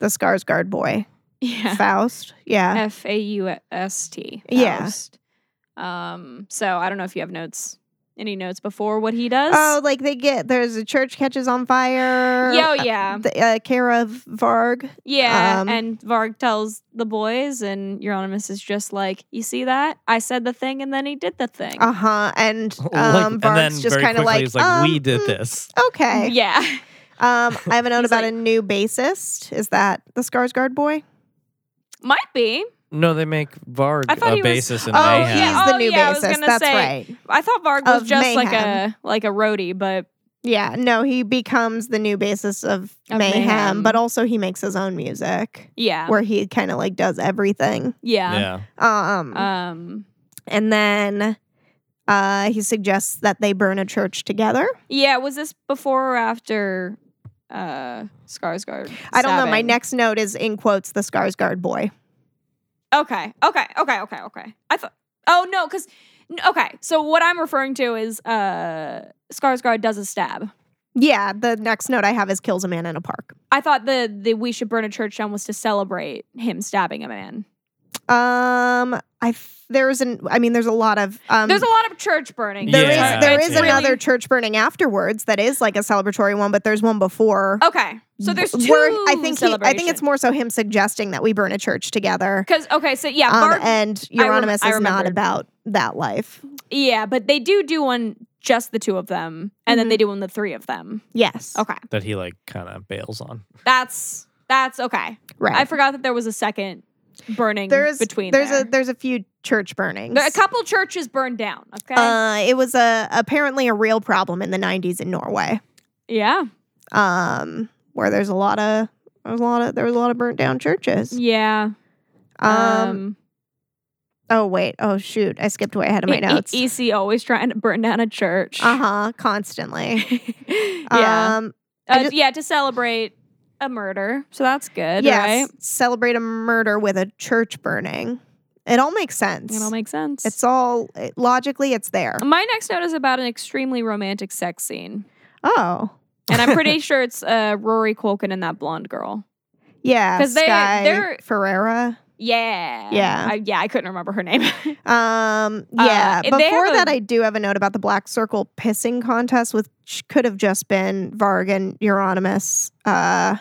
the scars guard boy. <laughs> Yeah. Faust. Yeah. F A U S T. Yeah. Faust. Um. So I don't know if you have notes. Any notes before what he does? Oh, like they get there's a church catches on fire. Yo, yeah. The uh, care of Varg. Yeah, Um, and Varg tells the boys, and Euronymous is just like, "You see that? I said the thing, and then he did the thing." Uh huh. And um, <laughs> <laughs> Like- and then Varg's just very kind of quickly like, he's like, um, we did mm, this. Okay. Yeah, <laughs> Um, I have a note He's about like- a new bassist. Is that the Skarsgård boy? might be. No, they make Varg I thought a he was- basis in oh, Mayhem. yeah. he's the Oh, new yeah, I was bassist. gonna That's say- right. I thought Varg was Of just like Mayhem. a like a roadie, but Yeah. No, he becomes the new bassist of, Of Mayhem, Mayhem. but also he makes his own music yeah, where he kind of like does everything. yeah. yeah. Um, Um, and then uh, he suggests that they burn a church together. yeah. Was this before or after? uh, Skarsgård. I don't know. My stabbing. next note is in quotes the Skarsgård boy. Okay. Okay. Okay. Okay. Okay. I thought. Oh no, because okay. So what I'm referring to is uh, Skarsgård does a stab. Yeah, the next note I have is kills a man in a park. I thought the the we should burn a church down was to celebrate him stabbing a man. Um, I th- there's an I mean there's a lot of um There's a lot of church burning. There there is- is Yeah, there it's is really- another church burning afterwards that is like a celebratory one, but there's one before. Okay. Oh, So there's two. where I think he, I think it's more so him suggesting that we burn a church together. because okay. So yeah, Um, Barb, and I rem- Euronymous I is not remembered. about that life. yeah, but they do do one just the two of them, and Mm-hmm. then they do one the three of them. Yes. Okay, that he like kind of bails on. that's that's okay. Right. I forgot that there was a second burning there's between there's there. a there's a few church burnings. There- a couple churches burned down. Okay. Uh, it was a apparently a real problem in the 90s in Norway, yeah. um, where there's a lot of there's a lot of there was a lot of burnt down churches. Yeah. Um, oh wait, oh shoot, I skipped way ahead of my <laughs> E- notes. E- EC always trying to burn down a church. uh huh, constantly. <laughs> yeah. Um, Uh, I just- yeah, to celebrate a murder. So that's good, yes, right? celebrate a murder with a church burning. It all makes sense. It all makes sense. it's all it- logically it's there. My next note is about an extremely romantic sex scene. Oh And I'm <laughs> pretty sure it's uh, Rory Culkin and that blonde girl. yeah, 'Cause they- Sky they're- Ferreira. Yeah. Yeah. I, yeah, I couldn't remember her name. <laughs> Um. Uh, Yeah. it- they Before have that, a- I do have a note about the Black Circle pissing contest, which could have just been Varg and Euronymous, uh,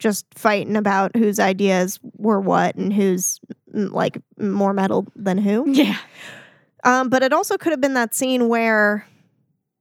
just fighting about whose ideas were what and who's mm, like more metal than who. yeah. Um, but it also could have been that scene where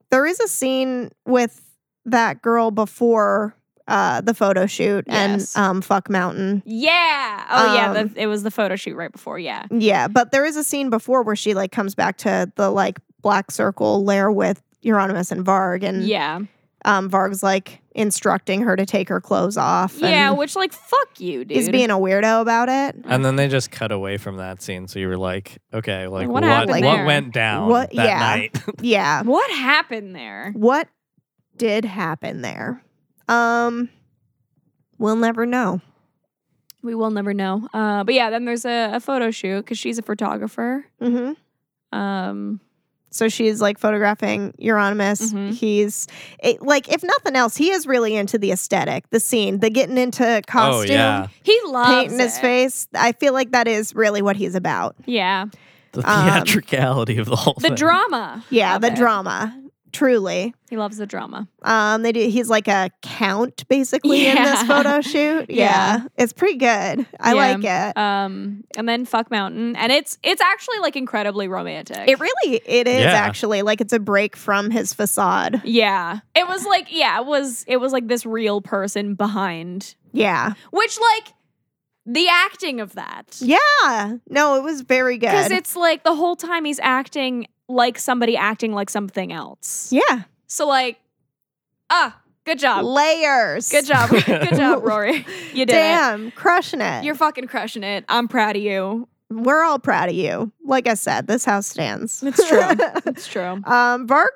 there is a scene with that girl before uh the photo shoot Yes. and um fuck mountain Yeah. Oh, yeah. Um, The, it was the photo shoot right before. Yeah. Yeah, but there is a scene before where she like comes back to the like black circle lair with Euronymous and Varg, and Yeah. um, Varg's like instructing her to take her clothes off. Yeah, and which, like, fuck you, dude. he's being a weirdo about it. <laughs> And then they just cut away from that scene, so you were like, okay, like What what happened what, there? went down What- that yeah. night? <laughs> Yeah, what happened there? what did happen there? Um, we'll never know. We will never know. Uh, but yeah, then there's a, a photo shoot because she's a photographer. Mm-hmm. Um, So she's like photographing Euronymous. Mhm. He's it, like, if nothing else, he is really into the aesthetic, the scene, the getting into oh costume. yeah, he loves paint in his it. face. I feel like that is really what he's about. Yeah, <laughs> the Um, theatricality of the whole the thing. drama. Yeah, of the it. drama. Truly. He loves the drama. Um they do he's like a count basically in Yeah. <laughs> this photo shoot. Yeah. Yeah. It's pretty good. Yeah. I like it. Um, and then fuck mountain, and it's it's actually like incredibly romantic. It really it is Yeah. actually like it's a break from his facade. yeah, it was like yeah, it was it was like this real person behind, Yeah. which like the acting of that. Yeah. Ah, No, it was very good. because it's like the whole time he's acting like somebody acting like something else. yeah. So like, ah, good job. Layers. Good job. <laughs> Good job, <laughs> Rory. You did Damn, crushing it. it. You're fucking crushing it. I'm proud of you. We're all proud of you. Like I said, this house stands. It's true. <laughs> It's true. Um, Varg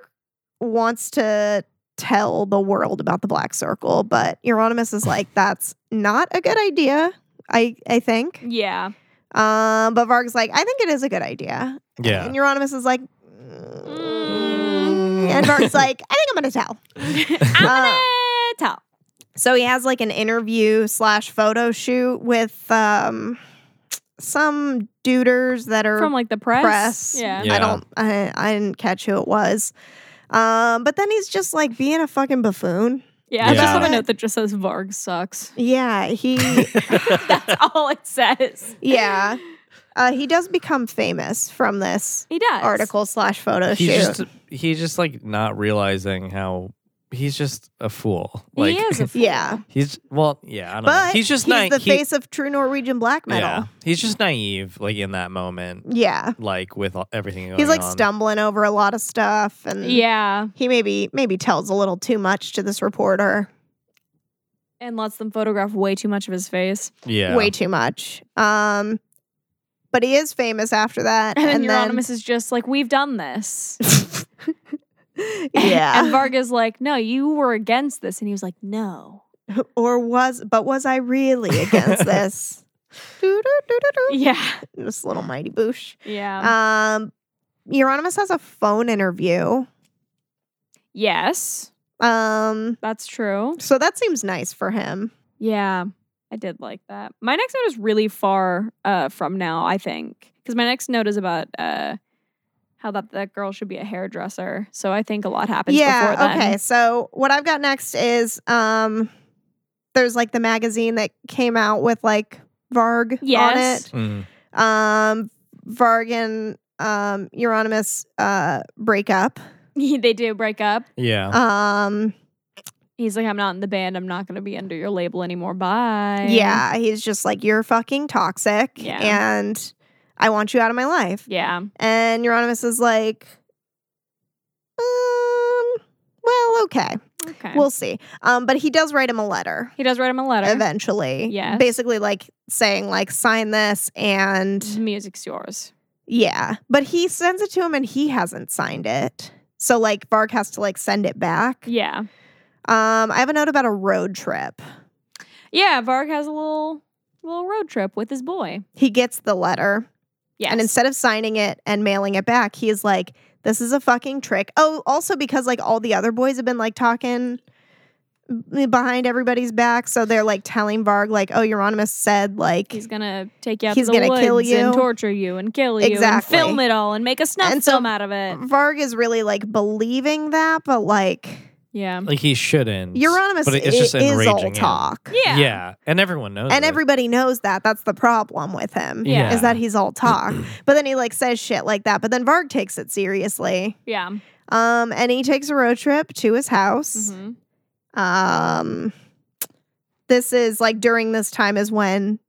wants to tell the world about the black circle, but Euronymous is like, that's not a good idea. I I think. Yeah. Um, but Varg's like, I think it is a good idea. yeah. And Euronymous is like, "Mm." and Varg's like, I think I'm gonna tell. <laughs> I'm Uh, gonna tell. So he has like an interview slash photo shoot with um some duders that are From like the press. er, press. Yeah. Yeah. I don't. I, I didn't catch who it was. Um, but then he's just like being a fucking buffoon. Yeah. I just Yeah. have a note that just says Varg <laughs> sucks. Yeah, he. <laughs> That's all it says. yeah, uh, he does become famous from this He does. article slash photo he's shoot. just he's just like not realizing how he's just a fool. Like he is a fool. yeah, <laughs> he's well, yeah, I don't know. but He's just naive. the face of true Norwegian black yeah, metal. he's just naive. Like in that moment, Yeah, like with all- everything. Going he's like on. stumbling over a lot of stuff, and Yeah. he maybe maybe tells a little too much to this reporter. And lets them photograph way too much of his face. Yeah, Way too much. Um, but he is famous after that, And, then then Euronymous is just like, we've done this. <laughs> and <laughs> yeah. Varga's like, no, you were against this. And he was like, no. or was, but was I really <laughs> against this? Doo-doo-doo-doo-doo. Yeah. This little mighty boosh. Yeah. Um, Euronymous has a phone interview. yes, Um, that's true. so that seems nice for him. Yeah. I did like that. My next note is really far uh, from now, I think. Because my next note is about uh, how that, that girl should be a hairdresser. So I think a lot happens yeah. before then. <laughs> Okay. So what I've got next is um, there's like the magazine that came out with like Varg on Yes. it. Mm, Um, Varg and um, Euronymous uh, break up. they do break up. Yeah. Oh. Um, He's like, I'm not in the band. I'm not going to be under your label anymore. Bye. yeah, he's just like you're fucking toxic, Yeah. and I want you out of my life. Yeah. And Euronymous is like, um, well, okay, Okay. we'll see. Um, but he does write him a letter, he does write him a letter. eventually. Yes. Basically, like saying, like, sign this The and music's yours. yeah. But he sends it to him and he hasn't signed it. So like Bark has to like send it back. Yeah. Um, I have a note about a road trip. Yeah. Varg has a little little road trip with his boy. He gets the letter. Yes. And instead of signing it and mailing it back, he is like, this is a fucking trick. Oh, also because like all the other boys have been like talking behind everybody's back. So they're like telling Varg, like, oh, Euronymous said, like, he's gonna take you out He's to the gonna woods kill you. and torture you and kill you Exactly. and film it all and make a snuff And so- film out of it. Varg is really like believing that, but like, Yeah. Like he shouldn't. Euronymous But it- i- it's just is enraging all him. talk. Yeah. And everyone knows. And it. everybody knows that. That's the problem with him. Yeah. Is that he's all talk. but then he like says shit like that. But then Varg takes it seriously. Yeah. Um, and he takes a road trip to his house. hmm Um, this is like during this time is when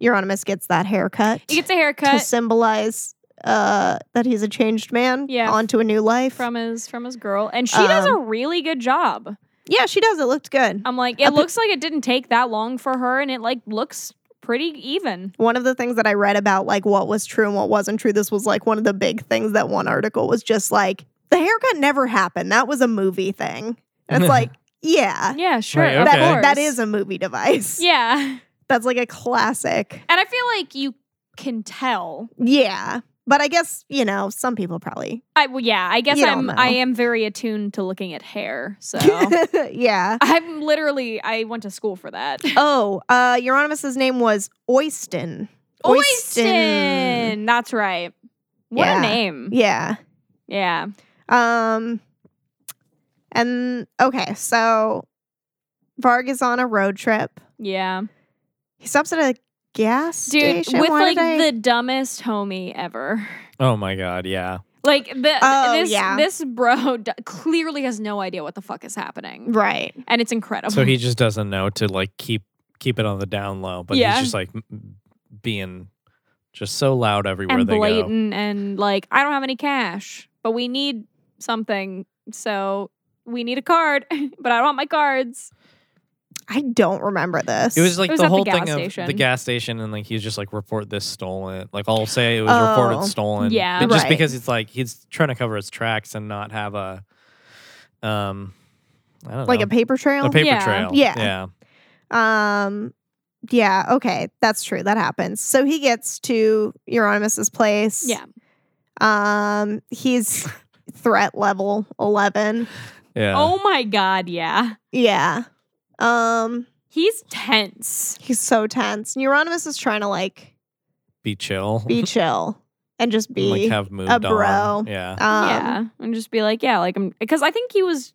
Euronymous gets that haircut He gets a to haircut symbolize uh, that he's a changed man Yeah. onto a new life. from his from his girl, and she does Um, a really good job. yeah, she does. It looked good. I'm like, it up- looks like it didn't take that long for her, and it like looks pretty even. one of the things that I read about, like what was true and what wasn't true, this was like one of the big things that one article was just like, the haircut never happened. That was a movie thing. And it's like, yeah, Yeah. Sure. Right, of okay. that, course. that is a movie device. Yeah. <laughs> That's like a classic. And I feel like you can tell. Yeah. But I guess, you know, some people probably I well, yeah, I guess You don't I'm know. I am very attuned to looking at hair. <laughs> So yeah. I'm literally I went to school for <laughs> that. Oh, uh Euronymous' name was Oyston. Oyston. That's right. What Yeah. a name. Yeah. Yeah. Um and okay, so Varg is on a road trip. Yeah. He stops at a gas Dude, station. with Why like did I- the dumbest homie ever. Oh my god. Yeah. Like the Oh, this yeah. this bro d- clearly has no idea what the fuck is happening. Right. And it's incredible. So he just doesn't know to like keep keep it on the down low, but Yeah. he's just like m- being just so loud everywhere and they go. blatant and like I don't have any cash, but we need something. So we need a card, <laughs> but I don't want my cards. I don't remember this. It was like It was the at the whole gas thing station. of the gas station, and like he's just like report this stolen. Like I'll say it was Oh. reported stolen. Yeah. but just Right. because it's like he's trying to cover his tracks and not have a, um, I don't like know, a paper trail. um, a paper Yeah. trail. Yeah. yeah. Um, yeah, okay, that's true. That happens. So he gets to Euronymous' place. Yeah. Um, he's threat level eleven. Yeah. Oh my god, yeah. Yeah. Um, He's tense. he's so tense. Euronymous is trying to like Be chill. <laughs> be chill and just be like have moved bro. on. Yeah. um, yeah. And just be like, yeah, like I'm because I think he was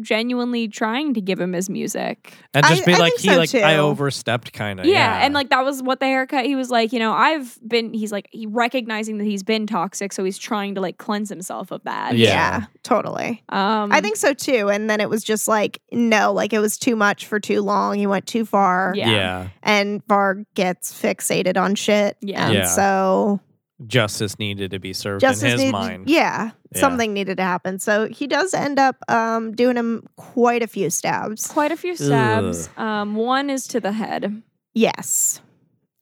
genuinely trying to give him his music. And just I- be I like think he so, like I too. overstepped kind of. yeah, Uh, Yeah. And like that was what the haircut he was like, you know, I've been he's like he recognizing that he's been toxic, so he's trying to like cleanse himself of that. Yeah. yeah. totally. Um I think so too. And then it was just like, no, like it was too much for too long. He went too far. yeah. And Varg gets fixated on shit. Yeah. And Yeah. so Justice needed to be served in justice his needed mind. Yeah, Yeah. Something needed to happen. So he does end up um doing him quite a few stabs. quite a few stabs. Um one is to the head. Yes.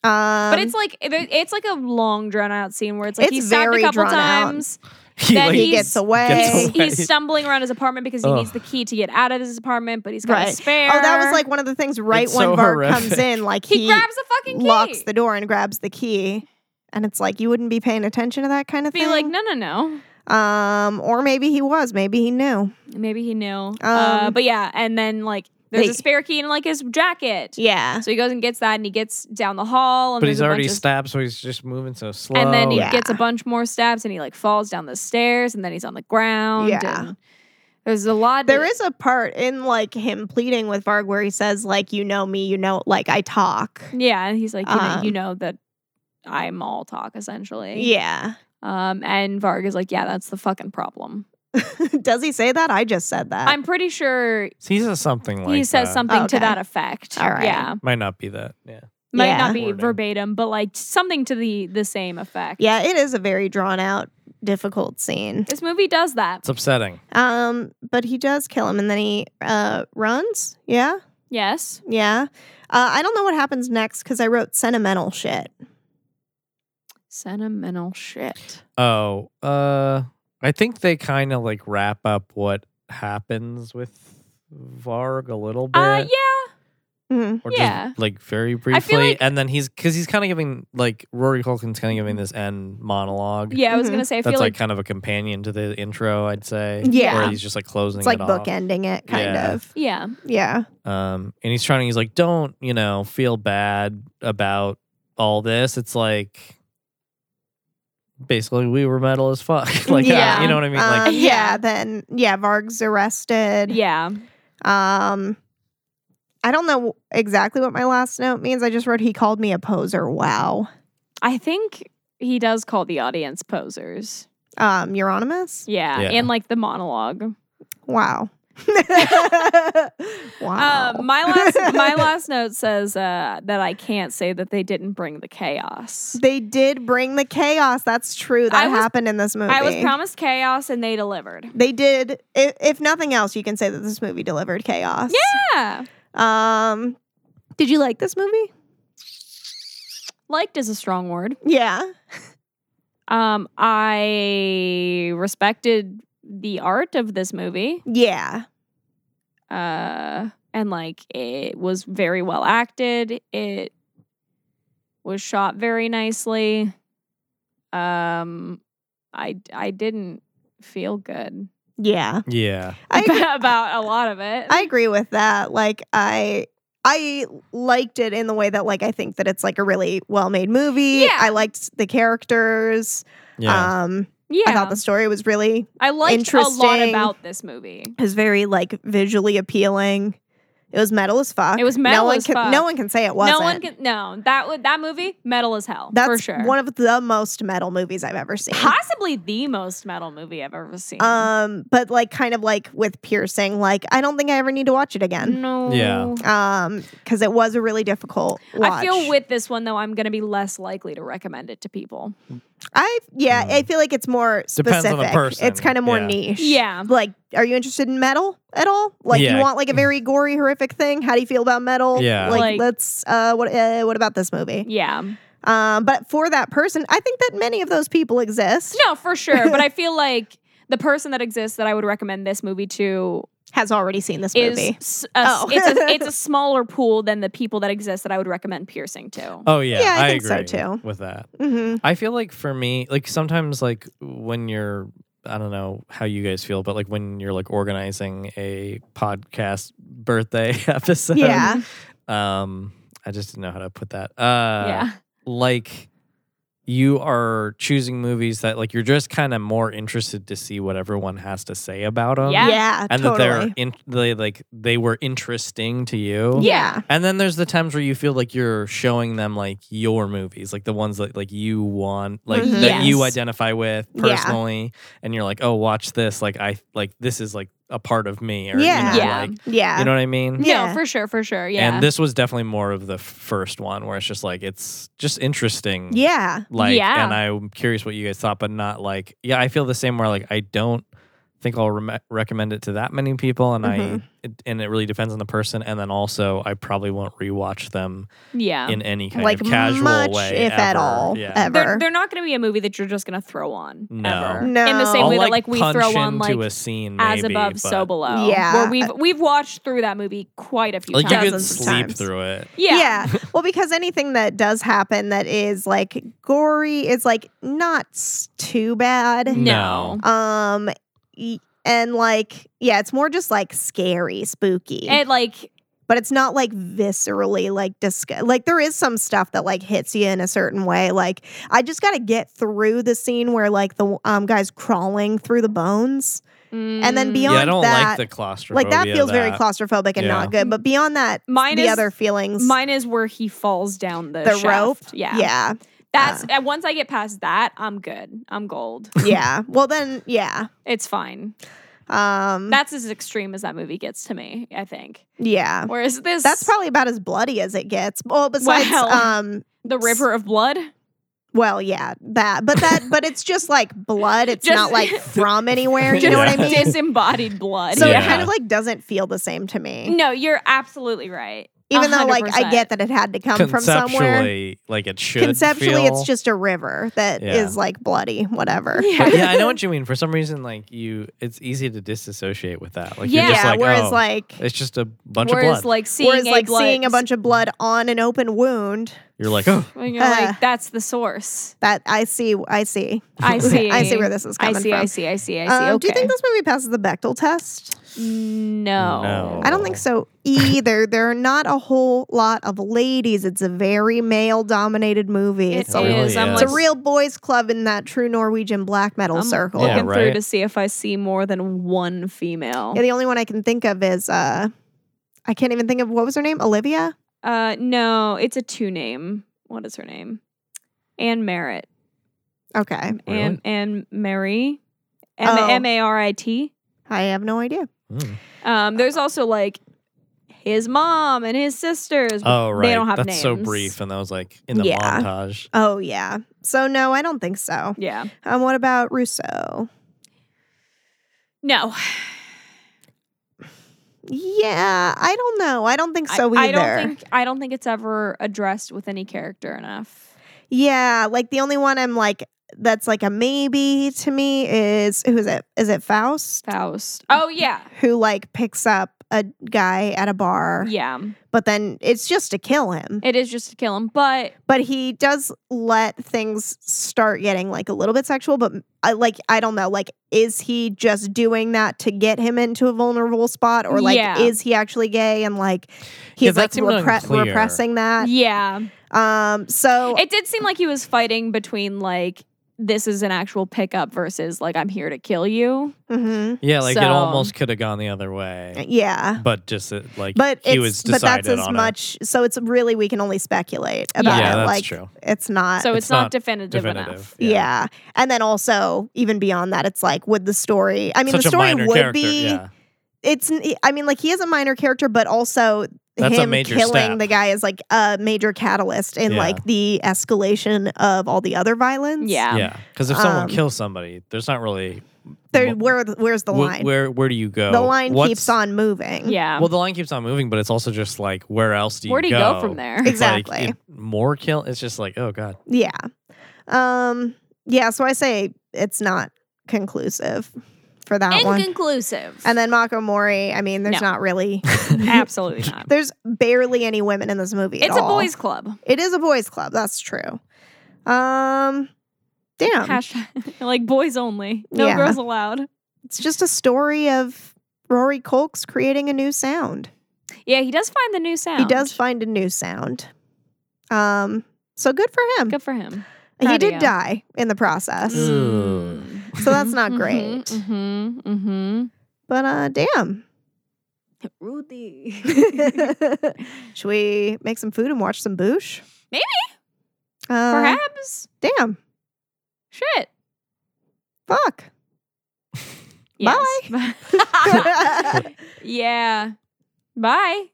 Um But it's like it- it's like a long drawn out scene where it's like It's he's stabbed very a couple drawn out. times <laughs> He, Then like, he he's- gets away. Gets away. He's stumbling around his apartment because he Ugh. needs the key to get out of his apartment, but he's got Right. a spare. Oh, that was like one of the things right It's when so Bart horrific. comes in, like he, he, grabs the fucking key. locks the door and grabs the key. And it's like you wouldn't be paying attention to that kind of be thing. like, no, no, no. Um, or maybe he was. Maybe he knew. Maybe he knew. uh, Um, but yeah, and then like there's they- a spare key in like his jacket. Yeah. So he goes and gets that, and he gets down the hall. And but he's there's a bunch already of- stabbed, so he's just moving so slow. And then he Yeah. gets a bunch more stabs, and he like falls down the stairs, and then he's on the ground. Yeah. and there's a lot. There that- is a part in like him pleading with Varg where he says, like, you know me, you know, like I talk. Yeah, and he's like, you, know, Um, you know that I'm all talk essentially. Yeah. Um, and Varg is like, yeah, that's the fucking problem. <laughs> Does he say that? I just said that. I'm pretty sure he says something like he says that. something to Okay. that effect. All right. Yeah. Might not be that. Yeah. Might Yeah. not be Wording. verbatim, but like something to the the same effect. yeah, it is a very drawn out, difficult scene. This movie does that. It's upsetting. Um, but he does kill him and then he uh runs. Yeah. Yes. Yeah. Uh, I don't know what happens next because I wrote sentimental shit. Sentimental shit. Oh, uh, I think they kind of like wrap up what happens with Varg a little bit. Uh yeah. Mhm. Or yeah. just like very briefly. like- and then he's because he's kind of giving like Rory Culkin's kind of giving this end monologue. Yeah, I was Mhm. gonna say I That's feel like, like, kind of a companion to the intro, I'd say. Yeah. Where he's just like closing It's like it off. bookending it, kind Yeah. of. Yeah. Yeah. Um, and he's trying. He's like, don't you know, feel bad about all this. It's like basically we were metal as fuck. <laughs> like, Yeah. you know what I mean? Like, Um, yeah. Yeah. Then yeah, Varg's arrested. Yeah. Um, I don't know exactly what my last note means. I just wrote he called me a poser. Wow. I think he does call the audience posers. Um, Euronymous. Yeah. Yeah. And like the monologue. Um, <laughs> Wow. wow. Uh, my last <laughs> my last note says uh, that I can't say that they didn't bring the chaos. they did bring the chaos. That's true. I That was- happened in this movie. I was promised chaos and they delivered. They did. If, if nothing else, you can say that this movie delivered chaos. Yeah. Yeah. Um, did you like this movie? Liked is a strong word. Yeah. Um, I respected the art of this movie. Yeah. Uh, and like it was very well acted. It was shot very nicely. Um, I I didn't feel good Yeah. yeah. <laughs> I about a lot of it. I agree with that. Like I I liked it in the way that like I think that it's like a really well-made movie. Yeah. I liked the characters. Yeah. Um yeah, I thought the story was really I liked a lot interesting. about this movie. it was very like visually appealing. It was metal as fuck. It was no metal one as can, fuck. No one can say it wasn't. No one can. No, that would that movie metal as hell That's for sure. one of the most metal movies I've ever seen. possibly the most metal movie I've ever seen. Um, but like kind of like with piercing, like I don't think I ever need to watch it again. no. Yeah. Um, because it was a really difficult watch. I feel with this one though, I'm gonna be less likely to recommend it to people. I yeah, Mm. I feel like it's more Depends specific. on the person. It's kind of more Yeah. niche. Yeah. Like, are you interested in metal at all? Like, Yeah. you want like a very gory, horrific thing? How do you feel about metal? Yeah. Like, Like- let's. Uh, what? Uh, what about this movie? Yeah. Um, but for that person, I think that many of those people exist. No, for sure. <laughs> but I feel like the person that exists that I would recommend this movie to Has already seen this is movie. s- a s- Oh. it's a it's a <laughs> smaller pool than the people that exist that I would recommend piercing to. Oh yeah, Yeah, I think so, agree too. with that. hmm I feel like for me, like sometimes like when you're I don't know how you guys feel, but like when you're like organizing a podcast birthday <laughs> episode. Yeah. Um I just didn't know how to put that. Uh yeah. like you are choosing movies that like you're just kind of more interested to see what everyone has to say about them. Yeah. And that they're totally. in, they like they were interesting to you. Yeah. And then there's the times where you feel like you're showing them like your movies, like the ones that like you want, like Mhm. that you Mm-hmm. Yes. identify with Yeah. personally, and you're like, oh, watch this, like I like this is like a part of me, or Yeah. you know, Yeah. like Yeah. you know what I mean. Yeah. No, for sure, for sure. Yeah. And this was definitely more of the f- first one where it's just like it's just interesting. yeah. Like, Yeah. and I'm curious what you guys thought, but not like, yeah, I feel the same. Where like I don't think I'll rem- recommend it to that many people, and Mhm. I it, and it really depends on the person. And then also, I probably won't rewatch them Yeah. in any kind like of casual much, way, if at ever. all, Yeah. ever. They're, they're not going to be a movie that you're just going to throw on. No. Ever. No. In the same I'll way like, that like we punch throw on into like a scene as maybe, above, but, so below. Yeah. Where we've we've watched through that movie quite a few Like you times. could Thousands of sleep times. through it. yeah. <laughs> well, because anything that does happen that is like gory is like not s- too bad. No. Um, y- and like yeah, it's more just like scary, spooky. It like but it's not like viscerally like disg- like there is some stuff that like hits you in a certain way like i just got to get through the scene where like the um guy's crawling through the bones and then mm, beyond Yeah, I don't that like the like claustrophobia. that feels very Oh, that- claustrophobic and not good but beyond that Mine the is- other feelings Mine is where he falls down the, the shaft. rope Yeah. yeah That's uh, once I get past that, I'm good. I'm gold. yeah well then yeah It's fine. Mm. um That's as extreme as that movie gets to me, I think. yeah Whereas this that's probably about as bloody as it gets well besides Well. um the river of blood. well yeah that but that but it's just like blood it's Just- not like <laughs> from anywhere you know what i Yeah. mean Disembodied blood. So Yeah. it kind of like doesn't feel the same to me. No, you're absolutely right. Even though like I 100%. get that it had to come from somewhere. Conceptually, like it should. Conceptually, it's feel- just a river that is Yeah. like bloody, whatever. But yeah, I know <laughs> what you mean. For some reason, like you, it's easy to disassociate with that. Like you're just Yeah, like, whereas oh, like it's just a bunch Whereas of blood. like seeing whereas a like blood- seeing a bunch of blood on an open wound you're like, oh, when you're Ugh. like that's the <laughs> source. that I see I see. I see. <laughs> I see where this is I coming see, from. I see. I see. I see. Um, okay. Do you think this movie passes the Bechtel test? No. No. I don't think so either. there are not a whole lot of ladies. It's a very male dominated movie. It it's, a, Oh, really is. I'm is. it's a like- real boys club in that true Norwegian black metal I'm circle. Yeah, Looking through right. to see if I see more than one female. Yeah, the only one I can think of is uh I can't even think of what was her name? Olivia? Uh, no, it's a two name. What is her name? Anne Merritt. Okay. Really? Anne Anne Mary. M Oh. M A R I T. I have no idea. Mm. Um, there's also like his mom and his sisters. but oh, right. They don't have That's names. so brief, and that was like in the Yeah. montage. Oh yeah. So no, I don't think so. Yeah. Um what about Rousseau? No. Yeah, I don't know. I don't think so I, I either. don't think I don't think it's ever addressed with any character enough. yeah, like the only one I'm like that's like a maybe to me is who is it? Is it Faust? Faust. Oh yeah. Who like picks up a guy at a bar, Yeah. but then it's just to kill him. It is just to kill him, but but he does let things start getting like a little bit sexual but I, like i don't know like is he just doing that to get him into a vulnerable spot or like Yeah. is he actually gay and like Yeah, he's that like seemed repre- unclear. repressing that yeah. um so <laughs> It did seem like he was fighting between like this is an actual pickup versus like I'm here to kill you. mhm. Yeah, like it So- almost could have gone the other way, Uh, yeah but just it, like but he it's was but decided that's as on it. much so it's really we can only speculate about Yeah, it that's like true. it's not So it's, It's not, not definitive, Definitive. enough. yeah. and then also even beyond that it's like would the story i mean Such the story a minor would character. be yeah. it's I mean like he is a minor character, but also That's a him major killing step. the guy is like a major catalyst in Yeah. like the escalation of all the other violence. Yeah. Yeah, because if someone Um, kills somebody, there's not really there Wh- where where's the wh- line? Where where do you go? the line What's- keeps on moving. Yeah. Well, the line keeps on moving, but it's also just like where else do you Where do you go from there? It's like, Exactly. it- more kill. It's just like oh god. yeah, um, yeah. So I say it's not conclusive for that one. Inconclusive. And then Mako Mori. I mean, there's No. not really. <laughs> Absolutely <laughs> not. There's barely any women in this movie. at It's a all. boys' club. It is a boys' club. That's true. Um, damn. Hashtag, <laughs> like boys only. No Yeah. girls allowed. It's just a story of Rory Colks creating a new sound. Yeah, he does find the new sound. He does find a new sound. Um, so good for him. Good for him. he proud of did you. Mm. die in the process, Ooh. so that's not great. Mm-hmm. <laughs> Mm-hmm. But uh, damn. <laughs> Rudy. Should we make some food and watch some boosh? Maybe. Uh, Perhaps. Damn. Shit. <laughs> Fuck. <laughs> <laughs> <laughs> Yes. yeah. Bye.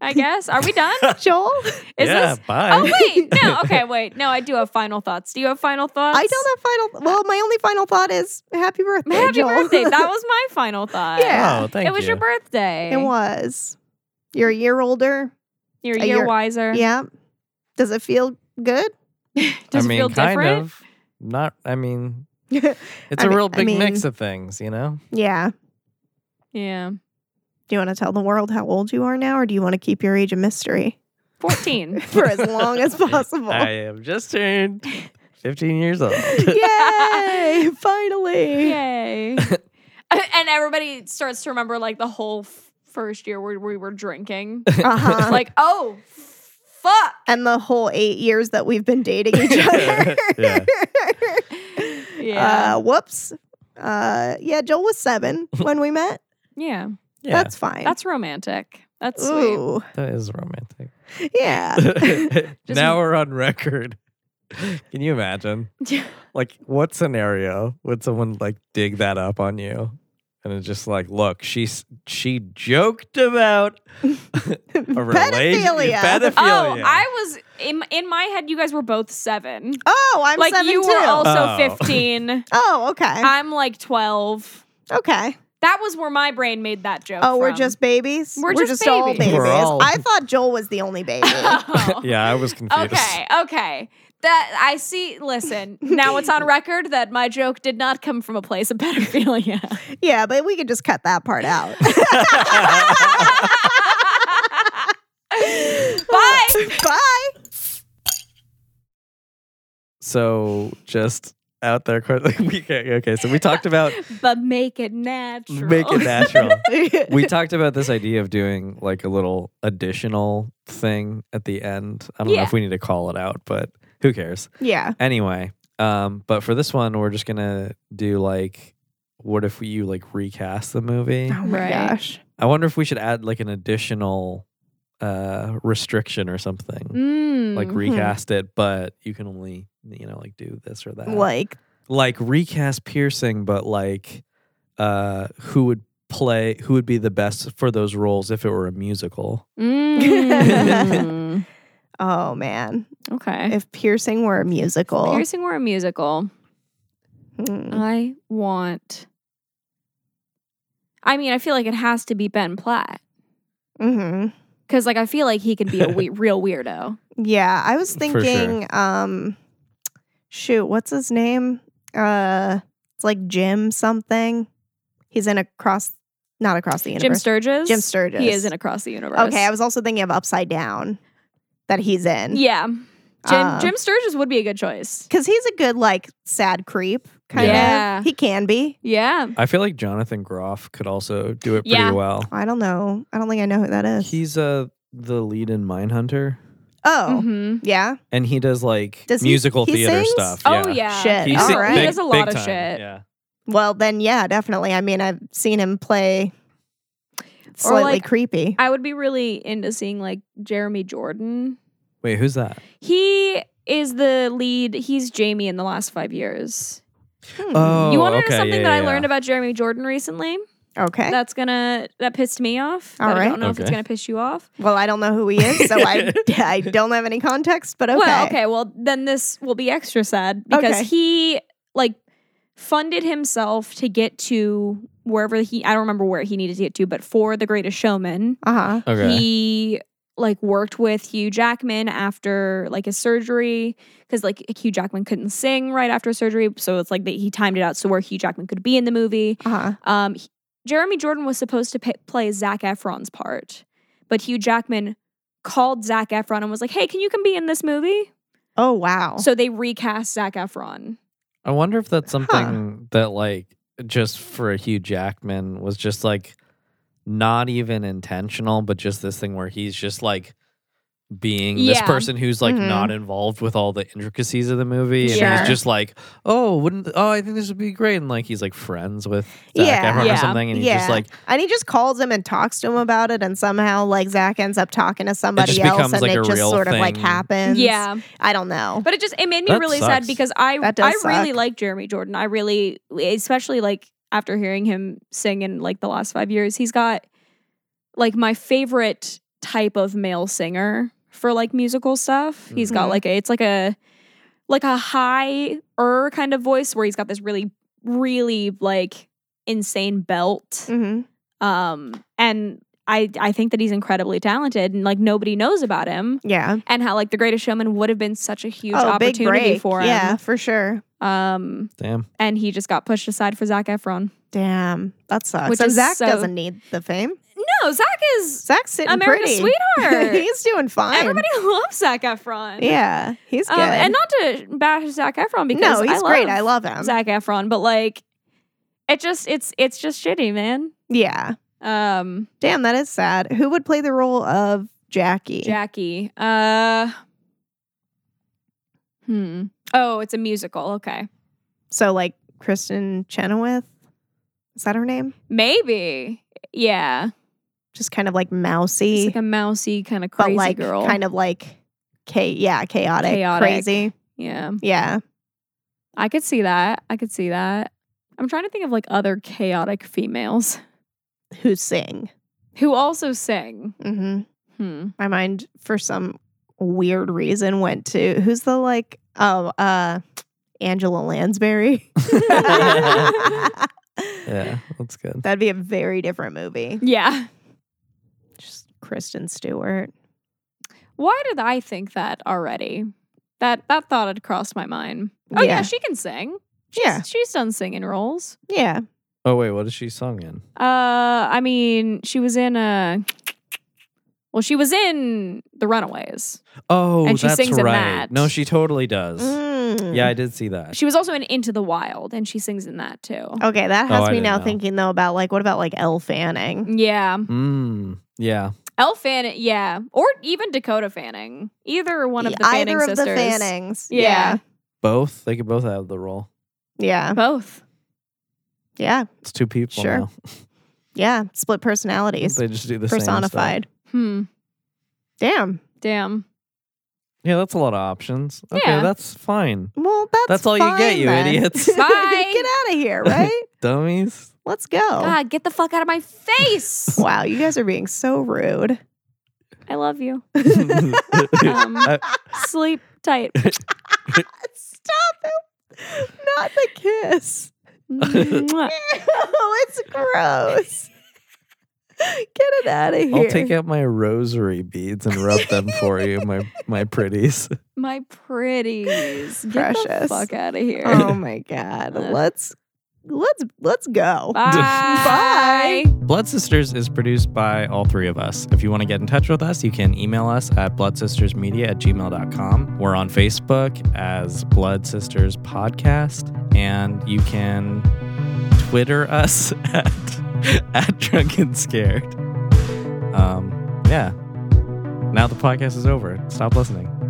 I guess. Are we done? <laughs> Joel, Is yeah, this? bye. Oh <laughs> wait, no. Okay, wait. No, I do have final thoughts. Do you have final thoughts? I don't have final. Well, my only final thought is happy birthday, Happy Joel. <laughs> birthday. That was my final thought. Yeah. Oh, thank it was you. your birthday. it was. You're a year older. You're a a year year- wiser. Yeah. Does it feel good? <laughs> Does I mean, it feel kind different? of. Not. I mean, I it's a mean- real I big mix mean- of things, <laughs> you know. Yeah. Yeah. Do you want to tell the world how old you are now, or do you want to keep your age <laughs> a mystery <laughs> 14. for as long as possible? I am just <laughs> turned 15 years old. <laughs> Yay! Finally. Yay. and everybody starts to remember like the whole f- first year where we were <laughs> drinking. Uh-huh. <laughs> like, oh, f- fuck. and the whole eight years that we've been dating each other. <laughs> Yeah. <laughs> Yeah. Uh, whoops. Uh, yeah, Joel was seven when we met. <laughs> Yeah. Yeah, That's fine. That's romantic. That's <laughs> sweet. Ooh. that is romantic. <laughs> Yeah. <laughs> Just- now we're on record. <laughs> Can you imagine? Like, what scenario would someone like dig that up on you? And it's just like, look, she's she joked about a Pedophilia. relationship. Pedophilia. Oh, I was in in my head. You guys were both seven. Oh, I'm like seven you too. were also <laughs> Oh. fifteen. <laughs> oh, okay. I'm like twelve. okay. That was where my brain made that joke. Oh, we're from. just babies. We're just all babies. babies. We're all- I thought Joel was the <laughs> only baby. <laughs> Oh. <laughs> yeah, I was confused. Okay, okay. That I see. Listen, now it's <laughs> on record that my joke did not come from a place of <laughs> <laughs> pedophilia. yeah, but we could just cut that <laughs> part out. <laughs> Bye. Bye. So just out there <laughs> quickly. we can't- okay, so we <laughs> talked about But make it natural. make <laughs> it natural. we talked about this idea of doing like a little additional thing at the end. I don't know Yeah. if we need to call it out, but who cares? <laughs> Yeah. Anyway, um, but for this one, we're just gonna do like, what if you like recast the movie? Oh my Right. gosh. I wonder if we should add like an additional uh restriction or something, Mm. like recast it, but you can only you know like do this or that, Like, like recast piercing, but like uh who would play who would be the best for those roles if it were a musical. <laughs> Mm. oh man, okay. if piercing were a musical, Piercing were a musical. Hmm. I want. I mean, I feel like it has to be Ben Platt Mhm. because, like, I feel like he could <laughs> be a we- real weirdo. yeah, I was For sure. thinking, um, shoot, what's his name? Uh, it's like Jim something. He's in across, not across the Jim universe. Sturgis. Jim Sturgess. He is in Across the Universe. Okay, I was also thinking of Upside Down that he's in. Yeah. Jim, Uh, Jim Sturgis would be a good choice. Because he's a good, like, sad creep, kind Yeah. of. He can be. Yeah. I feel like Jonathan Groff could also do it pretty Yeah. well. I don't know. I don't think I know who that is. He's uh the lead in Mindhunter oh, Mhm. yeah. and he does like Does he- musical he theater sings? stuff. Oh yeah. Shit. He, All sing- right. big- He does a lot big of time, shit. Yeah. Well, then, yeah, definitely. I mean, I've seen him play slightly like- creepy. I would be really into seeing like Jeremy Jordan. Wait, who's that? He is the lead. He's Jamie in the last five years. Hmm. Oh, you want to okay, know something yeah, that I yeah. learned about Jeremy Jordan recently? okay. That's gonna that pissed me off. All that I right. don't know if it's Okay. gonna piss you off. Well, I don't know who he is, so <laughs> I, I don't have any context, but okay. Well, okay. Well, then this will be extra sad because Okay. he like funded himself to get to wherever he I don't remember where he needed to get to, but for The Greatest Showman, Uh huh. Okay. he like worked with Hugh Jackman after like his surgery because like Hugh Jackman couldn't sing right after surgery, so it's like that he timed it out so where Hugh Jackman could be in the movie. Uh huh. Um, he- Jeremy Jordan was supposed to p- play Zach Efron's part, but Hugh Jackman called Zach Efron and was like, "Hey, can you come be in this movie?" Oh, wow. So they recast Zach Efron. I wonder if that's something that like just for Hugh Jackman was just like not even intentional, but just this thing where he's just like being this Yeah. person who's like Mhm. not involved with all the intricacies of the movie and Sure. he's just like oh wouldn't oh i think this would be great and like he's like friends with Zac Yeah. Efron Yeah. or something and he's just Yeah. like and he just calls him and talks to him about it, and somehow like Zach ends up talking to somebody just else, becomes, and like, it a just real sort of like thing. happens. Yeah, I don't know. but it just it made me That really sad sucks. because I That I does really suck. like Jeremy Jordan. I really, especially like after hearing him sing in like the last five years, he's got like my favorite type of male singer for like musical stuff. He's got Mm-hmm. Mhm. like a it's like a like a high er kind of voice where he's got this really really like insane belt. Mm-hmm. Um and I I think that he's incredibly talented and like nobody knows about him Yeah. and how like The Greatest Showman would have been such a huge oh, big opportunity break. for him. Yeah, for sure. Um Damn. and he just got pushed aside for Zach Efron. Damn, that sucks. Which so is Zach so- doesn't need the fame. No, Zach is Zach's sitting America's <laughs> pretty. sweetheart. <laughs> he's doing fine. everybody <laughs> loves Zach Efron. Yeah, he's good. Um, and not to bash Zach Efron because no, he's I great. I love him. Zach Efron, but like, it just it's it's just shitty, man. Yeah. Um, Damn, that is sad. Who would play the role of Jackie? Jackie. Uh, hmm. Oh, it's a musical. Okay, so like Kristen Chenoweth? Is that her name? maybe. Yeah, Just kind of like it's mousy, like a mousy kind of but crazy like girl. kind of like cha- yeah, chaotic, Chaotic. crazy. yeah, Yeah. I could see that. I could see that. I'm trying to think of like other chaotic females Who sing? who also sing. hmm Hmm. My mind for some weird reason went to who's the like oh uh Angela <laughs> Lansbury. <laughs> Yeah, that's good. That'd be a very different movie. Yeah. Just Kristen Stewart. Why did I think that already? That that thought had crossed my mind. Oh yeah, Yeah. she can sing. She's, Yeah. she's done singing roles. Yeah. Oh wait, what is she sung in? Uh, I mean, she was in a. Well, she was in The Runaways. Oh, And she that's sings in right. that. No, she totally does. Mm. Yeah, I did see that. She was also in Into the Wild, and she sings in that too. Okay, that Oh, has I me didn't now know. thinking though about like what about like Elle Fanning? Yeah, Mm, yeah. Elle Fanning. Yeah, or even Dakota Fanning. Either one of the Fanning Either of sisters. the Fannings. Yeah. Yeah. Both. They could both have the role. Yeah. Both. Yeah. It's two people Sure. now. Yeah. Split personalities. They just do the same stuff. personified. Hmm. Damn. Damn. Yeah, that's a lot of options. Okay, Yeah. that's fine. Well, that's That's all you fine, get, you then. idiots. Bye. <laughs> Get out of here, right? <laughs> Dummies. <laughs> Let's go. God, get the fuck out of my <laughs> face. Wow, you guys are being so rude. I love you. I Um, sleep tight. Stop it. Not the kiss. <laughs> Mwah. Oh, it's gross. Get it out of here. will take out my rosary beads and rub them for you, my my pretties. My pretties. Get the Precious. fuck out of here. <laughs> Oh my god. Let's let's let's go. Bye. Blood Sisters is produced by all three of us. If you want to get in touch with us, you can email us at bloodsistersmedia at gmail.com. We're on Facebook as Blood Sisters Podcast, and you can Twitter us <laughs> at, at Drunk and Scared. Um, yeah. Now the podcast is over. Stop listening.